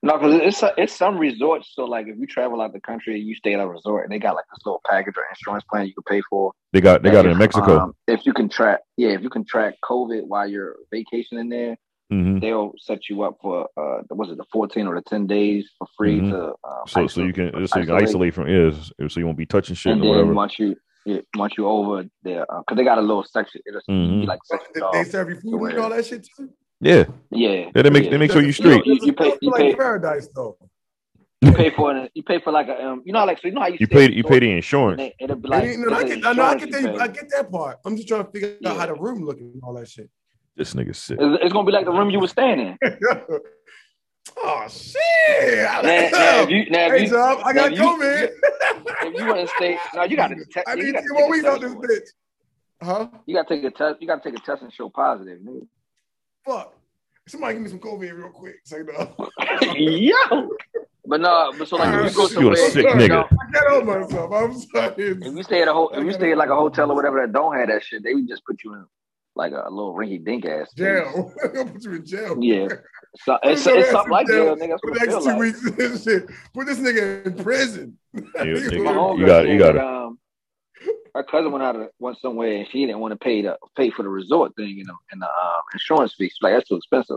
Speaker 4: No, because it's a, it's some resorts. So like, if you travel out the country, you stay at a resort, and they got like this little package or insurance plan you can pay for.
Speaker 3: They got they got it in
Speaker 4: If,
Speaker 3: Mexico.
Speaker 4: um, if you can track, yeah, if you can track COVID while you're vacationing there,
Speaker 3: hmm
Speaker 4: they'll set you up for uh, was it the 14 or the 10 days for free
Speaker 3: Mhm.
Speaker 4: to um,
Speaker 3: So so you can so you can isolate from yeah, so you won't be touching shit
Speaker 4: and
Speaker 3: or
Speaker 4: then
Speaker 3: whatever.
Speaker 4: once you yeah, once you over there, because they got a little section, it'll
Speaker 3: Mhm.
Speaker 4: be like section
Speaker 5: They, they
Speaker 4: off.
Speaker 5: serve you food and all that shit too.
Speaker 3: Yeah,
Speaker 4: Yeah,
Speaker 3: yeah, they make
Speaker 4: yeah.
Speaker 3: they make sure you
Speaker 4: You know,
Speaker 3: straight.
Speaker 4: you- you pay-
Speaker 5: It's
Speaker 4: you
Speaker 5: like
Speaker 4: pay-
Speaker 5: paradise though.
Speaker 4: you pay for it. You pay for like a um, you know, like so you know how you
Speaker 3: You
Speaker 4: stay at
Speaker 3: pay
Speaker 4: a
Speaker 3: you
Speaker 4: resort?
Speaker 3: pay the insurance.
Speaker 4: They- It'll be
Speaker 5: I
Speaker 4: like,
Speaker 5: mean, no, I
Speaker 4: there's
Speaker 5: get, I, know, I, get
Speaker 4: insurance you
Speaker 5: that,
Speaker 4: pay.
Speaker 5: I get that part. I'm just trying to figure out
Speaker 4: Yeah.
Speaker 5: how the room looking and all that shit. <laughs>
Speaker 3: This nigga sick.
Speaker 4: It's, it's gonna be like the room you were staying in.
Speaker 5: oh shit!
Speaker 4: Now,
Speaker 5: I don't
Speaker 4: now,
Speaker 5: know.
Speaker 4: if you, now, if
Speaker 5: Hey,
Speaker 4: you-
Speaker 5: Job, I
Speaker 4: now,
Speaker 5: got
Speaker 4: if you-
Speaker 5: COVID.
Speaker 4: if you want to stay, no, you
Speaker 5: <laughs>
Speaker 4: gotta. Te-
Speaker 5: I
Speaker 4: you
Speaker 5: need
Speaker 4: gotta
Speaker 5: two more
Speaker 4: take
Speaker 5: weeks
Speaker 4: a
Speaker 5: on
Speaker 4: test
Speaker 5: this
Speaker 4: for it.
Speaker 5: bitch. Huh?
Speaker 4: You gotta take a test. You gotta take a test and show positive. nigga.
Speaker 3: <laughs>
Speaker 4: <laughs>
Speaker 5: Fuck. Somebody give me some COVID real quick.
Speaker 4: <laughs>
Speaker 5: Say no.
Speaker 4: Yo, but no, but so like if you go
Speaker 3: You a
Speaker 4: somewhere,
Speaker 3: sick
Speaker 4: you
Speaker 3: nigga.
Speaker 4: know,
Speaker 5: I got on myself. I'm sorry.
Speaker 4: If you stay at a ho- if you stay at like a hotel or whatever that don't have that shit, they would just put you in like a little rinky dink ass place.
Speaker 5: jail. <laughs> I'm gonna put you in jail.
Speaker 4: Yeah, so,
Speaker 5: I'm
Speaker 4: it's,
Speaker 5: gonna
Speaker 4: it's
Speaker 5: ask
Speaker 4: something
Speaker 5: you
Speaker 4: like
Speaker 5: jail
Speaker 4: that, nigga. That's
Speaker 5: For
Speaker 4: what
Speaker 5: the
Speaker 4: it
Speaker 5: next
Speaker 4: feel
Speaker 5: two
Speaker 4: like.
Speaker 5: weeks, <laughs> this shit. Put this nigga in prison. <laughs> Nigga,
Speaker 3: nigga.
Speaker 4: My homegirl
Speaker 3: You got- you got
Speaker 4: said that, Um, her cousin went out of, went somewhere and she didn't want to pay the pay for the resort thing and the, and the um, insurance fee. She's like, that's too expensive.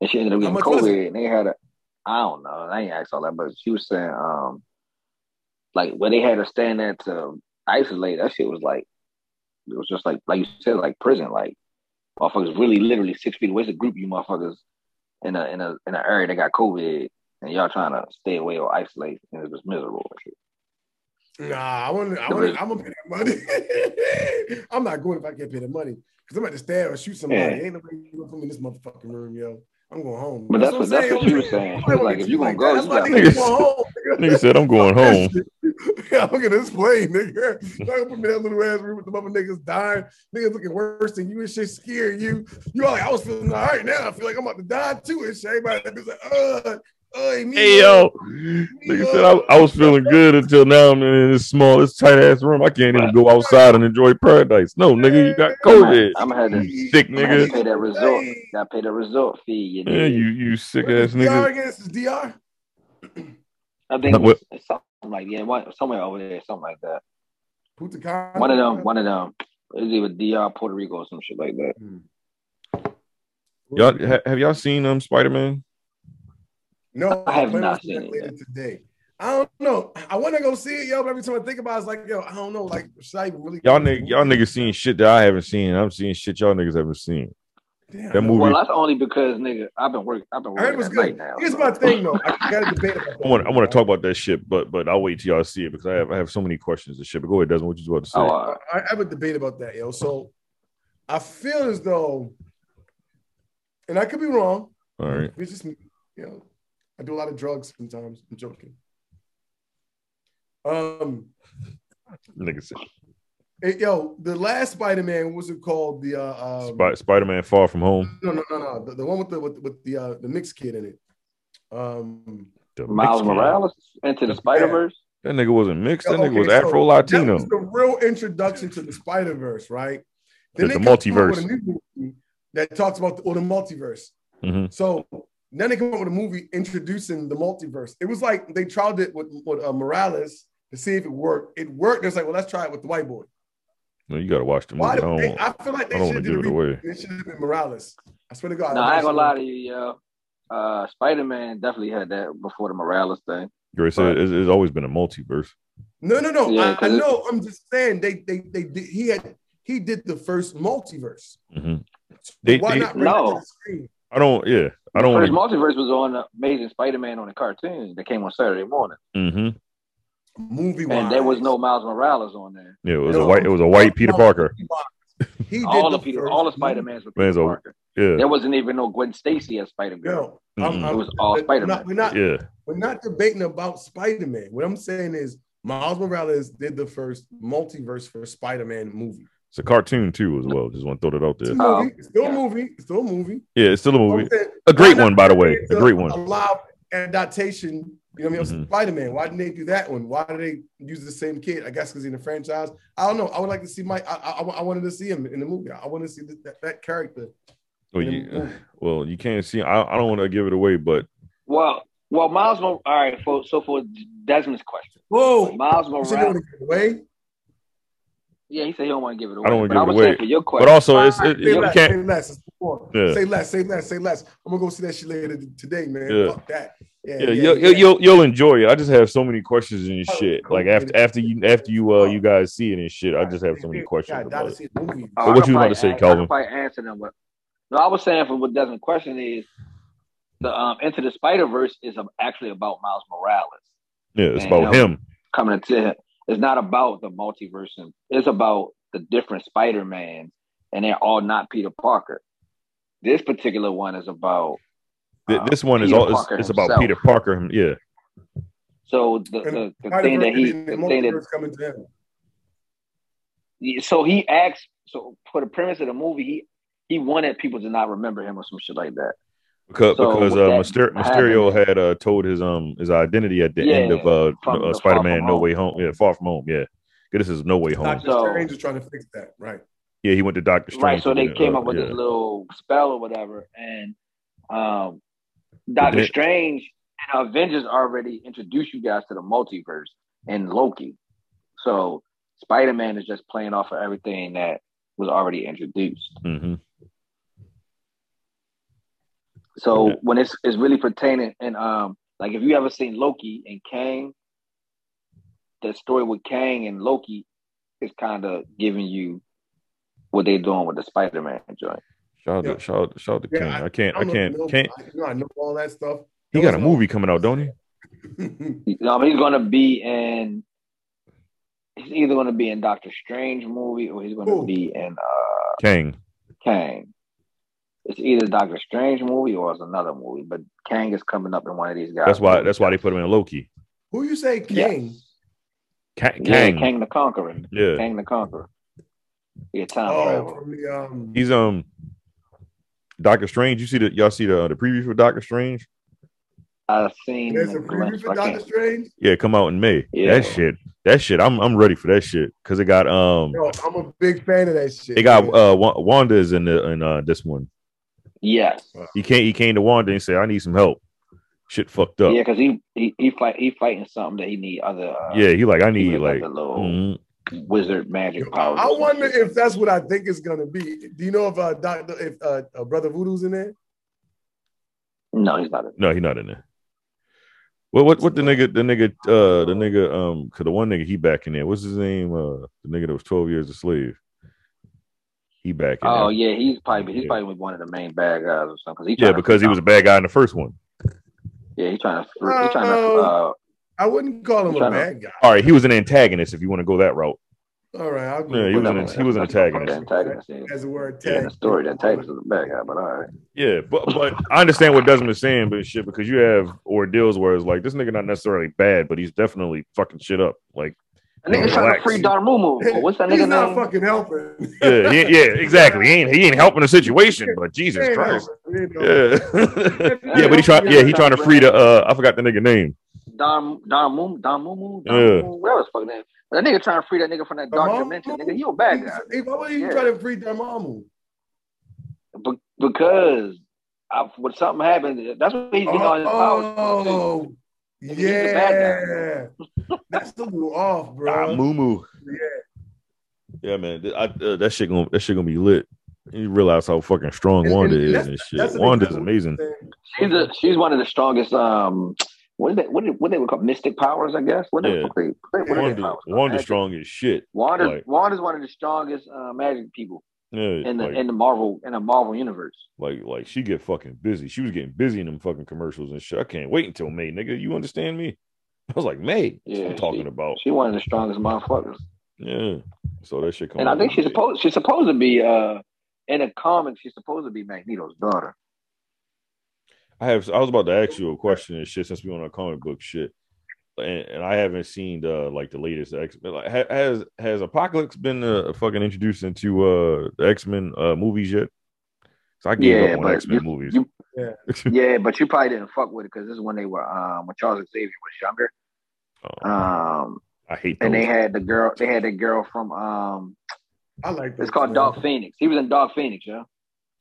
Speaker 4: And she ended up
Speaker 5: How
Speaker 4: getting
Speaker 5: much was
Speaker 4: COVID. And they had a, I don't know. I ain't asked all that, but she was saying, um, like where they had to stand there to isolate. That shit was like, it was just like like you said, like prison. Like motherfuckers really literally six feet away. It's a group of you motherfuckers in a in a in an area that got COVID. And y'all trying to stay away or isolate, and it was miserable. and shit.
Speaker 5: Nah, I want. I want. I'm gonna pay that money. <laughs> I'm not going if I can't pay the money because I'm about to stab or shoot somebody.
Speaker 4: Yeah.
Speaker 5: Ain't nobody gonna put me in this motherfucking room, yo. I'm going home.
Speaker 4: But that's what
Speaker 5: I'm
Speaker 4: that's what
Speaker 5: saying,
Speaker 4: she was
Speaker 5: yo.
Speaker 4: saying. She
Speaker 5: I'm
Speaker 4: was
Speaker 5: not
Speaker 4: like, if
Speaker 5: gonna
Speaker 4: you gonna
Speaker 5: get
Speaker 4: go, you
Speaker 5: like
Speaker 4: gotta
Speaker 5: that.
Speaker 3: gotta
Speaker 5: that's why I
Speaker 3: Nigga said, "I'm going
Speaker 5: <laughs>
Speaker 3: home."
Speaker 5: am gonna this plane, nigga. Y'all gonna put me in that little ass room with the mother niggas dying, niggas looking worse than you and shit scared you. You all like, I was feeling all right now. I feel like I'm about to die too and shit. Everybody that bitch like, uh, uh, me,
Speaker 3: Hey yo, nigga said I, I was feeling good until now. I'm in this small, this tight ass room. I can't even go outside and enjoy paradise. No, nigga, you got COVID.
Speaker 4: I'm gonna have
Speaker 5: uh,
Speaker 4: to
Speaker 3: You sick
Speaker 4: I'm gonna have
Speaker 3: nigga.
Speaker 4: to pay that resort. Gotta pay that resort fee. You
Speaker 3: Yeah,
Speaker 4: dig?
Speaker 3: you you sick
Speaker 5: Where's
Speaker 3: ass
Speaker 5: DR
Speaker 3: nigga.
Speaker 5: again? This is DR.
Speaker 4: I think
Speaker 3: Not what-
Speaker 4: it's something like yeah, one, somewhere over there, something like that.
Speaker 5: Putakan.
Speaker 4: One of them, one of them. It's either DR, Puerto Rico, or some shit like that.
Speaker 3: Y'all ha, have y'all seen um Spider Man?
Speaker 5: No,
Speaker 4: I have
Speaker 5: plan
Speaker 4: not
Speaker 5: on seeing
Speaker 4: seen it
Speaker 5: later today. I don't know. I want to go see it, yo. But every time I think about it, it's like, yo, I don't know. Like, should I even really?
Speaker 3: Y'all niggas, y'all niggas seen shit that I haven't seen. I'm seeing shit y'all niggas haven't seen.
Speaker 5: Damn.
Speaker 3: That movie.
Speaker 4: Well, that's only because nigga, I've been working. I've been
Speaker 5: I heard
Speaker 4: working
Speaker 5: it was
Speaker 4: at night
Speaker 5: good.
Speaker 4: now.
Speaker 5: Here's
Speaker 4: so.
Speaker 5: my thing, though. I got to debate
Speaker 3: <laughs>
Speaker 5: about.
Speaker 3: I want I want to talk about that shit, but but I'll wait till y'all see it because I have I have so many questions and shit. But go ahead, Desmond. What you about to say?
Speaker 4: <laughs> Oh, uh,
Speaker 5: I, I have a debate about that, yo. So, I feel as though, and I could be wrong.
Speaker 4: Oh,
Speaker 3: All right.
Speaker 5: It's just, me, you know, I do a lot of drugs sometimes. I'm joking. Um,
Speaker 3: Nigga said
Speaker 5: Hey, yo, the last Spider Man was it called? The
Speaker 4: Oh.
Speaker 5: uh, um,
Speaker 3: Spider Man Far From Home.
Speaker 5: no, no, no, no, the, the one with the with, with the uh, the mixed kid in it. Um,
Speaker 3: The
Speaker 4: Miles
Speaker 3: mixed kid.
Speaker 4: Morales into the Spider Verse.
Speaker 3: That nigga wasn't mixed. That
Speaker 5: okay,
Speaker 3: nigga was
Speaker 5: so
Speaker 3: Afro
Speaker 5: that
Speaker 3: Latino.
Speaker 5: was the real introduction to the Spider Verse, right?
Speaker 3: The-
Speaker 5: they
Speaker 3: the
Speaker 5: come out with
Speaker 3: multiverse.
Speaker 5: a new movie that talks about the, or the multiverse.
Speaker 3: Mhm.
Speaker 5: So then they come up with a movie introducing the multiverse. It was like they tried it with, with uh, Morales to see if it worked. It worked. It's like, well, let's try it with the white boy.
Speaker 3: No, you gotta watch the movie. Mm, I
Speaker 5: Why did
Speaker 3: don't,
Speaker 5: they,
Speaker 3: I
Speaker 5: I feel like they
Speaker 3: don't want
Speaker 5: should
Speaker 3: to
Speaker 5: have
Speaker 3: give it away.
Speaker 5: It should have been Morales. I swear to God.
Speaker 4: No, I ain't gonna lie to you, yo. Uh, Spider Man definitely had that before the Morales thing.
Speaker 3: Grace said it's, it's always been a multiverse.
Speaker 5: No, no, no.
Speaker 4: Yeah,
Speaker 5: I, I
Speaker 4: 'cause it-
Speaker 5: know. I'm just saying they they they did, he had he did the first multiverse.
Speaker 3: Mhm. They,
Speaker 5: Why
Speaker 3: they-
Speaker 5: not bring it
Speaker 4: No.
Speaker 5: to the screen?
Speaker 3: I don't. Yeah, I don't.
Speaker 4: First
Speaker 3: Wanna,
Speaker 4: multiverse was on the Amazing Spider Man on the cartoon that came on Saturday morning,
Speaker 3: Mhm.
Speaker 5: Movie
Speaker 4: and there was no Miles Morales on there.
Speaker 3: Yeah, it was a
Speaker 5: No.
Speaker 3: white. It was a white Peter Parker.
Speaker 5: He did
Speaker 4: All
Speaker 5: the
Speaker 4: of Peter,
Speaker 5: first
Speaker 4: all of
Speaker 5: movie.
Speaker 4: Spider Mans were
Speaker 3: Man's
Speaker 4: Peter
Speaker 3: a-
Speaker 4: Parker.
Speaker 3: Yeah,
Speaker 4: There wasn't even no Gwen Stacy as Spider Man.
Speaker 5: No, I'm,
Speaker 3: Mhm.
Speaker 5: I'm,
Speaker 4: It was all
Speaker 5: we're
Speaker 4: Spider-Man.
Speaker 5: not- We're not,
Speaker 3: yeah.
Speaker 5: we're not debating about Spider Man. What I'm saying is Miles Morales did the first multiverse for Spider Man movie.
Speaker 3: It's a cartoon too, as well. Just want to throw that out
Speaker 5: It's
Speaker 3: there.
Speaker 5: a
Speaker 4: Oh,
Speaker 5: movie. It's still a
Speaker 4: yeah.
Speaker 5: movie. It's still a movie.
Speaker 3: Yeah, it's still a
Speaker 5: I'm
Speaker 3: movie.
Speaker 5: saying,
Speaker 3: A great
Speaker 5: why
Speaker 3: one, by the way.
Speaker 5: it's
Speaker 3: A great one.
Speaker 5: A live adaptation. You know what I mean?
Speaker 3: Mhm.
Speaker 5: Spider Man. Why didn't they do that one? Why did they use the same kid? I guess because he's in the franchise. I don't know. I would like to see Mike. I, I, I wa- I wanted to see him in the movie. I want to see that, that, that character.
Speaker 3: Well,
Speaker 5: in the
Speaker 3: you,
Speaker 5: movie.
Speaker 3: well, you can't see. I, I don't want to give it away, but
Speaker 4: Well, well, Miles. Mor- all right, for, so for Desmond's question,
Speaker 5: Whoa.
Speaker 4: Miles
Speaker 5: You should be able
Speaker 4: Morales.
Speaker 5: to give it away.
Speaker 4: Yeah, he said he don't want to give it away.
Speaker 3: don't wanna
Speaker 4: But
Speaker 3: give it
Speaker 4: was
Speaker 3: away.
Speaker 4: saying For your question,
Speaker 3: but also it's it,
Speaker 5: Say
Speaker 3: you
Speaker 5: less,
Speaker 3: can't.
Speaker 5: say less. It's more.
Speaker 3: Yeah.
Speaker 5: Say less. Say less. Say less. I'm gonna go see that shit later t- today, man.
Speaker 3: Yeah.
Speaker 5: Fuck that.
Speaker 3: Yeah, you'll, you'll- you'll you'll enjoy it. I just have so many questions
Speaker 5: Oh,
Speaker 3: and shit. Like after after you after you uh you guys see it and shit, I just have so many
Speaker 5: Yeah, I
Speaker 3: questions.
Speaker 5: gotta
Speaker 3: About it.
Speaker 5: see the movie.
Speaker 4: Oh,
Speaker 3: But
Speaker 4: I
Speaker 3: what you
Speaker 4: could
Speaker 3: was about to
Speaker 4: probably
Speaker 3: say,
Speaker 4: an- I could
Speaker 3: Calvin?
Speaker 4: probably answer them, but no, I was saying from what Desmond's question is the um, Into the Spider Verse is um, actually about Miles Morales
Speaker 3: Yeah, it's
Speaker 4: Man,
Speaker 3: about
Speaker 4: no.
Speaker 3: him.
Speaker 4: coming into him. It's not about the multiverse. and- It's about the different Spider Mans, and they're all not Peter Parker. This particular one is about
Speaker 3: Th-
Speaker 4: uh,
Speaker 3: This one is
Speaker 4: Peter
Speaker 3: all. It's,
Speaker 4: Parker
Speaker 3: it's about
Speaker 4: himself.
Speaker 3: Peter Parker. him- Yeah,
Speaker 4: So the, the, the thing that he, the thing that
Speaker 5: coming to him.
Speaker 4: Yeah, so he asked so for the premise of the movie he he wanted people to not remember him or some shit like that
Speaker 3: because
Speaker 4: So
Speaker 3: because
Speaker 4: with
Speaker 3: uh,
Speaker 4: that
Speaker 3: Myster- Mysterio had uh, told his um his identity at the
Speaker 4: Yeah,
Speaker 3: end of uh,
Speaker 4: from-
Speaker 3: uh
Speaker 4: from
Speaker 3: Spider Man
Speaker 4: Home.
Speaker 3: No Way Home. Yeah, Far From Home. Yeah, 'Cause this is No Way Home.
Speaker 5: Doctor
Speaker 4: So-
Speaker 5: Strange is trying to fix that, right?
Speaker 3: Yeah, he went to Doctor Strange.
Speaker 4: right so
Speaker 3: to
Speaker 4: they
Speaker 3: do that.
Speaker 4: came
Speaker 3: Uh,
Speaker 4: up with
Speaker 3: yeah.
Speaker 4: this little spell or whatever and um doctor
Speaker 3: then-
Speaker 4: strange and avengers already introduced you guys to the multiverse and loki so spider-man is just playing off of everything that was already introduced
Speaker 3: Mhm.
Speaker 4: So
Speaker 3: Yeah.
Speaker 4: when it's it's really pertaining and um like if you ever seen Loki and Kang, the story with Kang and Loki is kind of giving you what they're doing with the Spider Man joint.
Speaker 3: Shout out,
Speaker 5: Yeah.
Speaker 3: to, shout out, shout out to
Speaker 5: Yeah,
Speaker 3: King. I, can't, I,
Speaker 5: don't
Speaker 3: can't,
Speaker 5: know,
Speaker 3: can't.
Speaker 5: I, you know, I know all that stuff. <laughs>
Speaker 3: He got a movie coming out, don't he?
Speaker 4: You know, he's gonna be in. He's either gonna be in Doctor Strange movie or he's gonna
Speaker 5: Who?
Speaker 4: be in uh
Speaker 3: King.
Speaker 4: Kang. It's either Doctor Strange movie or it's another movie, but Kang is coming up in one of these guys.
Speaker 3: That's why. That's why they put him in Loki.
Speaker 5: Who you say,
Speaker 4: Yeah.
Speaker 5: King?
Speaker 3: Ka-
Speaker 4: Yeah,
Speaker 3: Kang.
Speaker 4: Kang the Conqueror.
Speaker 3: Yeah.
Speaker 4: Kang the Conqueror. Yeah, time
Speaker 5: Oh,
Speaker 4: travel.
Speaker 5: from the um,
Speaker 3: He's um. Doctor Strange. You see the y'all see the the preview for Doctor Strange?
Speaker 4: I've seen
Speaker 5: there's
Speaker 4: the
Speaker 5: a preview
Speaker 4: glimpse.
Speaker 5: for
Speaker 4: I
Speaker 5: Doctor
Speaker 4: can't.
Speaker 5: Strange.
Speaker 3: Yeah, come out in May.
Speaker 4: Yeah.
Speaker 3: That shit. That shit. I'm I'm ready for that shit because it got um.
Speaker 5: Yo, I'm a big fan of that shit.
Speaker 3: It got
Speaker 5: man.
Speaker 3: uh Wa- Wanda is in the in uh this one.
Speaker 4: Yes.
Speaker 3: He can't. He came to Wanda and said, "I need some help." Shit fucked
Speaker 4: Yeah,
Speaker 3: up.
Speaker 4: 'cause Yeah,
Speaker 3: Yeah.
Speaker 4: because he, he he fight he fighting something that he need other. Uh,
Speaker 3: he like I
Speaker 4: he
Speaker 3: need
Speaker 4: need
Speaker 3: like.
Speaker 4: other little
Speaker 3: mhm.
Speaker 4: wizard magic powers.
Speaker 5: I wonder if that's what I think it's gonna be. Do you know if uh, Doctor, if uh, uh, Brother Voodoo's in there?
Speaker 4: no, he's not. in it.
Speaker 3: No, he not in there. Well, what what the nigga the nigga uh the nigga um cause the one nigga he back in there. What's his name? Uh, the nigga that was twelve years a slave. He back in
Speaker 4: Oh
Speaker 3: there.
Speaker 4: yeah, he's probably he's
Speaker 3: Yeah.
Speaker 4: probably one of the main bad guys or something. 'cause he
Speaker 3: Yeah,
Speaker 4: trying to-
Speaker 3: because he was a bad guy in the first one.
Speaker 4: yeah he's trying to he's trying to
Speaker 5: Oh.
Speaker 4: uh,
Speaker 5: I wouldn't call him a
Speaker 4: Tryna-
Speaker 5: bad guy.
Speaker 3: All right, he was an antagonist. If you want to go that route,
Speaker 5: All right, I'll go.
Speaker 3: Yeah, he was an-
Speaker 4: whatever.
Speaker 3: he was an
Speaker 4: That's the fucking
Speaker 3: antagonist.
Speaker 4: antagonist, yeah.
Speaker 5: as it were. Tag.
Speaker 4: Yeah, in the story, the
Speaker 5: <laughs>
Speaker 4: antagonist is the bad guy, but all right.
Speaker 3: yeah. But but I understand what Desmond is saying, but shit, because you have ordeals where it's like this nigga not necessarily bad, but he's definitely fucking shit up. Like
Speaker 4: And nigga's trying to
Speaker 3: Relax.
Speaker 4: free Darmumu. What's that
Speaker 5: He's
Speaker 4: nigga
Speaker 5: not
Speaker 4: name?
Speaker 5: fucking helping.
Speaker 3: yeah, yeah, yeah, exactly. He
Speaker 5: <laughs>
Speaker 3: ain't he ain't helping the situation, but
Speaker 5: He
Speaker 3: Jesus
Speaker 5: ain't
Speaker 3: Christ.
Speaker 5: helping, you know.
Speaker 3: <laughs> Yeah. yeah, but he tried yeah, he trying to free the uh I forgot the nigga name.
Speaker 4: Don Don Moon Don Moomoo, Don
Speaker 3: Yeah.
Speaker 4: Moomoo, whatever his fucking name. That nigga trying to free that nigga from that dark
Speaker 5: Dormammu?
Speaker 4: dimension. Nigga, you a bad guy
Speaker 5: He- Why would he
Speaker 4: Yeah.
Speaker 5: try to free Dormammu?
Speaker 4: Be- because I, when something happens, that's what he's been on his power. too.
Speaker 5: Oh,
Speaker 4: He's the bad
Speaker 5: yeah. That's a little off,
Speaker 3: Ah,
Speaker 5: bro.
Speaker 3: moo moo. Yeah, yeah, man. Th- I, uh, that shit gonna that shit gonna be lit. You realize how fucking strong
Speaker 5: And-
Speaker 3: Wanda
Speaker 5: and
Speaker 3: is
Speaker 5: that's-
Speaker 3: and shit.
Speaker 5: that's an
Speaker 3: Wanda's
Speaker 5: example.
Speaker 3: amazing.
Speaker 4: She's a, she's one of the strongest. Um, what is that? What did, what they would call mystic powers? I guess. What
Speaker 3: Yeah.
Speaker 4: the fuck they, what are they
Speaker 3: Wanda,
Speaker 4: powers?
Speaker 3: Wanda's
Speaker 4: Magic.
Speaker 3: strong as shit.
Speaker 4: Wanda,
Speaker 3: like-
Speaker 4: Wanda's one of the strongest uh, magic people
Speaker 3: Yeah,
Speaker 4: in the
Speaker 3: like,
Speaker 4: in the Marvel in the Marvel universe.
Speaker 3: like like she get fucking busy. She was getting busy in them fucking commercials and shit. I can't wait until May, nigga. You understand me? I was like, May. That's what
Speaker 4: Yeah,
Speaker 3: I'm talking about.
Speaker 4: She's one of the strongest motherfuckers,
Speaker 3: Yeah. So that shit comes.
Speaker 4: and I think she's supposed she's supposed to be uh in the comics. She's supposed to be Magneto's daughter.
Speaker 3: <laughs> I have. I was about to ask you a question and shit since we on our comic book shit, and, and I haven't seen the like the latest X Men. Like, ha- has has Apocalypse been uh, fucking introduced into uh the X Men uh movies yet? 'Cause I gave
Speaker 4: Yeah,
Speaker 3: up on
Speaker 4: but
Speaker 3: X Men movies.
Speaker 4: you- yeah, but you probably didn't fuck with it because this is when they were um when Charles Xavier was younger.
Speaker 3: <laughs> Oh,
Speaker 4: Um,
Speaker 3: I hate those.
Speaker 4: and they had the girl. They had the girl from um.
Speaker 5: I like that. Mm.
Speaker 4: It's called Dark Phoenix. He was in Dark Phoenix, yeah.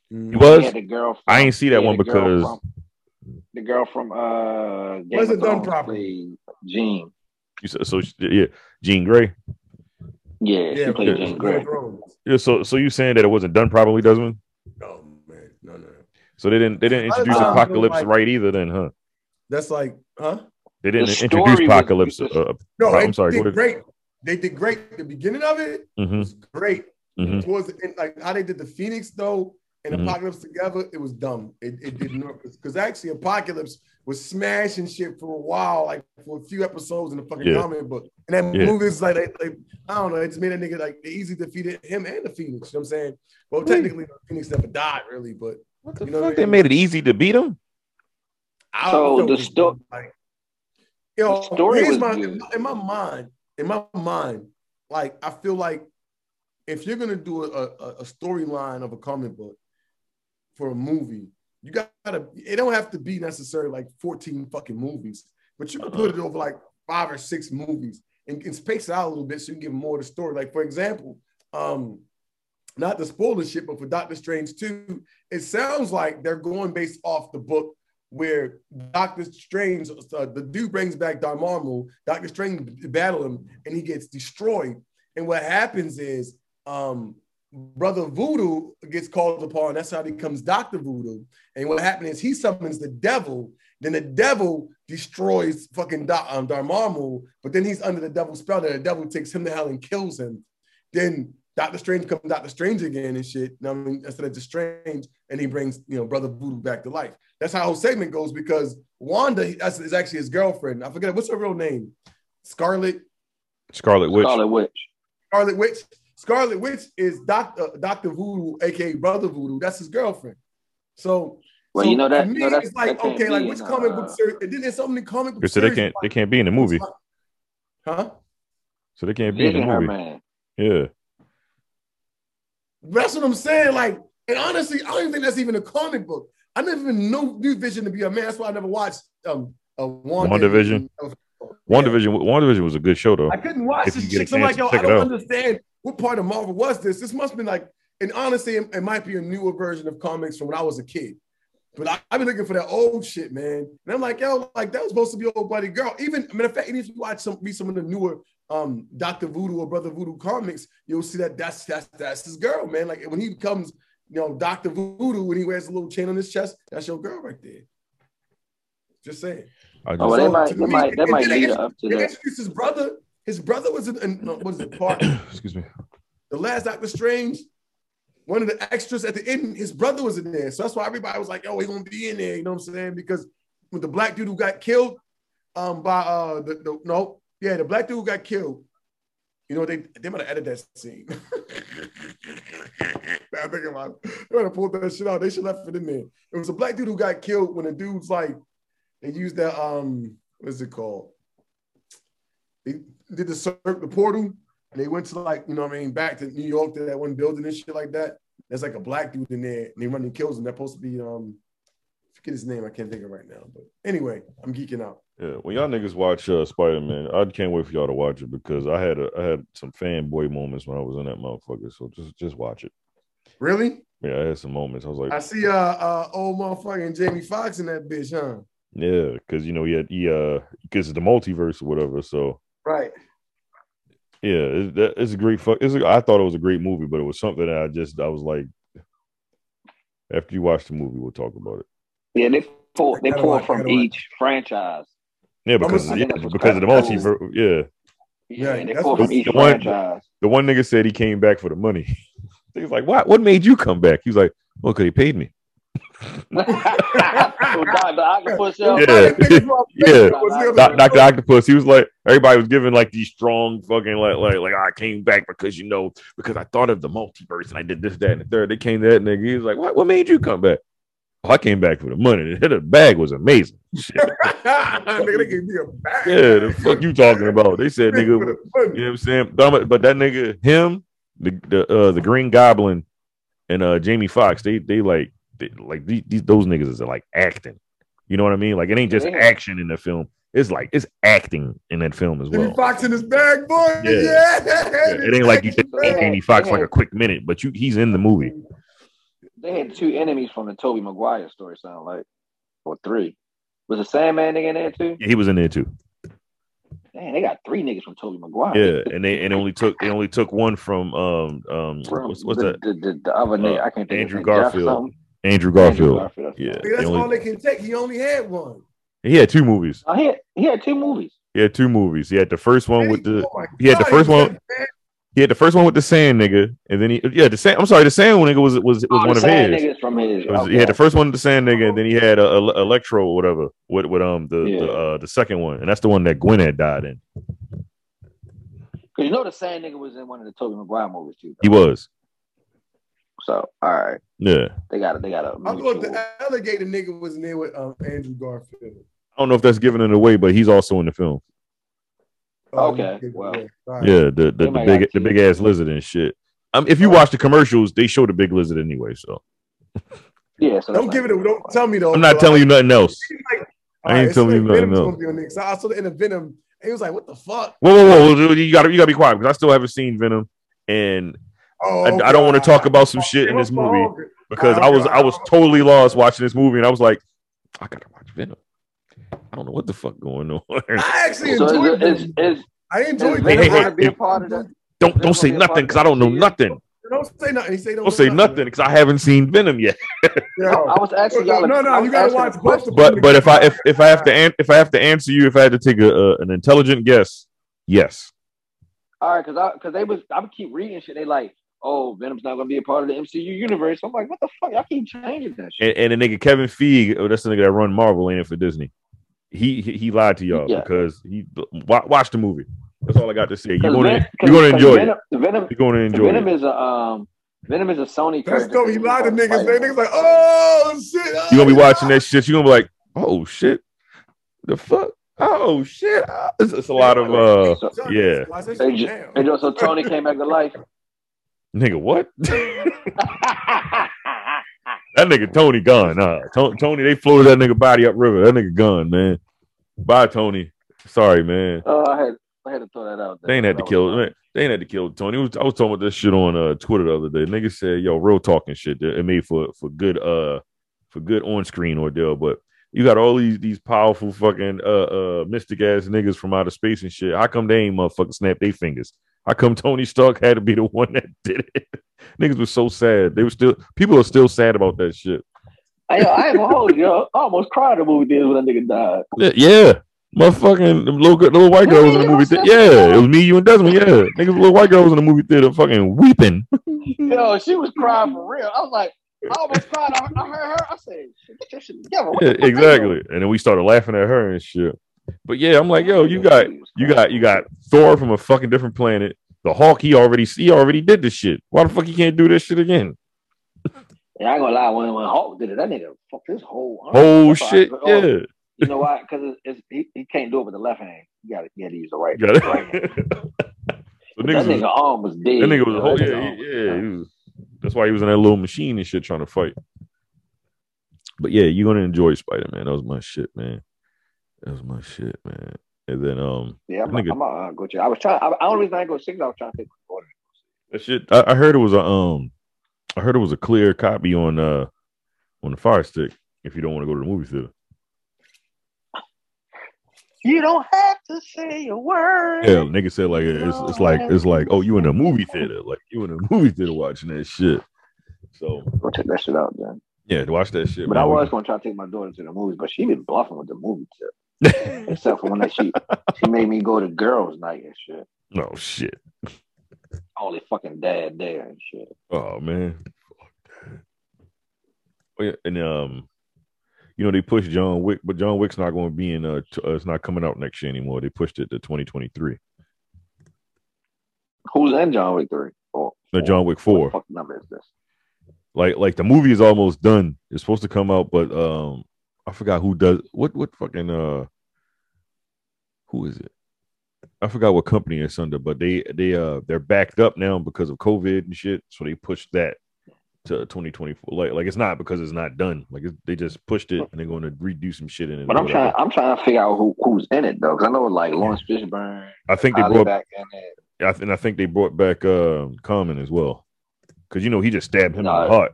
Speaker 3: He
Speaker 4: He
Speaker 3: was.
Speaker 4: had the girl. From,
Speaker 3: I ain't see that
Speaker 4: he
Speaker 3: one
Speaker 4: had the girl
Speaker 3: because
Speaker 4: from- the girl from uh. Game
Speaker 5: Wasn't
Speaker 4: of
Speaker 5: done
Speaker 4: Thrones
Speaker 5: properly.
Speaker 4: played Jean.
Speaker 3: you said, so. Yeah, Jean Grey.
Speaker 4: Yeah,
Speaker 5: Yeah,
Speaker 4: she
Speaker 5: but
Speaker 4: played
Speaker 5: Game
Speaker 4: Jean
Speaker 5: of
Speaker 4: Grey.
Speaker 5: Thrones.
Speaker 3: Yeah, so so you saying that it wasn't done properly, Desmond?
Speaker 5: No, man. No, no, no.
Speaker 3: So they didn't they didn't
Speaker 5: Other
Speaker 3: introduce
Speaker 4: times,
Speaker 3: Apocalypse
Speaker 5: like-
Speaker 3: right either, then, huh?
Speaker 5: That's like, huh?
Speaker 3: They didn't
Speaker 4: story
Speaker 3: introduce
Speaker 4: was-
Speaker 3: Apocalypse.
Speaker 4: was-
Speaker 3: uh,
Speaker 5: No,
Speaker 3: I'm
Speaker 5: they
Speaker 3: sorry,
Speaker 5: did
Speaker 3: what did-
Speaker 5: great. They did great. The beginning of it
Speaker 3: mhm,
Speaker 5: was great.
Speaker 3: mhm.
Speaker 5: Towards the end, like how they did the Phoenix though and
Speaker 3: Mhm.
Speaker 5: Apocalypse together, it was dumb. It, it didn't work because actually Apocalypse was smashing shit for a while, like for a few episodes in the fucking
Speaker 3: Yeah.
Speaker 5: comic book. And that
Speaker 3: Yeah.
Speaker 5: movie is like, like, like, I don't know, it just made that nigga like they easily defeated him and the Phoenix. You know what I'm saying? Well, technically the Phoenix never died really, but
Speaker 3: What the
Speaker 5: You know what
Speaker 3: fuck?
Speaker 5: I
Speaker 3: They
Speaker 5: mean?
Speaker 3: made it easy to beat him.
Speaker 5: I
Speaker 4: So,
Speaker 5: don't know.
Speaker 4: the sto-
Speaker 5: Like, yo,
Speaker 4: the story
Speaker 5: here's
Speaker 4: was
Speaker 5: my,
Speaker 4: good.
Speaker 5: in my mind, in my mind, like I feel like if you're gonna do a, a, a storyline of a comic book for a movie, you gotta. It don't have to be necessarily like 14 fucking movies, but you can put
Speaker 4: Uh-huh.
Speaker 5: it over like five or six movies and, and space it out a little bit so you can give more of the story. Like for example, um, not the spoiler shit, but for Doctor Strange 2, it sounds like they're going based off the book where Doctor Strange, uh, the dude brings back Dormammu, Doctor Strange battle him, and he gets destroyed. And what happens is um, Brother Voodoo gets called upon. That's how he becomes Doctor Voodoo. And what happened is he summons the devil. Then the devil destroys fucking da- um, Dormammu, but then he's under the devil's spell. And the devil takes him to hell and kills him. Then Doctor Strange comes Doctor Strange again and shit. You know what I mean, instead of the Strange, and he brings you know Brother Voodoo back to life. That's how the whole segment goes because Wanda that's, is actually his girlfriend. I forget what's her real name. Scarlet
Speaker 3: Scarlet Witch.
Speaker 4: Scarlet Witch.
Speaker 5: Scarlet Witch. Scarlet Witch is Doctor Doctor Voodoo, aka Brother Voodoo. That's his girlfriend. So,
Speaker 4: Well,
Speaker 5: so
Speaker 4: you know that.
Speaker 5: to me,
Speaker 4: no, that's,
Speaker 5: it's like
Speaker 4: that can't
Speaker 5: okay, like
Speaker 4: be
Speaker 5: which
Speaker 4: in,
Speaker 5: comic
Speaker 4: uh,
Speaker 5: book series? And then there's so many comic book
Speaker 3: So they
Speaker 5: series.
Speaker 3: can't they can't be in the movie.
Speaker 5: huh?
Speaker 3: So they can't be in the
Speaker 4: Vision, her
Speaker 3: movie.
Speaker 4: man.
Speaker 3: Yeah.
Speaker 5: But that's what I'm saying. Like, and honestly, I don't even think that's even a comic book. I never even knew New Vision to be a man. That's why I never watched um a Wanda
Speaker 3: WandaVision. WandaVision WandaVision was a good show though.
Speaker 5: I couldn't watch
Speaker 3: If
Speaker 5: this
Speaker 3: you get a
Speaker 5: shit. So I'm like, yo,
Speaker 3: chance,
Speaker 5: I
Speaker 3: check it
Speaker 5: don't
Speaker 3: out.
Speaker 5: understand what part of Marvel was this. This must have been like, and honestly, it, it might be a newer version of comics from when I was a kid. But I, I've been looking for that old shit, man. And I'm like, yo, like that was supposed to be old buddy girl. Even I mean, in fact, even if you watch some read some of the newer um Dr. Voodoo or Brother Voodoo comics, you'll see that that's that's that's his girl, man. Like when he becomes, you know, Dr. Voodoo when he wears a little chain on his chest, that's your girl right there. Just saying.
Speaker 3: I
Speaker 4: Oh,
Speaker 3: just,
Speaker 4: well, they might,
Speaker 5: So, to
Speaker 4: they
Speaker 5: me,
Speaker 4: might, that
Speaker 5: it-
Speaker 4: might
Speaker 5: it-
Speaker 4: lead
Speaker 5: it-
Speaker 4: up to
Speaker 5: They
Speaker 4: that.
Speaker 5: introduced his brother. His brother was in, in no, what is it? Part
Speaker 3: <coughs> excuse me.
Speaker 5: the last Doctor Strange. One of the extras at the end, his brother was in there, so that's why everybody was like, "Oh, he gonna be in there." You know what I'm saying? Because with the black dude who got killed, um, by uh, the, the no, yeah, the black dude who got killed. You know they they might have edited that scene. <laughs> I think about it. they might have pulled that shit out. They should left it in there. It was a black dude who got killed when the dude's like they used that um what's it called? They did the cir- the portal and they went to like, you know what I mean, back to New York to that one building and shit like that. There's like a black dude in there and they run and kills him. They're supposed to be um I forget his name, I can't think of it right now. But anyway, I'm geeking out.
Speaker 3: Yeah, when y'all niggas watch uh, Spider Man, I can't wait for y'all to watch it because I had a I had some fanboy moments when I was in that motherfucker. So just just watch it.
Speaker 5: Really?
Speaker 3: Yeah, I had some moments. I was like,
Speaker 5: I see uh uh old motherfucking Jamie Foxx in that bitch, huh?
Speaker 3: yeah, because you know he had he uh because the multiverse or whatever. So
Speaker 5: Right.
Speaker 3: yeah, it, that, it's a great fuck. It's a, I thought it was a great movie, but it was something that I just I was like, after you watch the movie, we'll talk about it.
Speaker 4: Yeah, they pull they
Speaker 5: Gotta
Speaker 4: pull
Speaker 5: watch-
Speaker 4: from
Speaker 5: gotta watch.
Speaker 4: each franchise.
Speaker 3: Yeah, because
Speaker 5: see
Speaker 3: yeah,
Speaker 4: it.
Speaker 3: because of the multiverse. Yeah,
Speaker 4: Yeah,
Speaker 5: Yeah,
Speaker 4: they
Speaker 5: that's
Speaker 4: pull
Speaker 5: what-
Speaker 4: from each
Speaker 3: The one- <laughs>
Speaker 4: franchise. <laughs>
Speaker 3: the one nigga said he came back for the money. <laughs> he was like, "What? What made you come back?" He was like, "Well, because he paid me."
Speaker 4: so Dr. Octopus, yo,
Speaker 3: Yeah. <laughs> Yeah. Doc- Dr. Octopus, he was like, everybody was giving like these strong fucking like like like I came back because you know because I thought of the multiverse and I did this that and the third. They came to that nigga. He was like, what? What made you come back? "Oh, I came back for the money. <laughs> The bag was amazing. <laughs> Shit.
Speaker 5: <laughs> Nigga, they can be a bad.
Speaker 3: Yeah, the
Speaker 5: <laughs>
Speaker 3: fuck you talking about? They said nigga, you know what I'm saying? But but that nigga, him, the the uh, the Green Goblin, and uh, Jamie Foxx, they they like they, like these, these those niggas is like acting. You know what I mean? Like it ain't just
Speaker 4: Yeah.
Speaker 3: action in the film. It's like it's acting in that film as
Speaker 5: Jimmy
Speaker 3: well.
Speaker 5: Fox in his bag, boy. Yeah.
Speaker 3: Yeah. Yeah, it ain't
Speaker 5: <laughs>
Speaker 3: like you
Speaker 5: His
Speaker 3: just
Speaker 5: bag.
Speaker 3: see Jamie Foxx like a quick minute, but you he's in the movie.
Speaker 4: they had two enemies from the Toby Maguire story, sound like. Or three. Was the Sandman nigga in there too?
Speaker 3: Yeah, he was in there too.
Speaker 4: Damn, they got three niggas from Toby Maguire.
Speaker 3: Yeah, and they and it only took they only took one from um um
Speaker 4: From
Speaker 3: what's, what's
Speaker 4: the,
Speaker 3: that
Speaker 4: The, the, the other nigga, I can't think
Speaker 3: Andrew
Speaker 4: of his name. Jeff
Speaker 3: Garfield.
Speaker 4: something.
Speaker 3: Andrew
Speaker 4: Andrew
Speaker 3: Garfield.
Speaker 4: Garfield.
Speaker 3: Yeah,
Speaker 5: Nigga, that's
Speaker 3: they only-
Speaker 5: all they can take. He only had one.
Speaker 3: he had two movies.
Speaker 4: Oh, he, had, he had two movies.
Speaker 3: He had two movies. He had the first one with the
Speaker 5: Oh my
Speaker 3: he had the
Speaker 5: God,
Speaker 3: first
Speaker 5: was
Speaker 3: one- He had the first one with the sand nigga, and then he yeah the sand. I'm sorry, the sand nigga was was was
Speaker 4: Oh,
Speaker 3: one
Speaker 4: the
Speaker 3: of
Speaker 4: same
Speaker 3: his.
Speaker 4: Niggas from his.
Speaker 3: It was- He
Speaker 4: okay.
Speaker 3: had the first one with the sand nigga, and then he had a, a electro or whatever with with um the
Speaker 4: Yeah.
Speaker 3: the, uh, the second one, and that's the one that Gwen had died in.
Speaker 4: Cause you know the same nigga was in one of the Tobey Maguire movies too.
Speaker 3: He was
Speaker 4: So all right,
Speaker 3: yeah.
Speaker 4: they got it. They got a.
Speaker 5: I thought
Speaker 4: mutual-
Speaker 5: the alligator nigga was in there with um, Andrew Garfield.
Speaker 3: I don't know if that's giving it away, but he's also in the film.
Speaker 5: Oh,
Speaker 4: Okay,
Speaker 5: yeah,
Speaker 4: well.
Speaker 5: all right.
Speaker 3: Yeah, the the,
Speaker 4: They
Speaker 3: the
Speaker 4: might
Speaker 3: big
Speaker 4: have
Speaker 3: the
Speaker 4: to.
Speaker 3: big ass lizard and shit. Um, if you watch the commercials, they show the big lizard anyway. So
Speaker 4: Yeah, so
Speaker 5: Don't give it. A, don't tell me though.
Speaker 3: I'm not telling you nothing else. I ain't telling you nothing
Speaker 5: Venom's
Speaker 3: else.
Speaker 5: gonna be on next. I saw the end of Venom. And he was like, "What the fuck?"
Speaker 3: Whoa, whoa, whoa! You gotta you gotta be quiet because I still haven't seen Venom, and
Speaker 5: Oh,
Speaker 3: I, I don't want to
Speaker 5: God.
Speaker 3: talk about some shit in this movie.
Speaker 4: Oh,
Speaker 3: because I was I was totally lost watching this movie, and I was like, I gotta watch Venom. I don't know what the fuck going on. <laughs>
Speaker 5: I actually
Speaker 4: So
Speaker 5: enjoyed
Speaker 4: is,
Speaker 5: it.
Speaker 4: is, is,
Speaker 5: I
Speaker 4: is
Speaker 5: enjoyed
Speaker 3: Hey, hey,
Speaker 4: Venom
Speaker 5: it.
Speaker 4: gonna
Speaker 3: hey, <laughs>
Speaker 4: be a
Speaker 3: if-
Speaker 4: part of that?
Speaker 3: don't don't say nothing because I don't know nothing.
Speaker 5: Don't say nothing. He say
Speaker 3: Don't say nothing because I haven't seen Venom yet.
Speaker 4: I was asking
Speaker 5: no,
Speaker 4: y'all.
Speaker 5: no,
Speaker 4: I
Speaker 5: no,
Speaker 4: was
Speaker 5: you gotta
Speaker 4: asking a
Speaker 5: watch both.
Speaker 4: question.
Speaker 5: of them
Speaker 3: But but if I if, if I have to an, if I have to answer you, if I had to take a, uh, an intelligent guess, yes.
Speaker 4: All right, because I because they was I would keep reading shit. They like, oh, Venom's not gonna be a part of the MCU universe. I'm like, what the fuck? Y'all keep changing that shit.
Speaker 3: And, and the nigga Kevin Feige, oh, that's the nigga that run Marvel, ain't it for Disney? He he, he lied to y'all
Speaker 4: Yeah.
Speaker 3: because he wa- watch the movie. That's all I got to say. You're
Speaker 4: Because
Speaker 3: gonna
Speaker 4: Ven-
Speaker 3: you're gonna
Speaker 4: 'cause
Speaker 3: enjoy it.
Speaker 4: Venom, Venom,
Speaker 3: You're gonna enjoy
Speaker 4: Venom
Speaker 3: it.
Speaker 4: is a um, Venom is a Sony.
Speaker 5: That's
Speaker 4: character.
Speaker 5: dope. He lied to niggas. They
Speaker 4: Spider-Man.
Speaker 5: niggas like, oh shit. oh,
Speaker 3: you gonna be
Speaker 5: yeah."
Speaker 3: watching that shit. You're gonna be like, oh shit, the fuck, oh shit. Ah, It's, it's a lot of uh,
Speaker 4: So-
Speaker 5: Son,
Speaker 3: yeah.
Speaker 5: watch that
Speaker 4: Hey,
Speaker 5: shit
Speaker 4: J-
Speaker 5: now.
Speaker 4: hey, Joe, so Tony came back to
Speaker 5: <laughs>
Speaker 4: life. <laughs>
Speaker 3: nigga, what? <laughs> that nigga Tony gone. Nah, To- Tony, they floated that nigga body up river. That nigga gone, man. Bye, Tony. Sorry, man.
Speaker 4: oh, I had I had to throw that out. There.
Speaker 3: They ain't had to
Speaker 4: That
Speaker 3: kill.
Speaker 4: was-
Speaker 3: Man, they ain't had to kill Tony. I was, I was talking about this shit on uh, Twitter the other day. Nigga said, "Yo, real talking shit. It made for for good uh for good on screen ordeal." But you got all these these powerful fucking uh uh mystic ass niggas from outer space and shit. How come they ain't motherfucking snap their fingers? How come Tony Stark had to be the <laughs> one that did it? <laughs> niggas was so sad. They were still people are still sad about that shit.
Speaker 4: Hey, yo, I ain't gonna hold you. yo. I almost cried at the movie theater when that nigga died.
Speaker 3: Yeah, yeah. Motherfucking little girl, little white girl was in the movie theater. Yeah, it was me, you, and Desmond. Yeah, niggas, little white girl was in the movie theater, fucking weeping.
Speaker 4: Yo, she was crying for real. I was like, I almost cried. I, I heard her. I said, shit, get your shit together. What
Speaker 3: <laughs>
Speaker 4: the
Speaker 3: Yeah,
Speaker 4: fuck they doing?
Speaker 3: exactly. And then we started laughing at her and shit. But yeah, I'm like, yo, you got you got you got Thor from a fucking different planet. The Hulk, he already he already did this shit. Why the fuck he can't do this shit again?
Speaker 4: Yeah, I ain't gonna lie. When when Hulk did it, that nigga fucked his whole arm.
Speaker 3: Oh
Speaker 4: That's why I
Speaker 3: shit,
Speaker 4: said, oh,
Speaker 3: yeah.
Speaker 4: You know why? Because it's, it's, he, he can't do it with the left hand. You gotta, you gotta use the right.
Speaker 3: You <laughs> got it. <laughs>
Speaker 4: right hand.
Speaker 3: so
Speaker 4: That
Speaker 3: niggas was,
Speaker 4: nigga arm was dead.
Speaker 3: that nigga was a
Speaker 4: That
Speaker 3: whole
Speaker 4: nigga
Speaker 3: yeah,
Speaker 4: arm was
Speaker 3: yeah.
Speaker 4: dead.
Speaker 3: he was- that's why he was in that little machine and shit trying to fight. But yeah, you're gonna enjoy Spider Man. That was my shit, man. That was my shit, man. And then um
Speaker 4: Yeah, I'm,
Speaker 3: Nigga.
Speaker 4: I'm uh, go check. I was trying. I, I only reason I ain't go six. I was trying to take my order.
Speaker 3: That shit. I, I heard it was a um. I heard it was a clear copy on uh on the Fire Stick. If you don't want to go to the movie theater,
Speaker 7: You don't have to say a word.
Speaker 3: yeah, nigga said like it's it's like it's like oh you in a movie theater like you in a movie theater watching that shit. So
Speaker 4: Go check that shit out, man.
Speaker 3: yeah, watch that shit.
Speaker 4: But
Speaker 3: man.
Speaker 4: I was gonna try to take my daughter to the movies, but she been bluffing with the movie tip. Except for when that she she made me go to girls' night and shit.
Speaker 3: <laughs> no shit.
Speaker 4: Only fucking dad there and shit.
Speaker 3: Oh man. Fuck that. Oh, yeah, and um, you know they pushed John Wick, but John Wick's not going to be in. Uh, t- uh, it's not coming out next year anymore. They pushed it to 2023.
Speaker 4: Who's in John Wick three? Or
Speaker 3: No, John Wick four.
Speaker 4: What the fuck number is this?
Speaker 3: like like the movie is almost done. It's supposed to come out, but um, I forgot who does what. What fucking uh, who is it? I forgot what company it's under, but they they uh they're backed up now because of COVID and shit. So they pushed that to 2024. Like like it's not because it's not done. Like it's, they just pushed it and they're going to redo some shit in it.
Speaker 4: But
Speaker 3: or
Speaker 4: I'm
Speaker 3: whatever.
Speaker 4: trying I'm trying to figure out who who's in it though, because I know like Lawrence Fishburne,
Speaker 3: I think they
Speaker 4: Holly
Speaker 3: brought
Speaker 4: back in it.
Speaker 3: I th- and I think they brought back uh, Common as well because you know he just stabbed him in
Speaker 4: Nah.
Speaker 3: the heart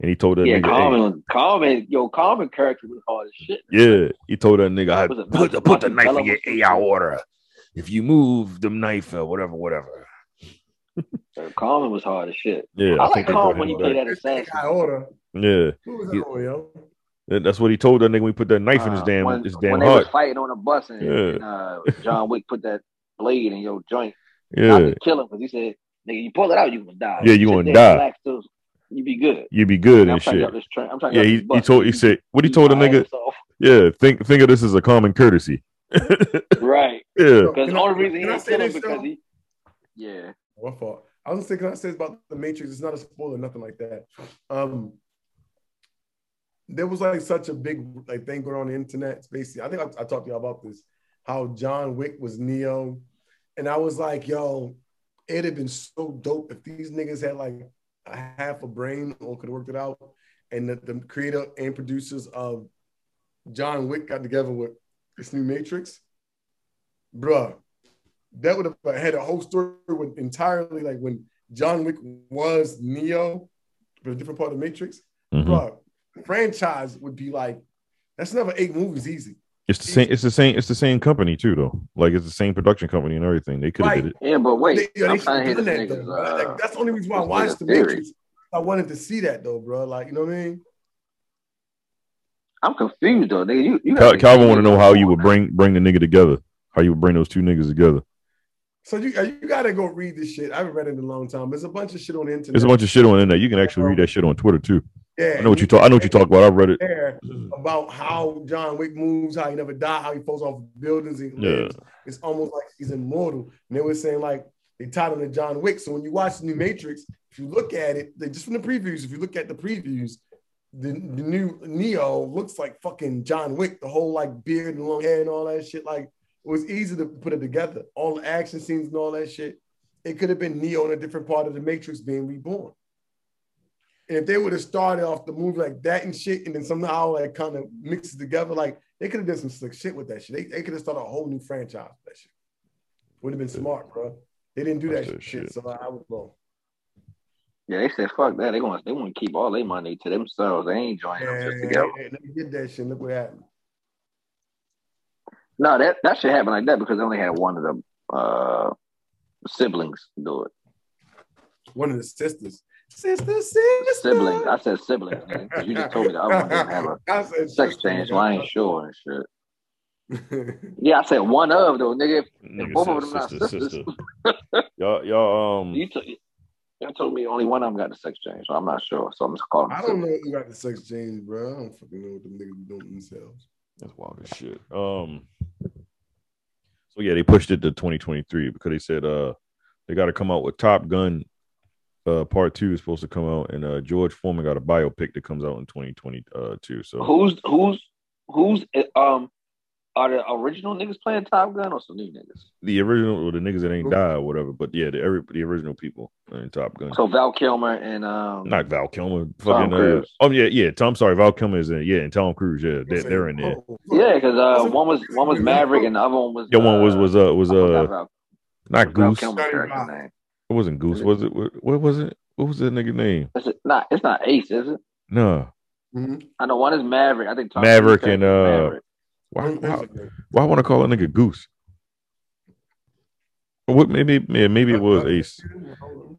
Speaker 3: and he told that
Speaker 4: Yeah,
Speaker 3: nigga, hey,
Speaker 4: Common, Common, yo, Common character was hard as shit.
Speaker 3: Yeah, he told that nigga, I
Speaker 4: Was it
Speaker 3: put,
Speaker 4: Malcolm-
Speaker 3: put the
Speaker 4: Malcolm
Speaker 3: knife in
Speaker 4: Bella
Speaker 3: your
Speaker 4: was-
Speaker 3: aorta. If you move the knife or whatever, whatever.
Speaker 4: Uh, Common was hard as shit.
Speaker 3: Yeah,
Speaker 4: I like
Speaker 3: they brought
Speaker 4: Common when he
Speaker 3: him
Speaker 4: played
Speaker 3: back.
Speaker 4: that assassin.
Speaker 5: I order.
Speaker 3: Yeah,
Speaker 5: Who was
Speaker 3: Yeah.
Speaker 5: that on, yo?
Speaker 3: that- that's what he told that nigga when he put that knife in his
Speaker 4: Uh,
Speaker 3: damn
Speaker 4: when,
Speaker 3: his damn
Speaker 4: when they
Speaker 3: heart.
Speaker 4: was fighting on a bus and,
Speaker 3: Yeah.
Speaker 4: and, uh, John Wick put that blade in your joint, I
Speaker 3: Yeah,
Speaker 4: could kill him because he said, "Nigga, you pull it out, you gonna die.
Speaker 3: Yeah, you
Speaker 4: Sit
Speaker 3: gonna
Speaker 4: there,
Speaker 3: die.
Speaker 4: relax, dude. you be good."
Speaker 3: you be good
Speaker 4: And I'm
Speaker 3: and
Speaker 4: trying to
Speaker 3: shit.
Speaker 4: get up this train. I'm trying to
Speaker 3: Yeah,
Speaker 4: get
Speaker 3: he,
Speaker 4: up this
Speaker 3: he
Speaker 4: bus.
Speaker 3: told he said what he told the
Speaker 4: My
Speaker 3: nigga.
Speaker 4: ass off.
Speaker 3: Yeah, think think of this as a common courtesy.
Speaker 4: <laughs>
Speaker 3: <laughs>
Speaker 4: right?
Speaker 3: Yeah,
Speaker 4: Because
Speaker 5: Can
Speaker 4: the
Speaker 5: I-
Speaker 4: only reason he
Speaker 5: can I
Speaker 4: didn't
Speaker 5: say
Speaker 4: kill him
Speaker 5: this,
Speaker 4: because
Speaker 5: though?
Speaker 4: he, yeah,
Speaker 5: My fault. I was thinking I said about the Matrix. It's not a spoiler, nothing like that. Um, there was like such a big like thing going on the internet. Basically, I think I, I talked to y'all about this. How John Wick was Neo, and I was like, yo, it'd have been so dope if these niggas had like a half a brain or could have worked it out, and that the creator and producers of John Wick got together with this new Matrix, bruh that would have had a whole story with entirely like when John Wick was Neo, but a different part of the Matrix.
Speaker 3: mhm.
Speaker 5: Bro, franchise would be like that's never eight movies easy.
Speaker 3: it's the same. It's the same. It's the same company too, though. Like it's the same production company and everything. They could have
Speaker 5: Right.
Speaker 3: did it.
Speaker 4: yeah. But wait,
Speaker 5: They- yo, they
Speaker 4: I'm
Speaker 5: should
Speaker 4: trying to hear
Speaker 5: have
Speaker 4: this
Speaker 5: done that,
Speaker 4: nigga's.
Speaker 5: though.
Speaker 4: Uh,
Speaker 5: Like, that's the only reason why I
Speaker 4: this
Speaker 5: watched
Speaker 4: nigga's
Speaker 5: the
Speaker 4: theory.
Speaker 5: Matrix. I wanted to see that though, bro. Like you know what I mean?
Speaker 4: I'm confused though, nigga. You, you
Speaker 3: Cal-
Speaker 4: gotta-
Speaker 3: Calvin want to know how you would bring bring the nigga together. How you would bring those two niggas together.
Speaker 5: So you uh, you gotta go read this shit. I haven't read it in a long time. There's a bunch of shit on the internet.
Speaker 3: There's a bunch of shit on internet. You can actually read that shit on Twitter too.
Speaker 5: yeah,
Speaker 3: I know what you talk. I know what you talk about. I read it.
Speaker 5: There about how John Wick moves, how he never died, how he falls off buildings, he
Speaker 3: Yeah.
Speaker 5: lives. it's almost like he's immortal. And they were saying like they tied him to John Wick. So when you watch the new Matrix, if you look at it, they, just from the previews, if you look at the previews, the, the new Neo looks like fucking John Wick, the whole like beard and long hair and all that shit. Like it was easy to put it together. All the action scenes and all that shit. It could have been Neo in a different part of the Matrix being reborn. And if they would have started off the movie like that and shit, and then somehow like kind of mixes together, like they could have done some slick shit with that shit. They, they could have started a whole new franchise with that shit. Would have been smart, bro. They didn't do that
Speaker 3: That's that
Speaker 5: shit,
Speaker 3: shit.
Speaker 5: so I, I would go.
Speaker 4: Yeah, they said fuck that. They going to they want to keep all their money to themselves. They ain't joining them just together.
Speaker 5: Yeah, they did that shit. Look what happened.
Speaker 4: No, that that should happen like that because they only had one of the uh, siblings do it.
Speaker 5: One of the sisters, sister, sister,
Speaker 4: Siblings. I said siblings nigga, 'cause you just told me the other one didn't have a
Speaker 5: <laughs> I said
Speaker 4: sex
Speaker 5: sister,
Speaker 4: change.
Speaker 5: nigga.
Speaker 4: So I
Speaker 5: <laughs>
Speaker 4: ain't sure and shit. Yeah, I said one of though, nigga.
Speaker 3: Nigga
Speaker 4: both of
Speaker 3: said
Speaker 4: them not sisters. <laughs>
Speaker 3: y'all, y'all, um,
Speaker 4: You t- you told me only one of them got the sex change, so I'm not sure. So I'm just calling.
Speaker 5: I don't know who got the sex change, bro. I don't fucking know what them niggas be doing to themselves.
Speaker 3: that's wild as shit. Um, so yeah, they pushed it to 2023 because they said uh they got to come out with Top Gun. Uh, part two is supposed to come out, and uh, George Foreman got a biopic that comes out in 2022. So
Speaker 4: Who's who's who's um are the original niggas playing Top Gun or some new niggas?
Speaker 3: the original, or the niggas that ain't die or whatever, but yeah, the every the original people are in Top Gun.
Speaker 4: So Val Kilmer and um
Speaker 3: Not Val Kilmer, fucking. Uh,
Speaker 4: Cruise.
Speaker 3: oh yeah, yeah. Tom, sorry, Val Kilmer is in. it, Yeah, and Tom Cruise. Yeah,
Speaker 5: I'm
Speaker 3: they,
Speaker 5: saying,
Speaker 3: they're in there.
Speaker 5: oh, fuck.
Speaker 4: yeah, because uh, one was one was Maverick and the other one was
Speaker 3: Yeah, one was
Speaker 4: uh,
Speaker 3: was uh was
Speaker 4: I forgot
Speaker 3: uh
Speaker 4: Val
Speaker 3: not
Speaker 4: Val
Speaker 3: Goose.
Speaker 4: Kilmer's character's name.
Speaker 3: It wasn't Goose,
Speaker 4: Is it-
Speaker 3: was it? What, what was it? What was that nigga name?
Speaker 4: It's not. It's not Ace, is it?
Speaker 3: No.
Speaker 5: Mhm.
Speaker 4: I know one is Maverick. I think Tom
Speaker 3: Maverick
Speaker 4: Cruise
Speaker 3: and,
Speaker 4: is
Speaker 3: uh,
Speaker 4: Maverick.
Speaker 3: Why? Why, why I want to call a nigga Goose? Or What? Maybe, yeah, maybe it was Ace.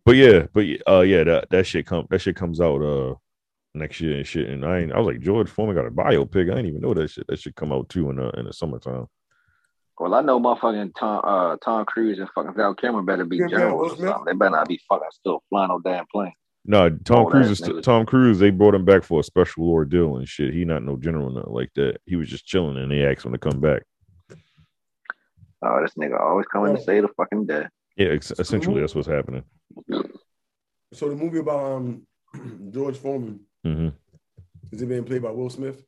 Speaker 3: But yeah, but yeah, uh, yeah, that that shit come that shit comes out uh next year and shit. And I ain't, I was like, George Foreman got a biopic. I didn't even know that shit. That shit come out too in the in the summertime.
Speaker 4: Well, I know motherfucking Tom, uh, Tom Cruise and fucking Val Cameron better be
Speaker 5: Yeah, man,
Speaker 4: generals
Speaker 5: Will
Speaker 4: or
Speaker 5: Smith.
Speaker 4: something. They better not be fucking still flying on damn plane.
Speaker 3: No, Tom
Speaker 4: Oh,
Speaker 3: Cruise
Speaker 4: that
Speaker 3: is
Speaker 4: nigga.
Speaker 3: Tom Cruise. They brought him back for a special ordeal and shit. He not no general nothing like that. He was just chilling and they asked him to come back.
Speaker 4: Oh, this nigga always coming to
Speaker 5: Yeah.
Speaker 4: say the fucking day.
Speaker 3: Yeah, ex- essentially that's what's happening.
Speaker 5: So the movie about um <clears throat> George Foreman
Speaker 3: hmm
Speaker 5: is it being played by Will Smith?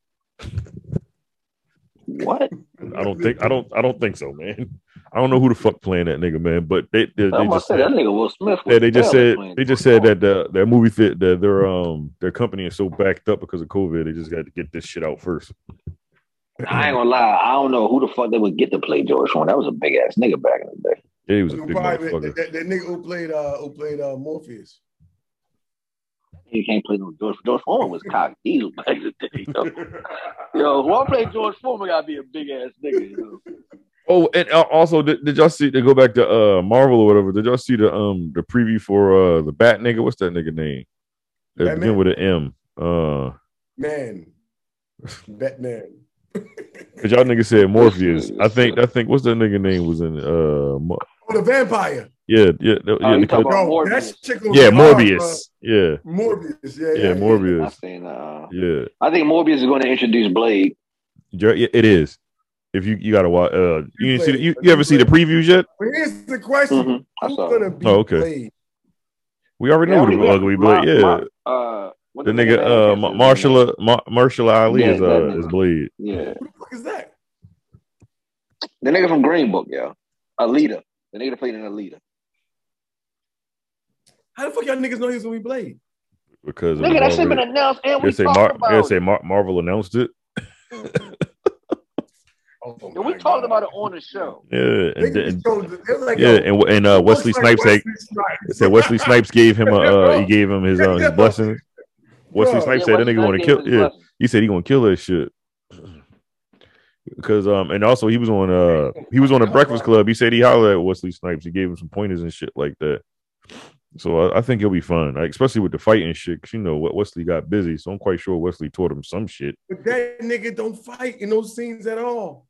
Speaker 4: What?
Speaker 3: I don't think I don't I don't think so, man. <laughs> I don't know who the fuck playing that nigga, man. But they they, they
Speaker 4: I'm gonna
Speaker 3: just
Speaker 4: say that nigga Will Smith. was
Speaker 3: Yeah, they just
Speaker 4: barely
Speaker 3: said
Speaker 4: playing
Speaker 3: they just
Speaker 4: football.
Speaker 3: said that uh, the that movie fit that their um their company is so backed up because of COVID, they just got to get this shit out first.
Speaker 4: I ain't gonna lie. I don't know who the fuck they would get to play George Foreman. That was a big ass nigga back in the day.
Speaker 3: Yeah, he was a big
Speaker 5: Probably, that,
Speaker 3: motherfucker.
Speaker 5: that, that nigga who played uh who played uh Morpheus.
Speaker 4: You can't play no George. George Foreman was cock diesel back in the day.
Speaker 3: <laughs>
Speaker 4: Yo, yo who I play George Foreman gotta be a big ass nigga. You know?
Speaker 3: Oh, and uh, also did, did y'all see to go back to uh Marvel or whatever? Did y'all see the um the preview for uh the Bat nigga? What's that nigga name? It
Speaker 5: Batman?
Speaker 3: begin with an M. Uh,
Speaker 5: <laughs>
Speaker 3: <laughs>
Speaker 5: Man. Batman.
Speaker 3: cause y'all niggas said Morpheus. I think I think what's that nigga name was in uh Mo-
Speaker 5: <laughs> Oh, the vampire.
Speaker 3: yeah yeah no, yeah
Speaker 4: Oh, you
Speaker 3: the
Speaker 4: talking
Speaker 3: cut-
Speaker 4: about-
Speaker 5: Yo,
Speaker 4: Morbius.
Speaker 5: that shit gonna
Speaker 3: yeah
Speaker 5: be hard,
Speaker 3: Morbius yeah
Speaker 5: bro. Morbius, yeah,
Speaker 3: yeah
Speaker 4: I
Speaker 3: Morbius
Speaker 4: seen. Uh,
Speaker 3: yeah.
Speaker 4: I think Morbius is going to introduce Blade.
Speaker 3: Jer- yeah, It is. If you you gotta watch, uh, you didn't see the, you, you ever see the previews yet?
Speaker 5: But here's the question:
Speaker 4: Mhm. I
Speaker 5: Who's
Speaker 4: saw. it.
Speaker 5: gonna be
Speaker 3: Oh, okay.
Speaker 5: played?
Speaker 3: We already know who the
Speaker 4: Yeah,
Speaker 3: ugly
Speaker 4: my-
Speaker 3: blade. Yeah,
Speaker 4: my- uh, what
Speaker 3: the
Speaker 4: the
Speaker 3: nigga, uh,
Speaker 4: name
Speaker 3: Ma-
Speaker 4: is?
Speaker 3: Marshall, Ma- Marshall Ali
Speaker 4: Yeah,
Speaker 3: is
Speaker 4: that
Speaker 3: uh,
Speaker 4: nigga.
Speaker 3: is blade.
Speaker 4: Yeah,
Speaker 5: Who the fuck is that?
Speaker 4: the nigga from Green Book, yo, Alita. The nigga that played in Alita.
Speaker 5: How the fuck y'all niggas know he was gonna be played?
Speaker 3: because it
Speaker 7: Nigga, that
Speaker 3: was
Speaker 7: shit been
Speaker 3: already,
Speaker 7: announced and
Speaker 3: they
Speaker 7: we
Speaker 3: say,
Speaker 7: talked
Speaker 3: Mar-
Speaker 7: about
Speaker 3: they
Speaker 7: it.
Speaker 3: say Mar- Marvel announced it.
Speaker 5: Oh,
Speaker 4: And we talked about it on the show.
Speaker 3: Yeah, and, then-
Speaker 5: like,
Speaker 3: yeah, and and uh,
Speaker 5: looks
Speaker 3: Wesley
Speaker 5: like
Speaker 3: Snipes like, they said
Speaker 5: <laughs>
Speaker 3: Wesley Snipes gave him a uh, he gave him his uh, his blessing. Wesley
Speaker 5: Bro.
Speaker 3: Snipes
Speaker 4: Yeah,
Speaker 3: said that
Speaker 4: Wesley
Speaker 3: nigga want to
Speaker 4: Snipes
Speaker 3: kill.
Speaker 4: gave his
Speaker 3: Yeah,
Speaker 4: blessing.
Speaker 3: he said he gonna kill that shit. Because um and also he was on uh he was on a Breakfast Club. He said he hollered at Wesley Snipes. He gave him some pointers and shit like that. So I, I think he'll be fine, like, especially with the fighting shit. 'cause you know what Wesley got busy, so I'm quite sure Wesley taught him some shit.
Speaker 5: But that nigga don't fight in those scenes at all.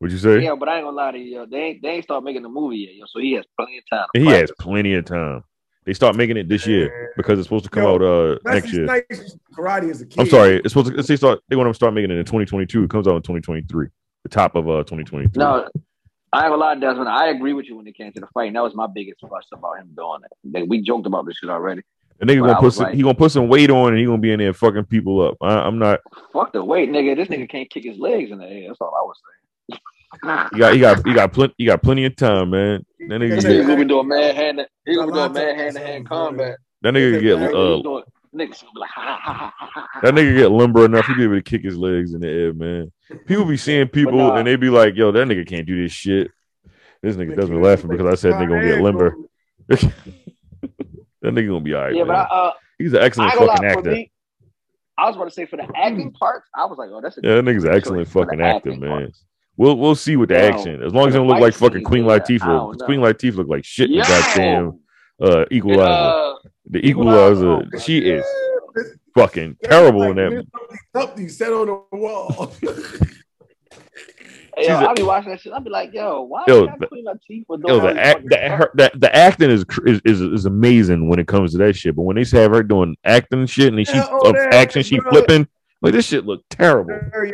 Speaker 3: Would you say?
Speaker 4: Yeah, but I ain't gonna lie to you. Yo. They ain't they ain't start making the movie yet, yo. So he has plenty of time. to
Speaker 3: And he has
Speaker 4: practice.
Speaker 3: plenty of time. They start making it this year because it's supposed to come
Speaker 5: Yo,
Speaker 3: out uh next
Speaker 5: Wesley
Speaker 3: year.
Speaker 5: Snipes used to do karate as a kid.
Speaker 3: I'm sorry, it's supposed to they start they want to start making it in 2022. It comes out in 2023, the top of uh 2023.
Speaker 4: No, I ain't gonna lie, Desmond. I agree with you when it came to the fight. And that was my biggest fuss about him doing it. Like, we joked about this shit already.
Speaker 3: the nigga
Speaker 4: Well,
Speaker 3: gonna
Speaker 4: I
Speaker 3: put
Speaker 4: was
Speaker 3: some,
Speaker 4: like-
Speaker 3: he gonna put some weight on and he gonna be in there fucking people up. I, I'm not.
Speaker 4: Fuck the weight, nigga. This nigga can't kick his legs in the air. That's all I was <laughs> saying.
Speaker 3: He got he got he got plenty he got plenty of time, man. That nigga
Speaker 4: This
Speaker 3: can
Speaker 4: nigga
Speaker 5: Yeah.
Speaker 3: get,
Speaker 4: gonna be doing man hand. to- He gonna be doing
Speaker 5: Alonzo
Speaker 4: man hand to hand
Speaker 5: Alonzo
Speaker 4: combat.
Speaker 3: that nigga can
Speaker 5: Yeah.
Speaker 3: get
Speaker 4: Niggas
Speaker 3: uh,
Speaker 4: doing- niggas gonna be like, ha, ha, ha, ha, ha, ha.
Speaker 3: that nigga get lumber enough to be able to kick his legs in the air, man. People be seeing people
Speaker 4: nah.
Speaker 3: and they be like, "Yo, that nigga can't do this shit." This nigga doesn't laughing because I said nigga gonna get limber. That nigga gonna be all right.
Speaker 4: Yeah, but I,
Speaker 3: man.
Speaker 4: uh,
Speaker 3: He's an
Speaker 4: I
Speaker 3: excellent
Speaker 4: ain't gonna
Speaker 3: fucking
Speaker 4: lie. For
Speaker 3: actor.
Speaker 4: me, I was about to say for the acting parts, I was like, oh, that's a
Speaker 3: Yeah, that nigga's an
Speaker 4: choice
Speaker 3: excellent
Speaker 4: for the
Speaker 3: fucking actor,
Speaker 4: acting
Speaker 3: man.
Speaker 4: parts.
Speaker 3: We'll we'll see with the
Speaker 4: Well,
Speaker 3: action. As long as it
Speaker 4: for
Speaker 3: don't
Speaker 4: the
Speaker 3: look like
Speaker 4: fight
Speaker 3: fucking
Speaker 4: scenes,
Speaker 3: Queen
Speaker 4: yeah, I
Speaker 3: Latifah.
Speaker 4: don't
Speaker 3: 'cause
Speaker 4: know.
Speaker 3: Queen Latifah look like shit in
Speaker 4: Yo!
Speaker 3: the goddamn uh,
Speaker 4: And,
Speaker 3: Equalizer.
Speaker 4: uh,
Speaker 3: the Equalizer.
Speaker 4: Equalizer, oh,
Speaker 3: she
Speaker 4: yeah.
Speaker 3: is fucking terrible in that.
Speaker 5: Something set on the
Speaker 3: <laughs>
Speaker 5: wall. <laughs>
Speaker 4: yo,
Speaker 3: a-
Speaker 4: I'll be watching that shit. I'll be like, yo, why
Speaker 3: Yo,
Speaker 4: yo, I
Speaker 3: the-
Speaker 4: clean up teeth for
Speaker 3: Yo, the, act, the, her, the the acting is, cr- is is is amazing when it comes to that shit. But when they have her doing acting and shit, and then she
Speaker 5: Yeah, all
Speaker 3: uh,
Speaker 5: that,
Speaker 3: action, she
Speaker 5: bro.
Speaker 3: flipping like this shit looked terrible.
Speaker 5: Very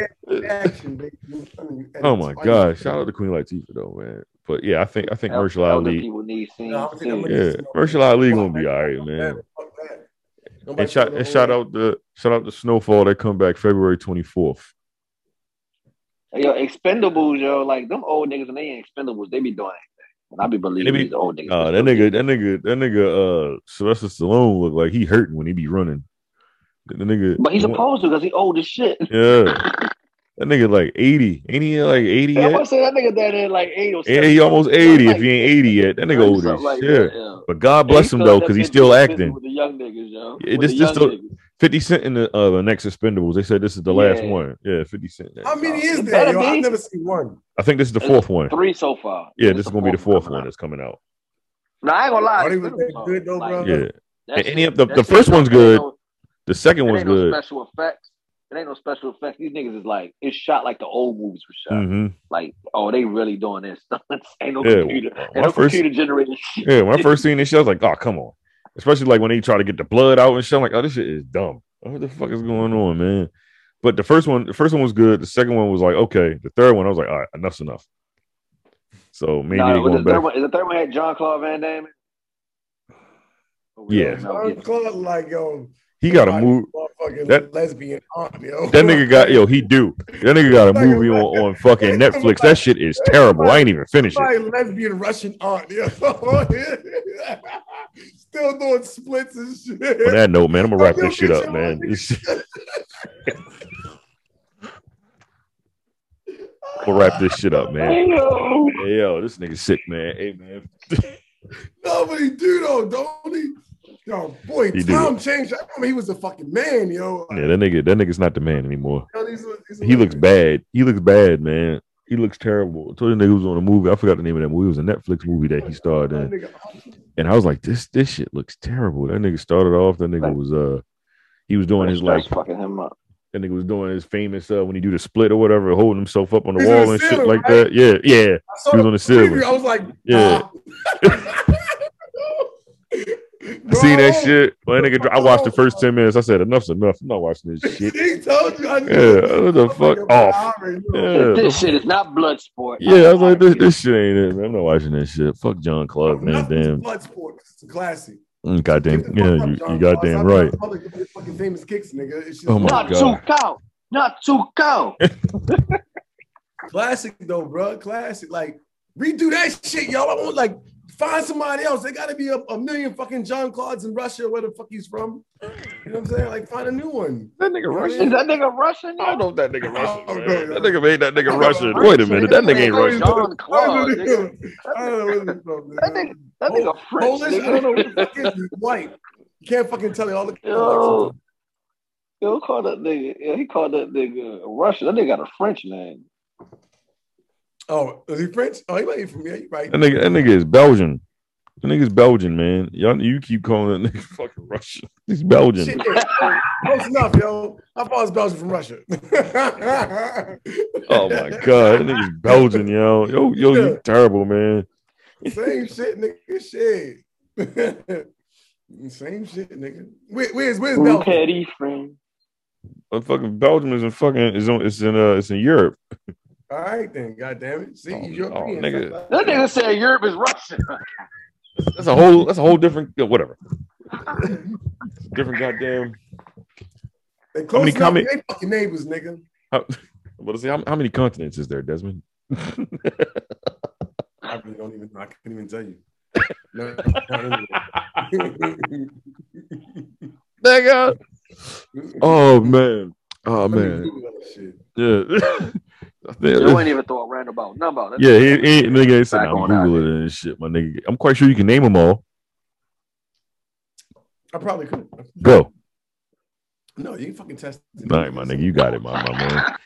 Speaker 5: action, baby. I'm telling you,
Speaker 3: Oh my
Speaker 5: it's
Speaker 3: god! Shout out to Queen Latifah though, man. But yeah, I think I think Marshall Ali,
Speaker 4: people need scenes.
Speaker 5: No, I'm thinking-
Speaker 4: too.
Speaker 3: yeah, Marshall Ali gonna be all right, man.
Speaker 5: Fuck that. Nobody
Speaker 3: And shout
Speaker 5: fucking
Speaker 3: and shout out the shout out the Snowfall that come back February twenty fourth.
Speaker 4: Yo, Expendables, yo, like them old niggas, and they ain't Expendables, they be doing anything. And I be believing
Speaker 3: They be-
Speaker 4: these old niggas.
Speaker 3: Uh, that nigga, that nigga, that nigga, uh, Sylvester Stallone look like he hurting when he be running. The nigga,
Speaker 4: But he's
Speaker 3: the one-
Speaker 4: supposed to because he old as shit.
Speaker 3: Yeah. That nigga like 80. Ain't he like 80
Speaker 4: I'm
Speaker 3: yet?
Speaker 4: gonna say that nigga that is like eight or
Speaker 3: Yeah,
Speaker 4: something.
Speaker 3: he almost 80 if
Speaker 4: Like-
Speaker 3: he ain't 80 yet. That nigga
Speaker 4: Something
Speaker 3: older as
Speaker 4: like that,
Speaker 3: shit.
Speaker 4: yeah.
Speaker 3: But God bless him
Speaker 4: Yeah, he
Speaker 3: though,
Speaker 4: fell
Speaker 3: because he's
Speaker 4: back
Speaker 3: still
Speaker 4: into business
Speaker 3: acting.
Speaker 4: With the young niggas, yo.
Speaker 3: Yeah,
Speaker 4: With
Speaker 3: this-
Speaker 4: the
Speaker 3: this
Speaker 4: young
Speaker 3: don't-
Speaker 4: niggas.
Speaker 3: 50 Cent in the uh, the next expendables. They said this is the last
Speaker 4: Yeah.
Speaker 3: one. Yeah, 50 Cent.
Speaker 5: How many is
Speaker 4: It
Speaker 5: there?
Speaker 4: better
Speaker 5: Yo? I've
Speaker 4: be.
Speaker 5: never seen one.
Speaker 3: I think this is the fourth one.
Speaker 4: Three so far.
Speaker 3: Yeah, this is gonna be the fourth
Speaker 4: coming
Speaker 3: one
Speaker 4: out.
Speaker 3: that's coming out.
Speaker 4: Nah, I ain't gonna lie.
Speaker 5: Are they
Speaker 4: it's
Speaker 5: really that good though, bro?
Speaker 4: Like,
Speaker 3: Yeah.
Speaker 4: that
Speaker 3: And any
Speaker 4: shit-
Speaker 3: of the-
Speaker 4: that
Speaker 3: the
Speaker 4: shit
Speaker 3: first one's
Speaker 4: don't- it ain't
Speaker 3: good.
Speaker 4: no-
Speaker 3: The second
Speaker 4: It
Speaker 3: one's
Speaker 4: ain't no
Speaker 3: good.
Speaker 4: special effects. It ain't no special effects. These niggas is like it's shot like the old movies were shot.
Speaker 3: hmm
Speaker 4: Like, oh, they really doing this. <laughs> ain't no
Speaker 3: Yeah,
Speaker 4: computer.
Speaker 3: my
Speaker 4: Ain't no
Speaker 3: first-
Speaker 4: computer generated
Speaker 3: <laughs>
Speaker 4: shit.
Speaker 3: Yeah, when I first seen this shit, I was like, oh, come on. Especially like when they try to get the blood out and shit. I'm like, oh, this shit is dumb. What the fuck is going on, man? But the first one, the first one was good. The second one was like, okay. The third one, I was like, all right, enough's enough. So maybe
Speaker 4: Nah,
Speaker 3: they're
Speaker 4: was
Speaker 3: going
Speaker 4: the third
Speaker 3: back.
Speaker 4: one, is the third one had John Claude Van Damme? in it? Oh, we
Speaker 3: Yeah.
Speaker 4: don't know.
Speaker 5: John Claude, like yo,
Speaker 3: He got a
Speaker 5: somebody-
Speaker 3: move.
Speaker 5: motherfucking
Speaker 3: That-
Speaker 5: lesbian aunt, yo.
Speaker 3: That nigga got
Speaker 5: <laughs>
Speaker 3: yo, he do. That nigga got a movie on, on fucking Netflix. That shit is terrible. I ain't even finished it.
Speaker 5: Probably lesbian Russian aunt, yo. <laughs> Still doing splits and shit.
Speaker 3: On
Speaker 5: <laughs>
Speaker 3: that note, man, I'm gonna wrap this shit up, man. we'll wrap this shit up, man.
Speaker 4: Yo.
Speaker 3: Hey, yo, this nigga sick, man. Hey, man.
Speaker 5: Nobody do though, don't he? Yo, boy,
Speaker 3: He do.
Speaker 5: Tom changed. I mean, he was a fucking man, yo.
Speaker 3: Yeah, that nigga, that nigga's not the man anymore.
Speaker 5: Yo, these are- these are
Speaker 3: He
Speaker 5: like-
Speaker 3: looks bad. He looks bad, man. He looks terrible. I told you nigga was on a movie. I forgot the name of that movie. It was a Netflix movie that he starred in.
Speaker 5: That nigga- uh,
Speaker 3: And I was like, this this shit looks terrible. That nigga started off. That nigga was uh he was doing his like
Speaker 4: That's fucking him up.
Speaker 3: that nigga was doing his famous uh when he do the split or whatever, holding himself up on the
Speaker 5: He's
Speaker 3: wall
Speaker 5: on the
Speaker 3: and shit
Speaker 5: ceiling,
Speaker 3: like
Speaker 5: right?
Speaker 3: that. Yeah, yeah.
Speaker 5: I saw
Speaker 3: He was on the ceiling.
Speaker 5: preview, I was like,
Speaker 3: Yeah.
Speaker 5: <laughs> ah.
Speaker 3: <laughs> I seen that
Speaker 5: No.
Speaker 3: shit. Well, that nigga, dro- I watched the first 10 minutes. I said, enough's enough. I'm not watching this shit.
Speaker 5: He told you. I knew
Speaker 3: Yeah,
Speaker 5: it.
Speaker 3: what the
Speaker 5: I'm like,
Speaker 3: fuck?
Speaker 5: bro, I
Speaker 3: Off.
Speaker 5: already knew.
Speaker 3: Yeah.
Speaker 4: This shit is not blood sport.
Speaker 3: Yeah, I was like, this, this shit ain't it, man. I'm not watching this shit. Fuck John Clark, man.
Speaker 5: Nothing's
Speaker 3: Damn.
Speaker 5: Bloodsport. It's a classic.
Speaker 3: Mm, Goddamn.
Speaker 5: Get the
Speaker 3: Yeah,
Speaker 5: fuck up,
Speaker 3: you,
Speaker 5: John
Speaker 3: you
Speaker 5: Claus.
Speaker 3: goddamn
Speaker 5: I'm
Speaker 3: right.
Speaker 5: not public with Fucking famous kicks, nigga. It's just
Speaker 3: Oh my
Speaker 4: not
Speaker 3: God.
Speaker 4: too cow. Not too
Speaker 3: <laughs>
Speaker 4: cow.
Speaker 5: classic though, bro. Classic. Like redo that shit, y'all. I want like find somebody else. They gotta be a, a million fucking John Claudes in Russia, where the fuck he's from. You know what I'm saying? Like find a new one.
Speaker 3: That nigga
Speaker 4: Is that nigga Russian?
Speaker 3: I don't know if that nigga Russian.
Speaker 5: Oh,
Speaker 3: man.
Speaker 5: no, no.
Speaker 3: That nigga made that nigga Russian. Wait a minute. That nigga ain't Russian.
Speaker 4: John Claude. nigga.
Speaker 5: <laughs> I don't know where he's
Speaker 4: That
Speaker 5: from.
Speaker 4: nigga,
Speaker 5: man.
Speaker 4: that nigga French.
Speaker 5: Polish? I don't know
Speaker 4: Nigga.
Speaker 5: what the fuck is he? White. You can't fucking tell it all the
Speaker 3: <laughs>
Speaker 4: Yo. Yo, call that nigga. Yeah, he called that nigga Russian. That nigga got a
Speaker 3: <laughs>
Speaker 4: French name.
Speaker 5: Oh, is he French? Oh, he might be from yeah, you right.
Speaker 3: That nigga, that nigga is Belgian. That nigga's Belgian, man. Y'all, you keep calling that nigga <laughs> fucking Russian. He's Belgian.
Speaker 5: Shit, yeah. Close enough, yo. How far is Belgium from Russia?
Speaker 3: <laughs> Oh
Speaker 5: <laughs>
Speaker 3: my god, that nigga's Belgian, yo. Yo, yo,
Speaker 5: Yeah.
Speaker 3: you terrible, man.
Speaker 5: Same shit, <laughs> nigga. Shit. Same shit, nigga. Where, where's where's
Speaker 4: Who
Speaker 5: Belgium?
Speaker 4: petty friend?
Speaker 3: Uh, fucking Belgium is in fucking is on it's in uh it's in Europe.
Speaker 5: All right then, god damn it. See,
Speaker 3: Oh,
Speaker 5: you European.
Speaker 3: oh, nigga.
Speaker 5: suck
Speaker 4: That nigga said Europe is Russian.
Speaker 3: That's a whole that's a whole different yeah, whatever.
Speaker 5: <laughs>
Speaker 3: different goddamn.
Speaker 5: They close
Speaker 3: many
Speaker 5: enough.
Speaker 3: comment-
Speaker 5: They fucking neighbors, nigga.
Speaker 3: How, I'm about to say how, how many continents is there, Desmond? <laughs>
Speaker 5: I really don't even know. I couldn't even tell you. <laughs> No, not anyway.
Speaker 3: Nigga. <laughs> Oh man. Oh man. Yeah. <laughs> I think-
Speaker 4: Joe ain't even throw a random about number. That
Speaker 3: yeah,
Speaker 4: nigga-
Speaker 3: he, he nigga ain't said
Speaker 4: Back
Speaker 3: I'm
Speaker 4: on out
Speaker 3: Googling it and shit, my nigga. I'm quite sure you can name them all.
Speaker 5: I probably could.
Speaker 3: Go.
Speaker 5: No, you can fucking test. it.
Speaker 3: All right, my nigga. You got it, my my man.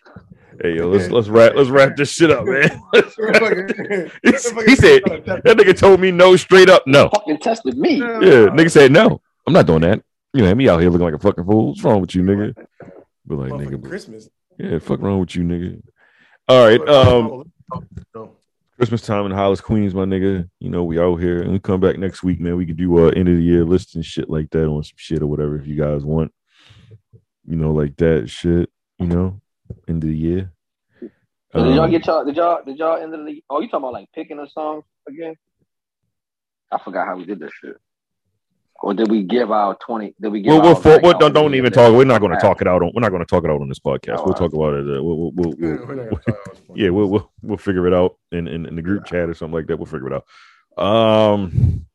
Speaker 3: Hey yo, let's let's wrap let's wrap this shit up, man. <laughs> He said- That nigga told me no straight up no.
Speaker 4: fucking tested me.
Speaker 3: Yeah, nigga said no. I'm not doing that. You know, me out here looking like a fucking fool. What's wrong with you, nigga? But like,
Speaker 5: Motherfucking
Speaker 3: nigga,
Speaker 5: Christmas.
Speaker 3: yeah, fuck wrong with you, nigga. All right, um,
Speaker 5: No.
Speaker 3: Christmas time in Hollis, Queens, my nigga. You know, we out here and we come back next week, man. We can do uh end of the year lists and shit like that on some shit or whatever if you guys want. You know, like that shit. You know, end of the year.
Speaker 4: So did y'all
Speaker 3: Um,
Speaker 4: get y'all? Did y'all? Did y'all end of the? Oh, you talking about like picking a song again? I forgot how we did this shit. Or did we give our twenty? Did we give?
Speaker 3: Well,
Speaker 4: our,
Speaker 3: we'll for,
Speaker 4: like,
Speaker 3: we'll-
Speaker 4: our-
Speaker 3: don't, don't even talk. We're not going to
Speaker 4: Yeah.
Speaker 3: talk it out on. We're not going to talk it out on this podcast.
Speaker 4: Oh,
Speaker 3: we'll
Speaker 4: all
Speaker 3: talk about it. Uh, we'll, we'll, we'll,
Speaker 5: Yeah,
Speaker 3: we'll,
Speaker 5: we're not gonna talk about it.
Speaker 3: yeah, we'll we'll, we'll figure it out in, in in the group chat or something like that. We'll figure it out. Um,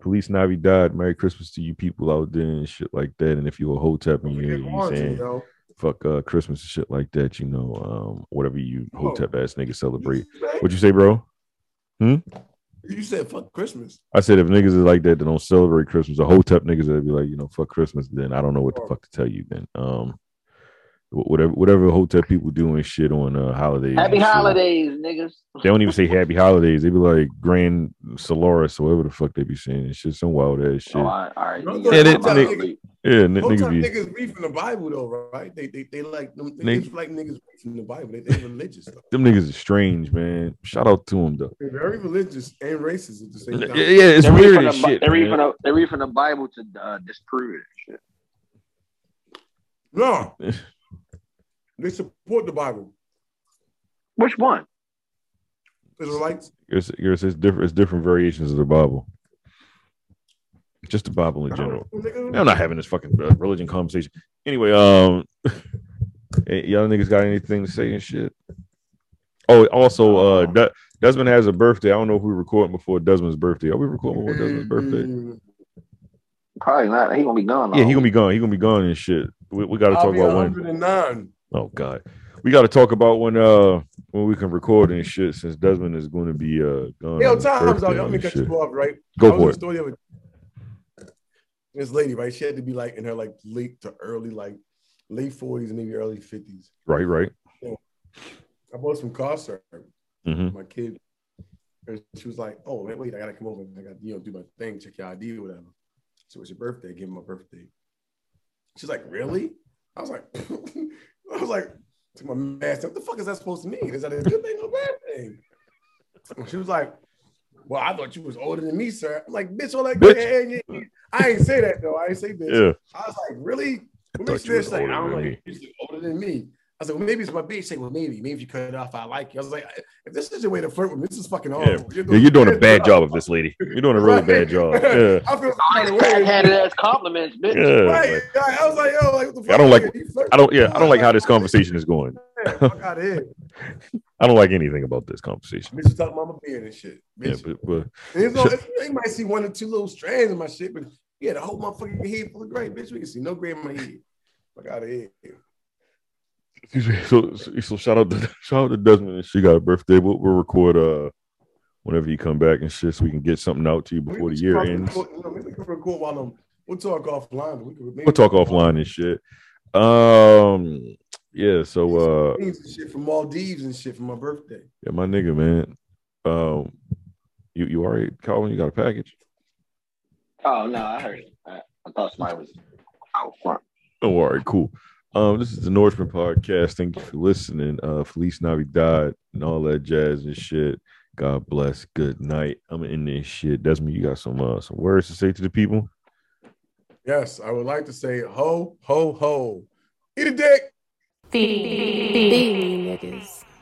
Speaker 3: police Navi died. Merry Christmas to you people out there and shit like that. And if you a hotep and
Speaker 5: We
Speaker 3: you
Speaker 5: get
Speaker 3: you
Speaker 5: on to,
Speaker 3: saying
Speaker 5: yo.
Speaker 3: fuck uh, Christmas and shit like that. You know, um, whatever you
Speaker 5: Oh.
Speaker 3: hotep ass niggas celebrate. What you say, bro?
Speaker 5: You said fuck Christmas.
Speaker 3: I said if niggas is like that that don't celebrate Christmas, or hotep niggas that be like, you know, fuck Christmas, then I don't know what the fuck to tell you. Then, um, wh- whatever whatever hotep people doing shit on uh, holidays.
Speaker 7: Happy
Speaker 3: and shit.
Speaker 7: holidays, niggas.
Speaker 3: They don't even say happy holidays. They be like grand solaris or whatever the fuck they be saying. It's just some wild ass shit.
Speaker 7: Oh, all right, all right.
Speaker 5: Don't
Speaker 7: niggas.
Speaker 5: go
Speaker 3: Yeah, they-
Speaker 7: I'm about
Speaker 3: they-
Speaker 7: to sleep.
Speaker 3: yeah, n-
Speaker 5: Most
Speaker 3: niggas
Speaker 5: time
Speaker 3: be.
Speaker 5: niggas read from the Bible though, right? They they, they like them
Speaker 3: Nigg-
Speaker 5: they just like niggas read from the Bible. They they religious though.
Speaker 3: Them niggas is strange, man. Shout out to them though.
Speaker 5: They're very religious and racist at the same
Speaker 3: Yeah,
Speaker 5: time.
Speaker 3: yeah, it's
Speaker 7: They read
Speaker 3: weird
Speaker 7: from
Speaker 3: as
Speaker 7: the Bi-
Speaker 3: shit.
Speaker 7: They read from
Speaker 3: man.
Speaker 7: the they read from the Bible to uh, disprove it. and Shit.
Speaker 3: <laughs>
Speaker 5: No. they support the Bible.
Speaker 7: Which one?
Speaker 5: Israelites.
Speaker 3: It's, it's, it's different. It's different variations of the Bible. Just the Bible in general.
Speaker 5: Nigga,
Speaker 3: I'm not having this fucking uh, religion conversation. Anyway, um, <laughs> eh, y'all niggas got anything to say and shit? Oh, also, uh, Du- Desmond has a birthday. I don't know if we're recording before Desmond's birthday. Are we recording before Desmond's birthday?
Speaker 5: Mm,
Speaker 7: Probably not. He gonna be gone.
Speaker 3: Yeah, he gonna be gone. He gonna be gone and shit. We, we got to
Speaker 5: I'll
Speaker 3: talk
Speaker 5: be
Speaker 3: about when.
Speaker 5: 109.
Speaker 3: Oh God, we got to talk about when uh when we can record and shit since Desmond is going to be uh gone. on
Speaker 5: Yo,
Speaker 3: his
Speaker 5: times
Speaker 3: birthday
Speaker 5: out. Y'all
Speaker 3: and
Speaker 5: make cut
Speaker 3: shit.
Speaker 5: you off, right? I
Speaker 3: Go
Speaker 5: was in
Speaker 3: for
Speaker 5: the
Speaker 3: it.
Speaker 5: Story of a- this lady, right? She had to be like in her like late to early, like late forties, maybe early fifties.
Speaker 3: Right, right.
Speaker 5: I bought some car syrup for
Speaker 3: hmm
Speaker 5: my kid, and she was like, "Oh, wait, wait, I gotta come over. I got to you know do my thing, check your ID or whatever." So it's your birthday. Give me my birthday. She's like, "Really?" I was like, <laughs> I was like, took my mask. What the fuck is that supposed to mean? Is that a good thing or a bad thing? And she was like, "Well, I thought you was older than me, sir." I'm like, "Bitch, all like,
Speaker 3: Bitch.
Speaker 5: yeah, yeah, yeah." I ain't say that though. I ain't say bitch.
Speaker 3: Yeah.
Speaker 5: I was like, really? What
Speaker 3: thought
Speaker 5: makes
Speaker 3: you
Speaker 5: this
Speaker 3: was
Speaker 5: like, I
Speaker 3: older than
Speaker 5: don't know,
Speaker 3: me.
Speaker 5: you're older than me. I was like, well, maybe it's my bitch. Say, well, maybe, maybe if you cut it off, I like you. I was like, if this is your way to flirt with me, this is fucking horrible.
Speaker 3: Yeah, you're doing a bad job
Speaker 5: <laughs>
Speaker 3: of this lady. You're doing a really bad job. Yeah.
Speaker 5: I feel
Speaker 7: All
Speaker 5: kind
Speaker 7: these
Speaker 5: of weird.
Speaker 7: backhanded ass compliments, bitch.
Speaker 3: Yeah.
Speaker 5: Right,
Speaker 3: like-
Speaker 5: right. I was like, yo, like, what the fuck?
Speaker 3: I don't like-
Speaker 5: You flirting?
Speaker 3: I don't. Yeah, I don't like how this conversation is going.
Speaker 5: Yeah, fuck out of here.
Speaker 3: I don't like anything about this conversation.
Speaker 5: Bitch, talk mama beard and shit. Bitch.
Speaker 3: Yeah, but, but
Speaker 5: And it's all, it's, they might see one or two little strands in my shit, but yeah, the whole motherfucking head full of gray, bitch. We can see no gray in my head. Fuck out of here.
Speaker 3: excuse me. So, so, so shout out to <laughs> shout out to Desmond. She got a birthday. We'll, we'll record uh whenever you come back and shit, so we can get something out to you before the
Speaker 5: We- we
Speaker 3: year
Speaker 5: probably
Speaker 3: ends.
Speaker 5: record- no, we can record while I'm. We'll talk offline. We can, maybe
Speaker 3: We'll talk offline and shit. Um, yeah. So, uh,
Speaker 5: Things and shit from Maldives and shit for my birthday.
Speaker 3: yeah, my nigga, man. Um, you you all right, Calvin? You got a package?
Speaker 7: Oh no, I heard. It. I, I thought somebody was out front.
Speaker 3: Oh, all right, cool. Um, this is the Norseman podcast. Thank you for listening. Uh, Felice Navidad and all that jazz and shit. God bless. Good night. I'm in this shit. Desmond, you got some uh, some words to say to the people?
Speaker 5: Yes, I would like to say ho ho ho. Eat a dick.
Speaker 1: Feed me niggas.